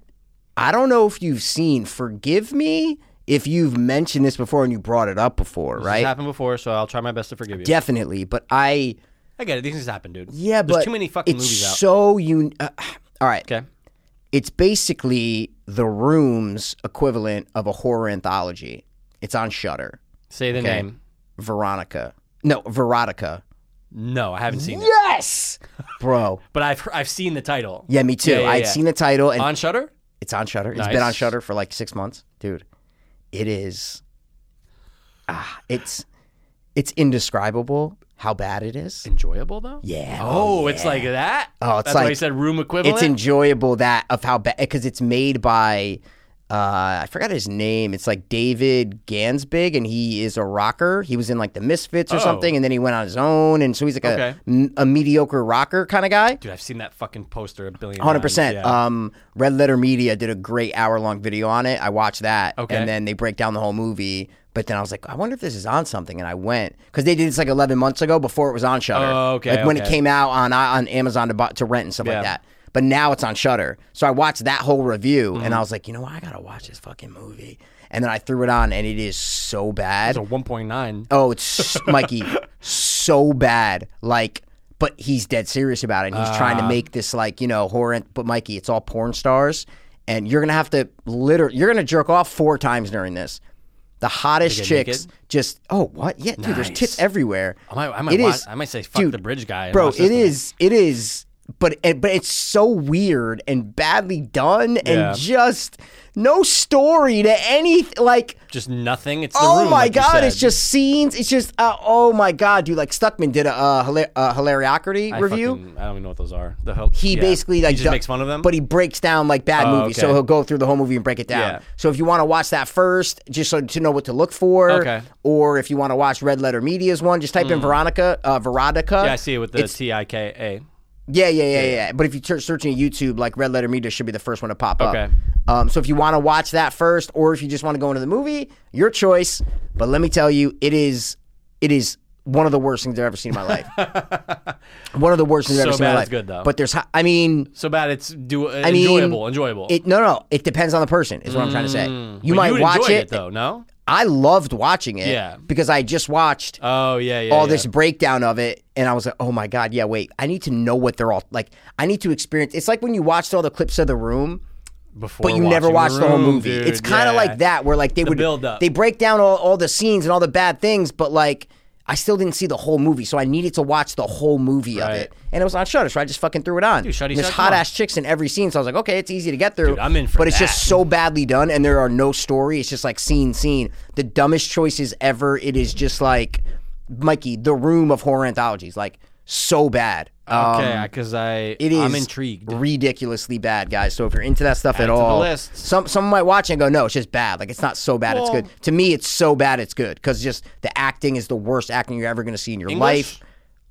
S2: I don't know if you've seen. Forgive me if you've mentioned this before and you brought it up before,
S1: It's
S2: right?
S1: happened before, so I'll try my best to forgive you.
S2: Definitely. But I,
S1: I get it. These things happen, dude.
S2: yeah,
S1: There's
S2: but
S1: too many fucking
S2: it's
S1: movies out.
S2: so un- uh, All right,
S1: okay.
S2: it's basically the room's equivalent of a horror anthology. It's on Shutter.
S1: Say the
S2: Okay.
S1: name.
S2: Veronica. No, Veronica.
S1: No, I haven't seen it.
S2: Yes, bro.
S1: But I've heard, I've seen the title.
S2: Yeah, me too.
S1: Yeah, yeah,
S2: I'd
S1: yeah.
S2: seen the title and
S1: On Shutter.
S2: it's on Shutter. It's
S1: Nice.
S2: been on Shutter for like six months, dude. It is, ah, it's, it's indescribable how bad it is.
S1: Enjoyable though.
S2: Yeah.
S1: Oh, it's like that.
S2: Oh, it's
S1: That's why
S2: like-
S1: you said room equivalent.
S2: It's enjoyable that of how bad because it's made by, uh, I forgot his name. It's like David Gansbig, and he is a rocker. He was in like the Misfits or
S1: Oh.
S2: something, and then he went on his own, and so he's like
S1: Okay.
S2: a, a mediocre rocker kind of guy.
S1: Dude, I've seen that fucking poster a billion.
S2: Hundred
S1: times.
S2: percent.
S1: Yeah.
S2: Um, Red Letter Media did a great hour long video on it. I watched that,
S1: Okay.
S2: and then they break down the whole movie. But then I was like, I wonder if this is on something, and I went because they did this like eleven months ago before it was on Shutter.
S1: Oh, okay,
S2: Like when it
S1: okay.
S2: came out on uh, on Amazon to buy, to rent and stuff
S1: Yeah.
S2: like that. But now it's on Shutter, so I watched that whole review,
S1: Mm-hmm.
S2: and I was like, you know what, I gotta watch this fucking movie. And then I threw it on, and it is so bad.
S1: so 1.9.
S2: Oh, it's Mikey, so bad. Like, but he's dead serious about it. And he's trying to
S1: Ah.
S2: make this like you know horror. But Mikey, it's all porn stars, and you're gonna have to literally you're gonna jerk off four times during this. The hottest
S1: They get
S2: chicks
S1: naked?
S2: just oh what yeah dude there's
S1: Nice.
S2: tits everywhere.
S1: I might, I might,
S2: It
S1: watch,
S2: is-
S1: I might say fuck
S2: dude,
S1: the bridge guy. and
S2: bro.
S1: watch
S2: It
S1: this thing.
S2: is it is but it, but it's so weird and badly done
S1: Yeah.
S2: and just no story to any like
S1: just nothing. It's the
S2: oh
S1: room,
S2: my
S1: like you
S2: god,
S1: said.
S2: it's just scenes. It's just uh, oh my god, dude. Like Stuckman did a uh, hilar- uh, hilariocrity
S1: I
S2: review.
S1: fucking- I don't even know what those are. The hell.
S2: he
S1: yeah.
S2: basically like
S1: he just
S2: do-
S1: makes fun of them.
S2: but he breaks down like bad
S1: Oh,
S2: movies.
S1: okay.
S2: So he'll go through the whole movie and break it down.
S1: Yeah.
S2: So if you want to watch that first, just so to know what to look for,
S1: Okay. Hmm.
S2: or if you want to watch Red Letter Media's one, just type in Veronica, uh, Veronica.
S1: yeah, I see it with the T I K A.
S2: Yeah, yeah, yeah, yeah, But if you search searching YouTube, like Red Letter Media should be the first one to pop up.
S1: Okay.
S2: Um, so if you want to watch that first, or if you just want to go into the movie, your choice. But let me tell you, it is, it is one of the worst things I've ever seen in my life. one of the worst things I've
S1: So
S2: ever seen in
S1: bad
S2: my
S1: it's
S2: life.
S1: good, though.
S2: But there's, hi- I mean,
S1: So bad. It's do uh,
S2: mean,
S1: enjoyable. Enjoyable.
S2: it no, no. It depends on the person. Is what I'm trying to say. You
S1: Mm. But
S2: might
S1: you'd
S2: watch
S1: enjoy it
S2: it.
S1: though. No.
S2: I loved watching it.
S1: Yeah.
S2: Because I just watched
S1: Oh yeah, yeah.
S2: all
S1: yeah.
S2: this breakdown of it and I was like, "Oh my god, yeah, wait. I need to know what they're all like I need to experience. It's like when you watched all the clips of the room
S1: before.
S2: but you never watched
S1: watching
S2: the, whole
S1: Room,
S2: movie.
S1: dude,
S2: it's kind of
S1: yeah.
S2: like that where like they would
S1: build-up.
S2: they break down all, all the scenes and all the bad things, but like I still didn't see the whole movie, so I needed to watch the whole movie of
S1: Right.
S2: it. And it was on Shutter, so I just fucking threw it on.
S1: Dude, Shuddy
S2: And There's
S1: Shud, come on.
S2: hot ass chicks in every scene, so I was like, okay, it's easy to get through.
S1: Dude, I'm in for
S2: But it's just
S1: that.
S2: so badly done, and there are no story. It's just like scene, scene. The dumbest choices ever. It is just like Mikey, the room of horror anthologies, like so bad. Um,
S1: Okay, because I
S2: it is
S1: I'm intrigued.
S2: ridiculously bad, guys. So if you're into that stuff at
S1: to the
S2: all,
S1: list.
S2: some someone might watch it and go, "No, it's just bad. Like it's not so bad. it's
S1: Well-
S2: good." To me, it's so bad it's good because just the acting is the worst acting you're ever going to see in your
S1: English?
S2: life.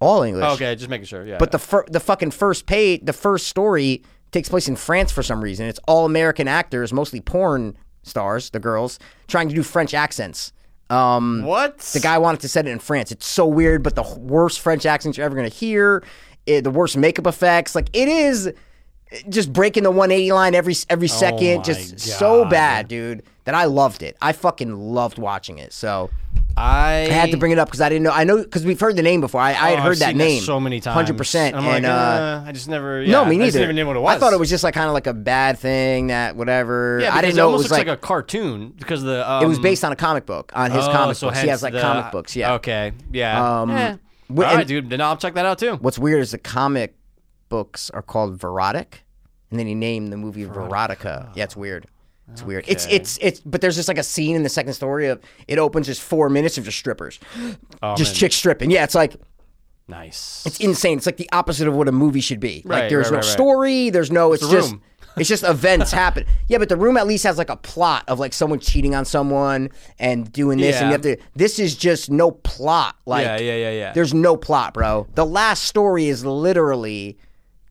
S2: All English,
S1: Okay, just making sure. Yeah.
S2: but the fir- the fucking first page, the first story takes place in France for some reason. It's all American actors, mostly porn stars, the girls trying to do French accents. Um,
S1: what
S2: the guy wanted to set it in France. It's so weird, but the worst French accents you're ever gonna hear, eh, the worst makeup effects. Like it is, just breaking the 180 line every every second,
S1: Oh my
S2: just so
S1: God.
S2: bad, dude, that I loved it. I fucking loved watching it. So
S1: I,
S2: I had to bring it up because I didn't know. I know because we've heard the name before. I, I had
S1: Oh, I've
S2: heard that
S1: seen
S2: name
S1: so many times.
S2: hundred percent.
S1: I'm like,
S2: And uh,
S1: uh, I just never.
S2: no,
S1: yeah,
S2: me neither.
S1: I just never knew what it was.
S2: I thought it was just like kind of like a bad thing that whatever.
S1: Yeah,
S2: I
S1: because
S2: didn't know
S1: almost
S2: was
S1: looks like, a cartoon because of the. Um,
S2: it was based on a comic book on his
S1: oh,
S2: comic
S1: so
S2: books. He
S1: hence
S2: has like
S1: the-
S2: comic books. Yeah.
S1: Okay. Yeah.
S2: Um,
S1: yeah.
S2: wh-
S1: All right,
S2: and-
S1: dude. Then I'll check that out too.
S2: What's weird is the comic books are called Verotic, and then he named the movie
S1: Ah.
S2: Verotica. Yeah, it's weird. It's weird. It's it's it's. But there's just like a scene in the second story of it opens just four minutes of just strippers,
S1: Oh,
S2: just chicks stripping. Yeah, it's like
S1: Nice.
S2: it's insane. It's like the opposite of what a movie should be. like
S1: Right,
S2: there's
S1: right,
S2: no
S1: right, right.
S2: story. There's no. It's,
S1: The
S2: just.
S1: Room.
S2: It's just events happen. Yeah, but the room at least has like a plot of like someone cheating on someone and doing this, and you
S1: Yeah.
S2: have to. This is just no plot. Like
S1: yeah, yeah, yeah, yeah.
S2: there's no plot, bro. The last story is literally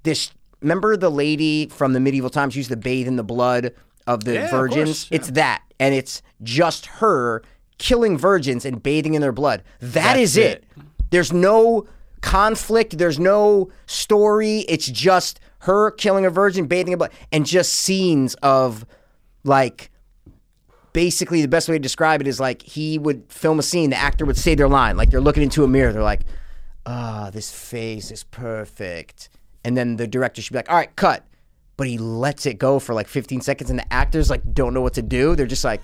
S2: this. Remember the lady from the medieval times who used to bathe in the blood of the
S1: Yeah, of
S2: virgins?
S1: course, yeah.
S2: It's that, and it's just her killing virgins and bathing in their blood. That's
S1: That's
S2: it.
S1: it.
S2: There's no conflict. There's no story. It's just her killing a virgin, bathing in blood, and just scenes of like basically the best way to describe it is like he would film a scene, the actor would say their line, like they're looking into a mirror, they're like, ah, this face is perfect. And then the director should be like, all right, cut. But he lets it go for like 15 seconds, and the actors like don't know what to do. They're just like,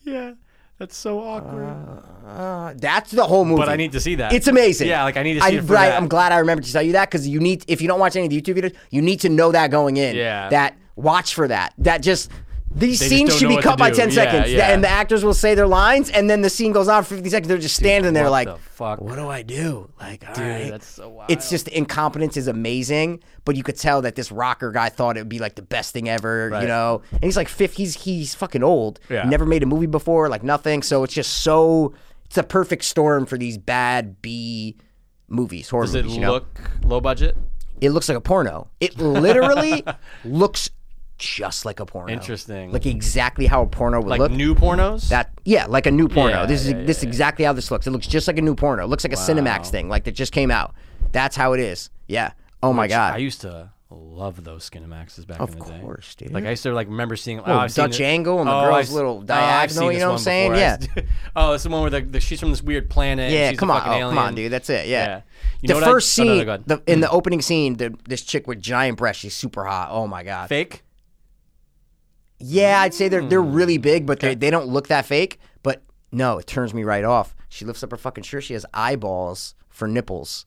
S1: yeah. That's so awkward.
S2: that's the whole movie.
S1: but I need to see that.
S2: Uh, It's amazing.
S1: Yeah, like I need to see it for
S2: but I-
S1: that.
S2: I'm glad I remembered to tell you that because you need if you don't watch any of the YouTube videos, you need to know that going in.
S1: Yeah.
S2: That watch for that. That just these
S1: They just
S2: scenes
S1: don't
S2: should
S1: know
S2: be
S1: what to
S2: cut by
S1: do.
S2: ten
S1: Yeah,
S2: seconds,
S1: yeah.
S2: and the actors will say their lines, and then the scene goes on for 50 seconds. They're just standing there
S1: what
S2: like,
S1: the fuck?
S2: "What do I do?" Like, all right.
S1: that's so wild.
S2: It's just the incompetence is amazing, but you could tell that this rocker guy thought it would be like the best thing ever, you
S1: Right.
S2: know. And he's like fifth, he's he's fucking old.
S1: Yeah.
S2: Never made a movie before, like nothing. So it's just so it's a perfect storm for these bad B movies, horror
S1: Does it
S2: movies. you know?
S1: look low budget?
S2: It looks like a porno. It literally looks just like a porno.
S1: Interesting.
S2: Like exactly how a porno would
S1: Like
S2: look.
S1: new pornos?
S2: That yeah, like a new porno.
S1: Yeah,
S2: this is
S1: yeah, yeah,
S2: this exactly how this looks. It looks just like a new porno. It looks like a Cinemax thing, like that just came out. That's how it is. Yeah. Oh my
S1: I
S2: god.
S1: used to love those Skinemaxes back in the day.
S2: Of course, dude.
S1: Like I used to like remember seeing oh,
S2: Little
S1: I've seen
S2: Dutch
S1: it-
S2: angle and the
S1: oh,
S2: girl's
S1: I've s-
S2: little
S1: oh, I've
S2: diagonal,
S1: seen
S2: you
S1: this
S2: know what I'm
S1: one
S2: saying?
S1: before. I
S2: Yeah.
S1: s- oh, it's the one where the, the she's from this weird planet. and
S2: yeah,
S1: she's
S2: come
S1: a
S2: on,
S1: fucking
S2: oh, come on,
S1: alien.
S2: dude. That's it. Yeah.
S1: Yeah. You
S2: the
S1: know what I-
S2: first
S1: oh, no, no,
S2: scene,
S1: go ahead.
S2: the, in the opening scene, the, this chick with giant breasts, she's super hot. Oh my god.
S1: Fake.
S2: Yeah, I'd say they're they're
S1: Hmm.
S2: really big, but they they don't look that fake. But no, it turns me right off. She lifts up her fucking shirt. She has eyeballs for nipples,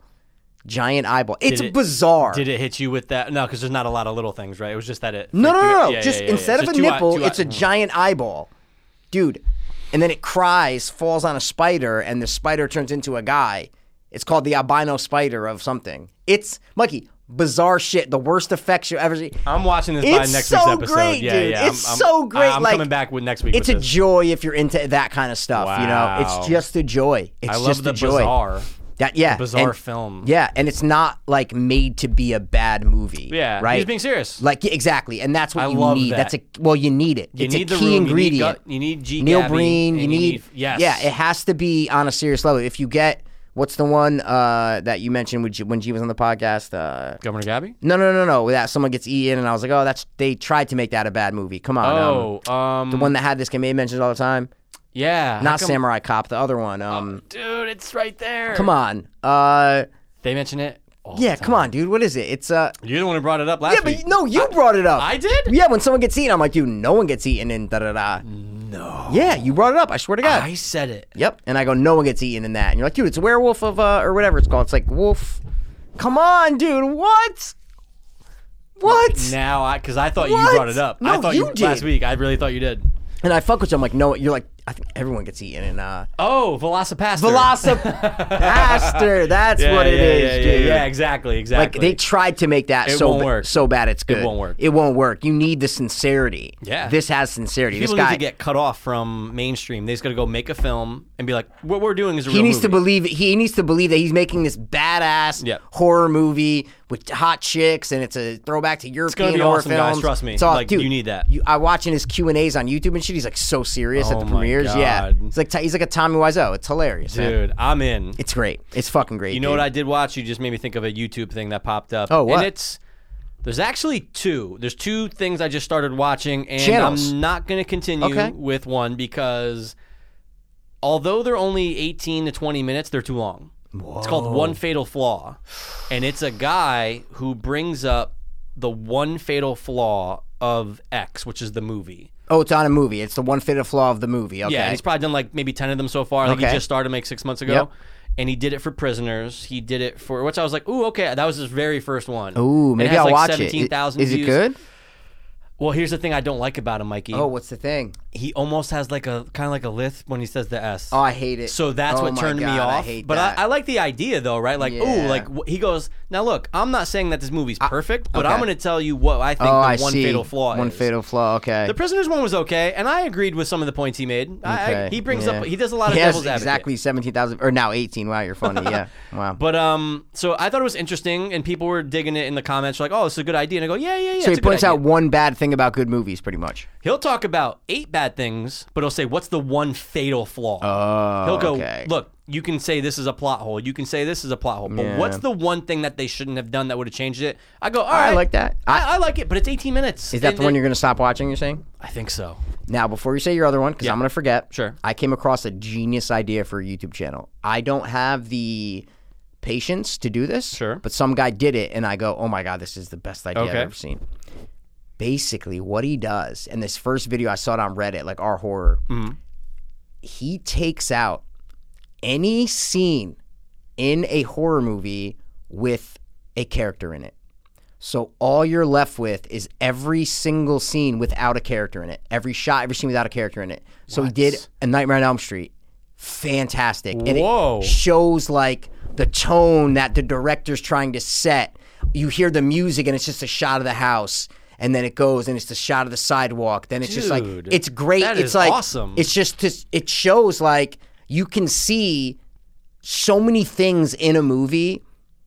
S2: giant eyeball. It's
S1: it-
S2: bizarre.
S1: Did it hit you with that? No, because there's not a lot of little things, right? It was just that it.
S2: no, no,
S1: freaked you
S2: no,
S1: out.
S2: no.
S1: Yeah,
S2: just
S1: yeah, yeah, yeah.
S2: instead of
S1: Just
S2: a
S1: two eye-
S2: nipple,
S1: two eye-
S2: it's a giant eyeball, dude. And then it cries, falls on a spider, and the spider turns into a guy. It's called the albino spider of something. It's Mikey, bizarre shit. The worst effects you ever see.
S1: I'm watching this by
S2: It's
S1: next
S2: so
S1: week's episode.
S2: great,
S1: yeah,
S2: dude.
S1: yeah. I'm-
S2: It's
S1: I'm,
S2: so great,
S1: I'm
S2: like,
S1: coming back with next week.
S2: It's a
S1: with this.
S2: joy if you're into that kind of stuff. You know,
S1: Wow.
S2: it's just a joy. It's
S1: I love
S2: just
S1: the
S2: a joy.
S1: bizarre,
S2: That yeah,
S1: bizarre
S2: and-
S1: film.
S2: Yeah, and it's not like made to be a bad movie.
S1: yeah.
S2: right.
S1: He's being serious.
S2: Like yeah, exactly, and that's what
S1: I
S2: you
S1: love
S2: need.
S1: that.
S2: That's a well, you need it.
S1: you
S2: it's
S1: need
S2: a
S1: the
S2: key
S1: room,
S2: ingredient.
S1: You need, gut, you need G.
S2: Neil
S1: Gabby,
S2: Breen.
S1: and
S2: You need,
S1: yes.
S2: Yeah, eh. it has to be on a serious level. If you get what's the one uh, that you mentioned with G- when G was on the podcast. Uh,
S1: Governor Gabby.
S2: no, no, no, no. That someone gets eaten, and I was like, oh, that's they tried to make that a bad movie. Come on, um,
S1: Oh, um,
S2: the one that had this game mentioned all the time.
S1: Yeah, how
S2: Not
S1: come- Oh,
S2: Samurai Cop, the other one. Um,
S1: Dude, it's right there.
S2: come on. Uh,
S1: They mention it. all the
S2: yeah,
S1: time.
S2: come on, dude. What is it? It's uh,
S1: You're the one who brought it up last
S2: yeah,
S1: week.
S2: but no, you brought it up.
S1: I did?
S2: Yeah, when someone gets eaten, I'm like, dude, no one gets eaten, and da da da.
S1: Mm.
S2: No. Yeah, you brought it up. I swear to God.
S1: I said it.
S2: Yep. And I go, no one gets eaten in that. And you're like, dude, it's a werewolf of uh, or whatever it's called. It's like wolf. Come on, dude. What? What?
S1: Now, I because I thought
S2: What?
S1: you brought it up.
S2: No,
S1: I thought
S2: you
S1: you
S2: did.
S1: last week. I really thought you did.
S2: And I fuck with you. I'm like, no. You're like, I think everyone gets eaten, and uh,
S1: Oh, Velocipaster.
S2: Velocipaster. That's
S1: Yeah,
S2: what it
S1: yeah,
S2: is,
S1: yeah, yeah,
S2: dude.
S1: Yeah, exactly,
S2: Like
S1: exactly.
S2: they tried to make that
S1: It
S2: so
S1: won't
S2: ba-
S1: work.
S2: so bad it's good.
S1: won't work.
S2: It won't work. You need the sincerity.
S1: Yeah.
S2: This has sincerity.
S1: People
S2: this guy
S1: need to get cut off from mainstream. They just got to go make a film and be like, what we're doing is a
S2: he
S1: real
S2: needs to
S1: movie."
S2: believe he needs to believe that he's making this badass
S1: Yeah.
S2: horror movie with hot chicks and it's a throwback to European
S1: be
S2: horror
S1: awesome, guys,
S2: films.
S1: trust me.
S2: It's all,
S1: Like,
S2: dude,
S1: you need that.
S2: You, I watching his Q and A's on YouTube and shit. He's like so serious at
S1: Oh
S2: the
S1: my
S2: premiere. years. Yeah,
S1: God.
S2: he's like he's like a Tommy Wiseau. It's hilarious, man.
S1: Dude, I'm in.
S2: It's great. It's fucking great.
S1: You know
S2: dude.
S1: what I did watch? You just made me think of a YouTube thing that popped up.
S2: Oh, what?
S1: And it's there's actually two. There's two things I just started watching, and
S2: Channels.
S1: I'm not going to continue
S2: Okay.
S1: with one because although they're only 18 to 20 minutes, they're too long. It's called One Fatal Flaw, and it's a guy who brings up the one fatal flaw of X, which is the movie.
S2: Oh, it's on a movie. It's the one fatal flaw of the movie. Okay.
S1: Yeah, and he's probably done like maybe ten of them so far. I think
S2: Okay.
S1: he just started like six months ago,
S2: Yep.
S1: and he did it for prisoners. He did it for which I was like, ooh, okay, that was his very first one.
S2: Ooh,
S1: And
S2: maybe
S1: it has,
S2: I'll
S1: like,
S2: watch it.
S1: Seventeen
S2: I-
S1: thousand.
S2: Is it good?
S1: Well, here's the thing I don't like about him, Mikey.
S2: Oh, what's the thing?
S1: he almost has like a kind of like a lisp when he says the s.
S2: Oh, I hate it.
S1: so that's
S2: Oh
S1: what
S2: my
S1: turned me
S2: God,
S1: off.
S2: I hate
S1: but
S2: that.
S1: I, I like the idea though, right? Like,
S2: Yeah.
S1: ooh, like wh- he goes. Now look, I'm not saying that this movie's perfect, but I'm
S2: okay.
S1: going to tell you what I think
S2: oh,
S1: the
S2: I
S1: one
S2: see.
S1: fatal flaw
S2: One
S1: is.
S2: fatal flaw. Okay.
S1: The prisoners one was okay, and I agreed with some of the points he made. I, I,
S2: Okay,
S1: he brings
S2: yeah.
S1: up, he does a lot of
S2: He has
S1: devil's advocate.
S2: exactly seventeen thousand or now eighteen. Wow, you're funny. yeah. Wow.
S1: But um, so I thought it was interesting, and people were digging it in the comments, like, "Oh, this is a good idea." And I go, "Yeah, yeah, yeah."
S2: so
S1: it's
S2: he
S1: a good
S2: points out
S1: idea."
S2: one bad thing about good movies, pretty much.
S1: he'll talk about eight bad things, but he'll say, "What's the one fatal flaw?"
S2: Oh.
S1: he'll go,
S2: okay.
S1: "Look, you can say this is a plot hole. You can say this is a plot hole, but
S2: Yeah.
S1: what's the one thing that they shouldn't have done that would have changed it?" I go, "All
S2: I
S1: right,
S2: like that.
S1: I, I like it, but it's 18 minutes."
S2: Is that the one you're going to stop watching? You're saying.
S1: I think so.
S2: Now, before you say your other one, because I'm going to forget.
S1: Sure.
S2: I came across a genius idea for a YouTube channel. I don't have the patience to do this.
S1: Sure.
S2: But some guy did it, and I go, oh my God, this is the best idea I've
S1: Okay.
S2: ever seen. Basically, what he does, and this first video I saw it on Reddit, like our horror,
S1: Mm-hmm.
S2: he takes out any scene in a horror movie with a character in it. So all you're left with is every single scene without a character in it. Every shot, every scene without a character in it. So he did a Nightmare on Elm Street. Fantastic. And
S1: Whoa.
S2: it shows like the tone that the director's trying to set. You hear the music and it's just a shot of the house. And then it goes and it's the shot of the sidewalk. Then it's just like
S1: Dude,
S2: it's great.
S1: that
S2: it's
S1: is
S2: like
S1: awesome.
S2: It's just to, it shows like you can see so many things in a movie.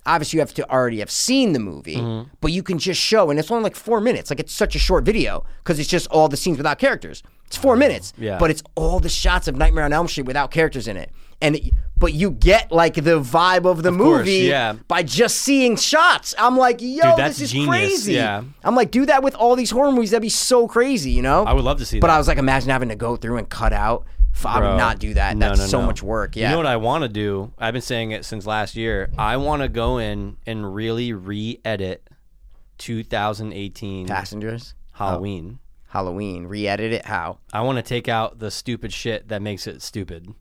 S2: Obviously, you have to already have seen the movie,
S1: Mm-hmm.
S2: but you can just show, and it's only like four minutes. Like it's such a short video because it's just all the scenes without characters. It's four minutes,
S1: yeah.
S2: but it's all the shots of Nightmare on Elm Street without characters in it, and it, but you get like the vibe of the
S1: course,
S2: movie
S1: yeah.
S2: by just seeing shots. I'm like, yo,
S1: that's
S2: this is
S1: genius,
S2: crazy.
S1: yeah.
S2: I'm like, do that with all these horror movies. That'd be so crazy, you know?
S1: I would love to see
S2: But
S1: that.
S2: I was like, imagine having to go through and cut out. F- I
S1: Bro.
S2: would not do that.
S1: No,
S2: That's
S1: no,
S2: so
S1: no.
S2: much work. Yeah.
S1: You know what I want to do? I've been saying it since last year. I want to go in and really re-edit 2018
S2: Passengers,
S1: Halloween.
S2: Halloween, re-edit it. How?
S1: I want to take out the stupid shit that makes it stupid.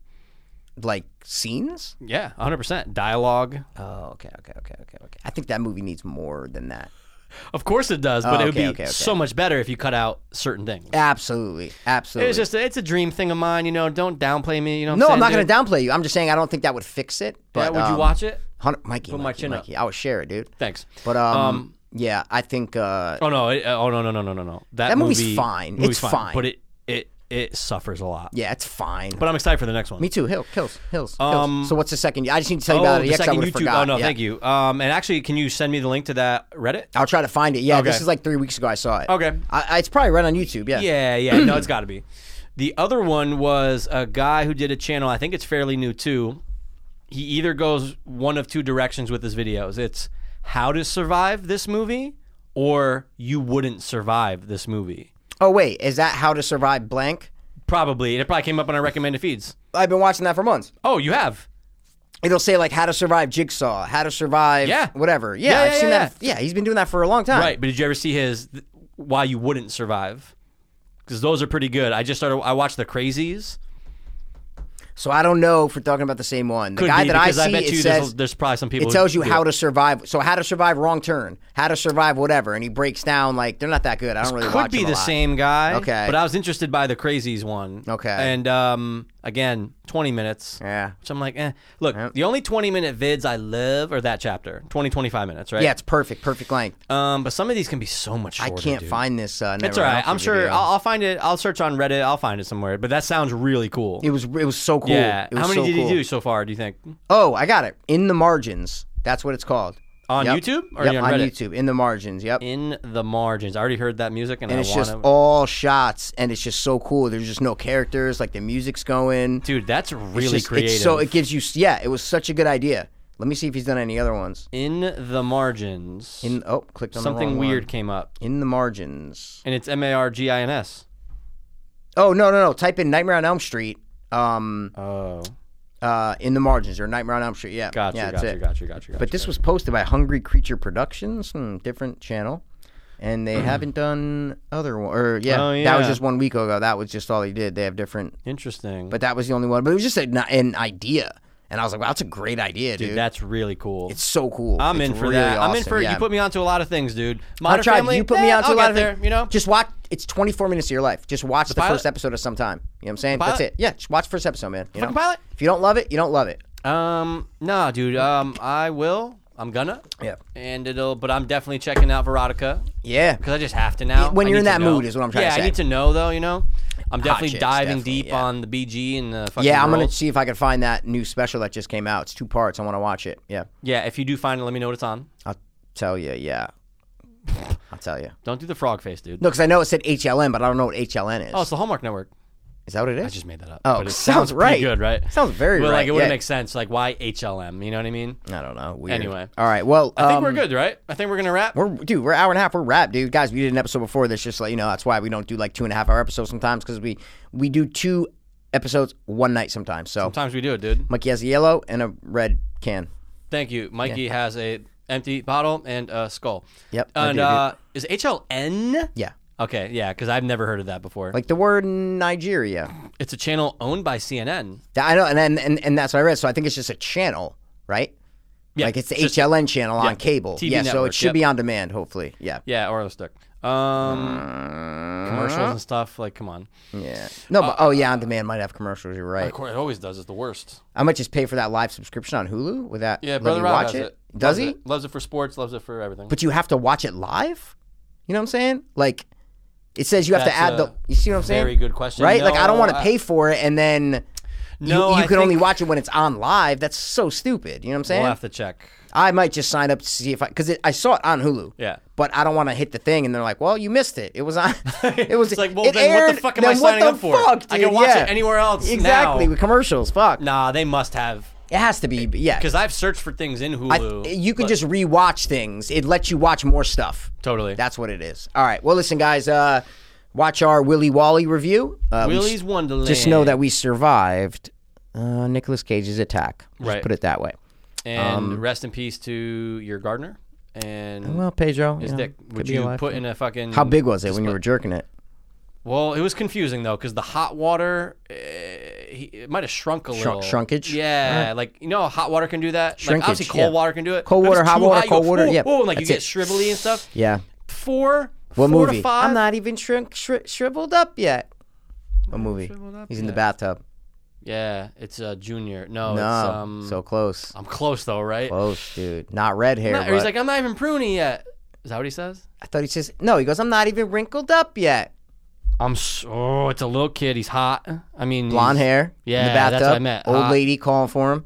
S2: Like scenes?
S1: Yeah, 100%. Dialogue.
S2: Oh, okay, okay, okay, okay, okay. I think that movie needs more than that.
S1: Of course it does, but
S2: Oh,
S1: it would
S2: okay,
S1: be
S2: okay, okay.
S1: so much better if you cut out certain things.
S2: Absolutely, absolutely.
S1: It's just it's a dream thing of mine, you know. Don't downplay me, you know. What
S2: no,
S1: I'm,
S2: I'm not
S1: saying,
S2: going to downplay you. I'm just saying I don't think that would fix it. But
S1: dude? Yeah, would you
S2: um,
S1: watch it?
S2: Hun- Mikey,
S1: my
S2: Mikey,
S1: chin up.
S2: Mikey, I would share it, dude.
S1: Thanks.
S2: But um,
S1: Um,
S2: yeah, I think uh,
S1: Oh no! It, oh no! No! No! No! No! No! That,
S2: That movie's
S1: movie-
S2: fine.
S1: movie's
S2: It's fine.
S1: But it it it suffers a lot.
S2: yeah, it's fine.
S1: But I'm excited for the next one.
S2: me too. Hill kills, hills. hills.
S1: Um,
S2: so what's the second? I just need to tell you
S1: Oh,
S2: about it.
S1: the
S2: Yes, I
S1: second
S2: would
S1: YouTube.
S2: have forgot.
S1: Oh no,
S2: yeah.
S1: thank you. Um, and actually, can you send me the link to that Reddit?
S2: I'll try to find it. Yeah, this
S1: Okay. Oh,
S2: is like three weeks ago. I saw it.
S1: Okay.
S2: I, I- it's probably right on YouTube. Yeah.
S1: Yeah, yeah. no, it's got to be. The other one was a guy who did a channel. I think it's fairly new too. He either goes one of two directions with his videos. It's how to survive this movie, or you wouldn't survive this movie.
S2: Oh wait, is that How to Survive Blank?
S1: Probably it probably came up on our recommended feeds.
S2: I've been watching that for months.
S1: Oh, you have.
S2: It'll say like How to Survive Jigsaw, How to Survive,
S1: Yeah.
S2: whatever. Yeah,
S1: Yeah,
S2: I've
S1: yeah,
S2: seen
S1: yeah,
S2: that. Yeah, he's been doing that for a long time.
S1: Right, but did you ever see his th- why you wouldn't survive? Because those are pretty good. I just started. I watched The Crazies.
S2: So I don't know if we're talking about the same one. The
S1: Could
S2: guy
S1: be,
S2: that I
S1: because
S2: see,
S1: bet
S2: it
S1: you
S2: says
S1: there's, there's probably some people.
S2: it
S1: who
S2: tells you
S1: do
S2: how
S1: it.
S2: to survive. So How to Survive Wrong Turn, How to Survive whatever, and he breaks down like they're not that good. I don't really watch
S1: could be
S2: them a
S1: the
S2: lot.
S1: same guy.
S2: Okay.
S1: But I was interested by the crazies one.
S2: Okay.
S1: And um, again, 20 minutes.
S2: Yeah.
S1: Which I'm like, eh. Look, the only 20 minute vids I love are that chapter. 20, 25 minutes, right?
S2: Yeah, it's perfect, perfect length.
S1: Um, but some of these can be so much
S2: I
S1: shorter.
S2: can't
S1: dude.
S2: find this. Uh,
S1: It's
S2: Never
S1: all
S2: Mind
S1: right. I'm
S2: Alfred
S1: sure
S2: video.
S1: I'll, I'll find it. I'll search on Reddit. I'll find it somewhere. But that sounds really cool.
S2: it was it was so cool.
S1: Yeah.
S2: It was
S1: how many
S2: so
S1: did
S2: cool.
S1: he do so far? Do you think?
S2: Oh, I got it. In the margins. That's what it's called.
S1: on
S2: Yep.
S1: YouTube or
S2: Yep,
S1: you're
S2: on
S1: on, Reddit?
S2: YouTube in the margins. Yep.
S1: In the margins. I already heard that music, and,
S2: and
S1: I
S2: it's
S1: want
S2: just all shots, and it's just so cool. There's just no characters. Like the music's going.
S1: Dude, that's really
S2: It's just-
S1: creative.
S2: It's so it gives you. Yeah, it was such a good idea. Let me see if he's done any other ones.
S1: in the margins.
S2: In oh, clicked on the
S1: something
S2: wrong one.
S1: weird came up,
S2: In the margins.
S1: and it's M A R G I N S.
S2: Oh no no no! Type in Nightmare on Elm Street. Um,
S1: Oh,
S2: uh, in the margins or Nightmare on Elm Street. Yeah,
S1: gotcha,
S2: yeah, that's
S1: gotcha,
S2: it.
S1: gotcha, gotcha,
S2: But this was posted by Hungry Creature Productions, hmm, different channel, and they haven't done other one. Or yeah,
S1: Mm. Oh,
S2: that was
S1: yeah.
S2: just one week ago. That was just all they did. They have different,
S1: interesting.
S2: but that was the only one. But it was just an, an idea, and I was like, wow, that's a great idea, dude.
S1: dude, that's really cool.
S2: it's so cool.
S1: I'm
S2: It's
S1: in for
S2: really
S1: that. I'm in
S2: awesome,
S1: for
S2: yeah.
S1: you. Put me onto a lot of things, dude.
S2: I
S1: Modern
S2: tried.
S1: Family.
S2: You put me
S1: eh,
S2: onto
S1: I'll
S2: a lot
S1: get
S2: of
S1: there.
S2: things.
S1: You know,
S2: just watch. It's 24 minutes of your life. Just watch the,
S1: pilot?
S2: first episode of some time. You know what I'm saying?
S1: pilot?
S2: That's it. Yeah, just watch the first episode, man. You know?
S1: Fucking pilot?
S2: If you don't love it, you don't love it.
S1: Um, nah, dude. Um, I will. I'm gonna.
S2: Yeah.
S1: And it'll, but I'm definitely checking out Veronica
S2: Yeah.
S1: because I just have to now.
S2: When
S1: I
S2: you're
S1: need
S2: in
S1: to
S2: that
S1: know.
S2: mood is what I'm trying to
S1: yeah,
S2: say.
S1: I need to know though. You know, I'm definitely
S2: chicks,
S1: diving
S2: definitely,
S1: deep
S2: yeah.
S1: on the BG and the fucking.
S2: Yeah, I'm gonna
S1: girls.
S2: see if I can find that new special that just came out. It's two parts. I want to watch it. Yeah,
S1: Yeah, if you do find it, let me know what it's on.
S2: I'll tell you. Yeah, I'll tell you.
S1: Don't do the frog face, dude.
S2: No, because I know it said HLN, but I don't know what HLN is.
S1: Oh, it's the Hallmark Network.
S2: is that what it is?
S1: I just made that up.
S2: Oh,
S1: but it
S2: sounds
S1: pretty
S2: right.
S1: Good, right?
S2: Sounds very
S1: well,
S2: right,
S1: like it would
S2: yeah.
S1: make sense. Like why HLM? You know what I mean?
S2: I don't know. Weird.
S1: Anyway.
S2: all right. Well,
S1: I think we're
S2: um,
S1: good, right? I think we're gonna wrap.
S2: We're dude, we're an hour and a half. We're wrapped, dude. Guys, we did an episode before this, just like you know, that's why we don't do like two and a half hour episodes sometimes because we we do two episodes one night sometimes. So
S1: Sometimes we do it, dude.
S2: Mikey has a yellow and a red can.
S1: Thank you. Mikey has a empty bottle and a skull.
S2: Yep, I
S1: And
S2: do, dude.
S1: uh, is HLN?
S2: Yeah,
S1: Okay, yeah, because I've never heard of that before.
S2: like the word Nigeria.
S1: it's a channel owned by CNN.
S2: That- I know, and then and, and that's what I read. So I think it's just a channel, right?
S1: Yeah,
S2: like it's the
S1: just-
S2: HLN channel
S1: yeah,
S2: on cable.
S1: TV
S2: yeah, so
S1: network,
S2: it should
S1: yep.
S2: be on demand, hopefully. Yeah, Mm,
S1: Yeah, or the stick. Um, commercials and stuff. Like, come on.
S2: yeah. No, but oh yeah, on demand might have commercials. You're right.
S1: Of course, it always does. It's the worst.
S2: I might just pay for that live subscription on Hulu. With that,
S1: Yeah,
S2: let
S1: brother
S2: me
S1: Rob
S2: watch
S1: has
S2: it.
S1: it.
S2: Does
S1: Loves
S2: he?
S1: It. Loves it for sports. Loves it for everything.
S2: but you have to watch it live. You know what I'm saying? Like, it says you have
S1: That's
S2: to add
S1: a
S2: the. You see what I'm saying?
S1: very good question.
S2: Right? like, I don't
S1: No,
S2: want to
S1: I-
S2: pay for it, and then
S1: No,
S2: you, you
S1: I
S2: can only
S1: think-
S2: watch it when it's on live. That's so stupid. You know what I'm saying?
S1: We'll have to check.
S2: I might just sign up to see if I because I saw it on Hulu.
S1: Yeah.
S2: But I don't want to hit the thing, and they're like, "Well, you missed it. It was on. It was.
S1: It's like, well,
S2: it
S1: then what the
S2: aired-
S1: fuck am I
S2: then what
S1: signing
S2: the
S1: up for?
S2: fuck,
S1: I can
S2: dude?
S1: watch it
S2: Yeah.
S1: anywhere else now.
S2: Exactly with commercials. Fuck.
S1: Nah, they must have.
S2: It has to be. Yeah.
S1: Because I've searched for things in
S2: I-
S1: Hulu.
S2: you can
S1: but-
S2: just rewatch things. It lets you watch more stuff.
S1: Totally.
S2: That's what it is. All right. Well, listen, guys. Uh, watch our Willy Wally review. Uh, we s-
S1: Willy's Wonderland.
S2: Just know that we survived uh, Nicolas Cage's attack. Just
S1: Right.
S2: Put it that way.
S1: And rest in peace to your gardener. And
S2: um, Well, Pedro,
S1: his
S2: you know,
S1: dick,
S2: could
S1: which
S2: be
S1: you
S2: alive.
S1: put in a fucking.
S2: How big was it when you were jerking it?
S1: Well, it was confusing though, because the hot water, uh, he, it might have shrunk a little.
S2: shrunkage?
S1: Yeah, like you know, how hot water can do that. like, obviously,
S2: Shrinkage,
S1: cold
S2: yeah.
S1: water can do it.
S2: Cold
S1: But if
S2: water,
S1: it's
S2: hot
S1: too
S2: water,
S1: hot, you
S2: cold
S1: go,
S2: water,
S1: "Whoa,"
S2: yeah,
S1: whoa, and, like you get
S2: that's
S1: shrivelly and stuff.
S2: Yeah.
S1: Four.
S2: What
S1: four
S2: movie?
S1: To five.
S2: I'm not even shrink, shri- shriveled up yet. What movie? He's in the bathtub.
S1: Yeah, it's uh, Junior. No,
S2: No,
S1: it's um.
S2: so close,
S1: I'm close though, right?
S2: close, dude. Not red hair.
S1: Not- or he's
S2: but-
S1: like, I'm not even pruny yet. Is that what he says?
S2: I thought he says no. He goes, I'm not even wrinkled up yet.
S1: I'm. s oh, it's a little kid. He's hot. I mean,
S2: Blonde
S1: he's-
S2: hair. in
S1: Yeah,
S2: the
S1: that's
S2: bathtub.
S1: what I meant. Uh,
S2: Old
S1: Hot.
S2: lady calling for him.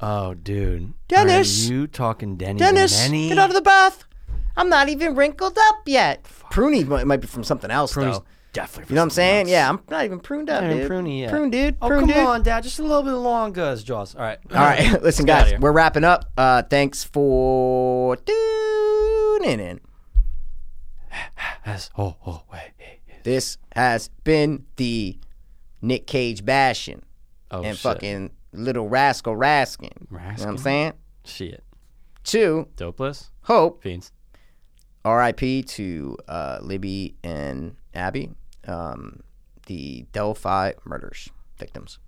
S1: Oh, dude.
S2: Dennis!
S1: Are you talking Denny?
S2: Dennis,
S1: Denny?
S2: get out of the bath. I'm not even wrinkled up yet. Pruny might, might be from something else
S1: Pruny's
S2: though.
S1: definitely.
S2: You know what I'm saying? Yeah, I'm not even pruned up,
S1: Not even
S2: dude.
S1: pruny yet.
S2: Prune, dude.
S1: Oh,
S2: Prune,
S1: come
S2: dude.
S1: on, Dad. Just a little bit longer, as Jaws. All right.
S2: All right, listen,
S1: Let's get outta
S2: guys,
S1: here.
S2: we're wrapping up. Uh, thanks for tuning in.
S1: Yes. Oh, oh, wait.
S2: This has been the Nick Cage bashing
S1: Oh,
S2: and
S1: shit.
S2: fucking little rascal raskin. You know what I'm
S1: Raskin?
S2: saying?
S1: Shit.
S2: Two,
S1: Dopeless?
S2: hope,
S1: Fiends.
S2: RIP to uh, Libby and Abby, um, the Delphi murders victims.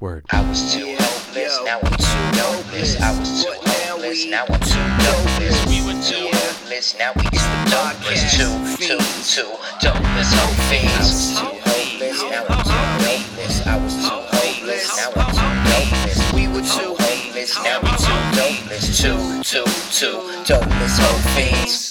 S1: Word.
S4: I was too hopeless, now I'm too hopeless. I was too hopeless, now I'm too hopeless. We were too hopeless, now we too darkness. Two, two, two, dopeless, hope fiends. I was too hopeless, now I'm too hopeless. I was too hopeless, now I'm too hopeless. We were too hopeless, now we too dopeless. Two, two, two, dopeless, hope fiends.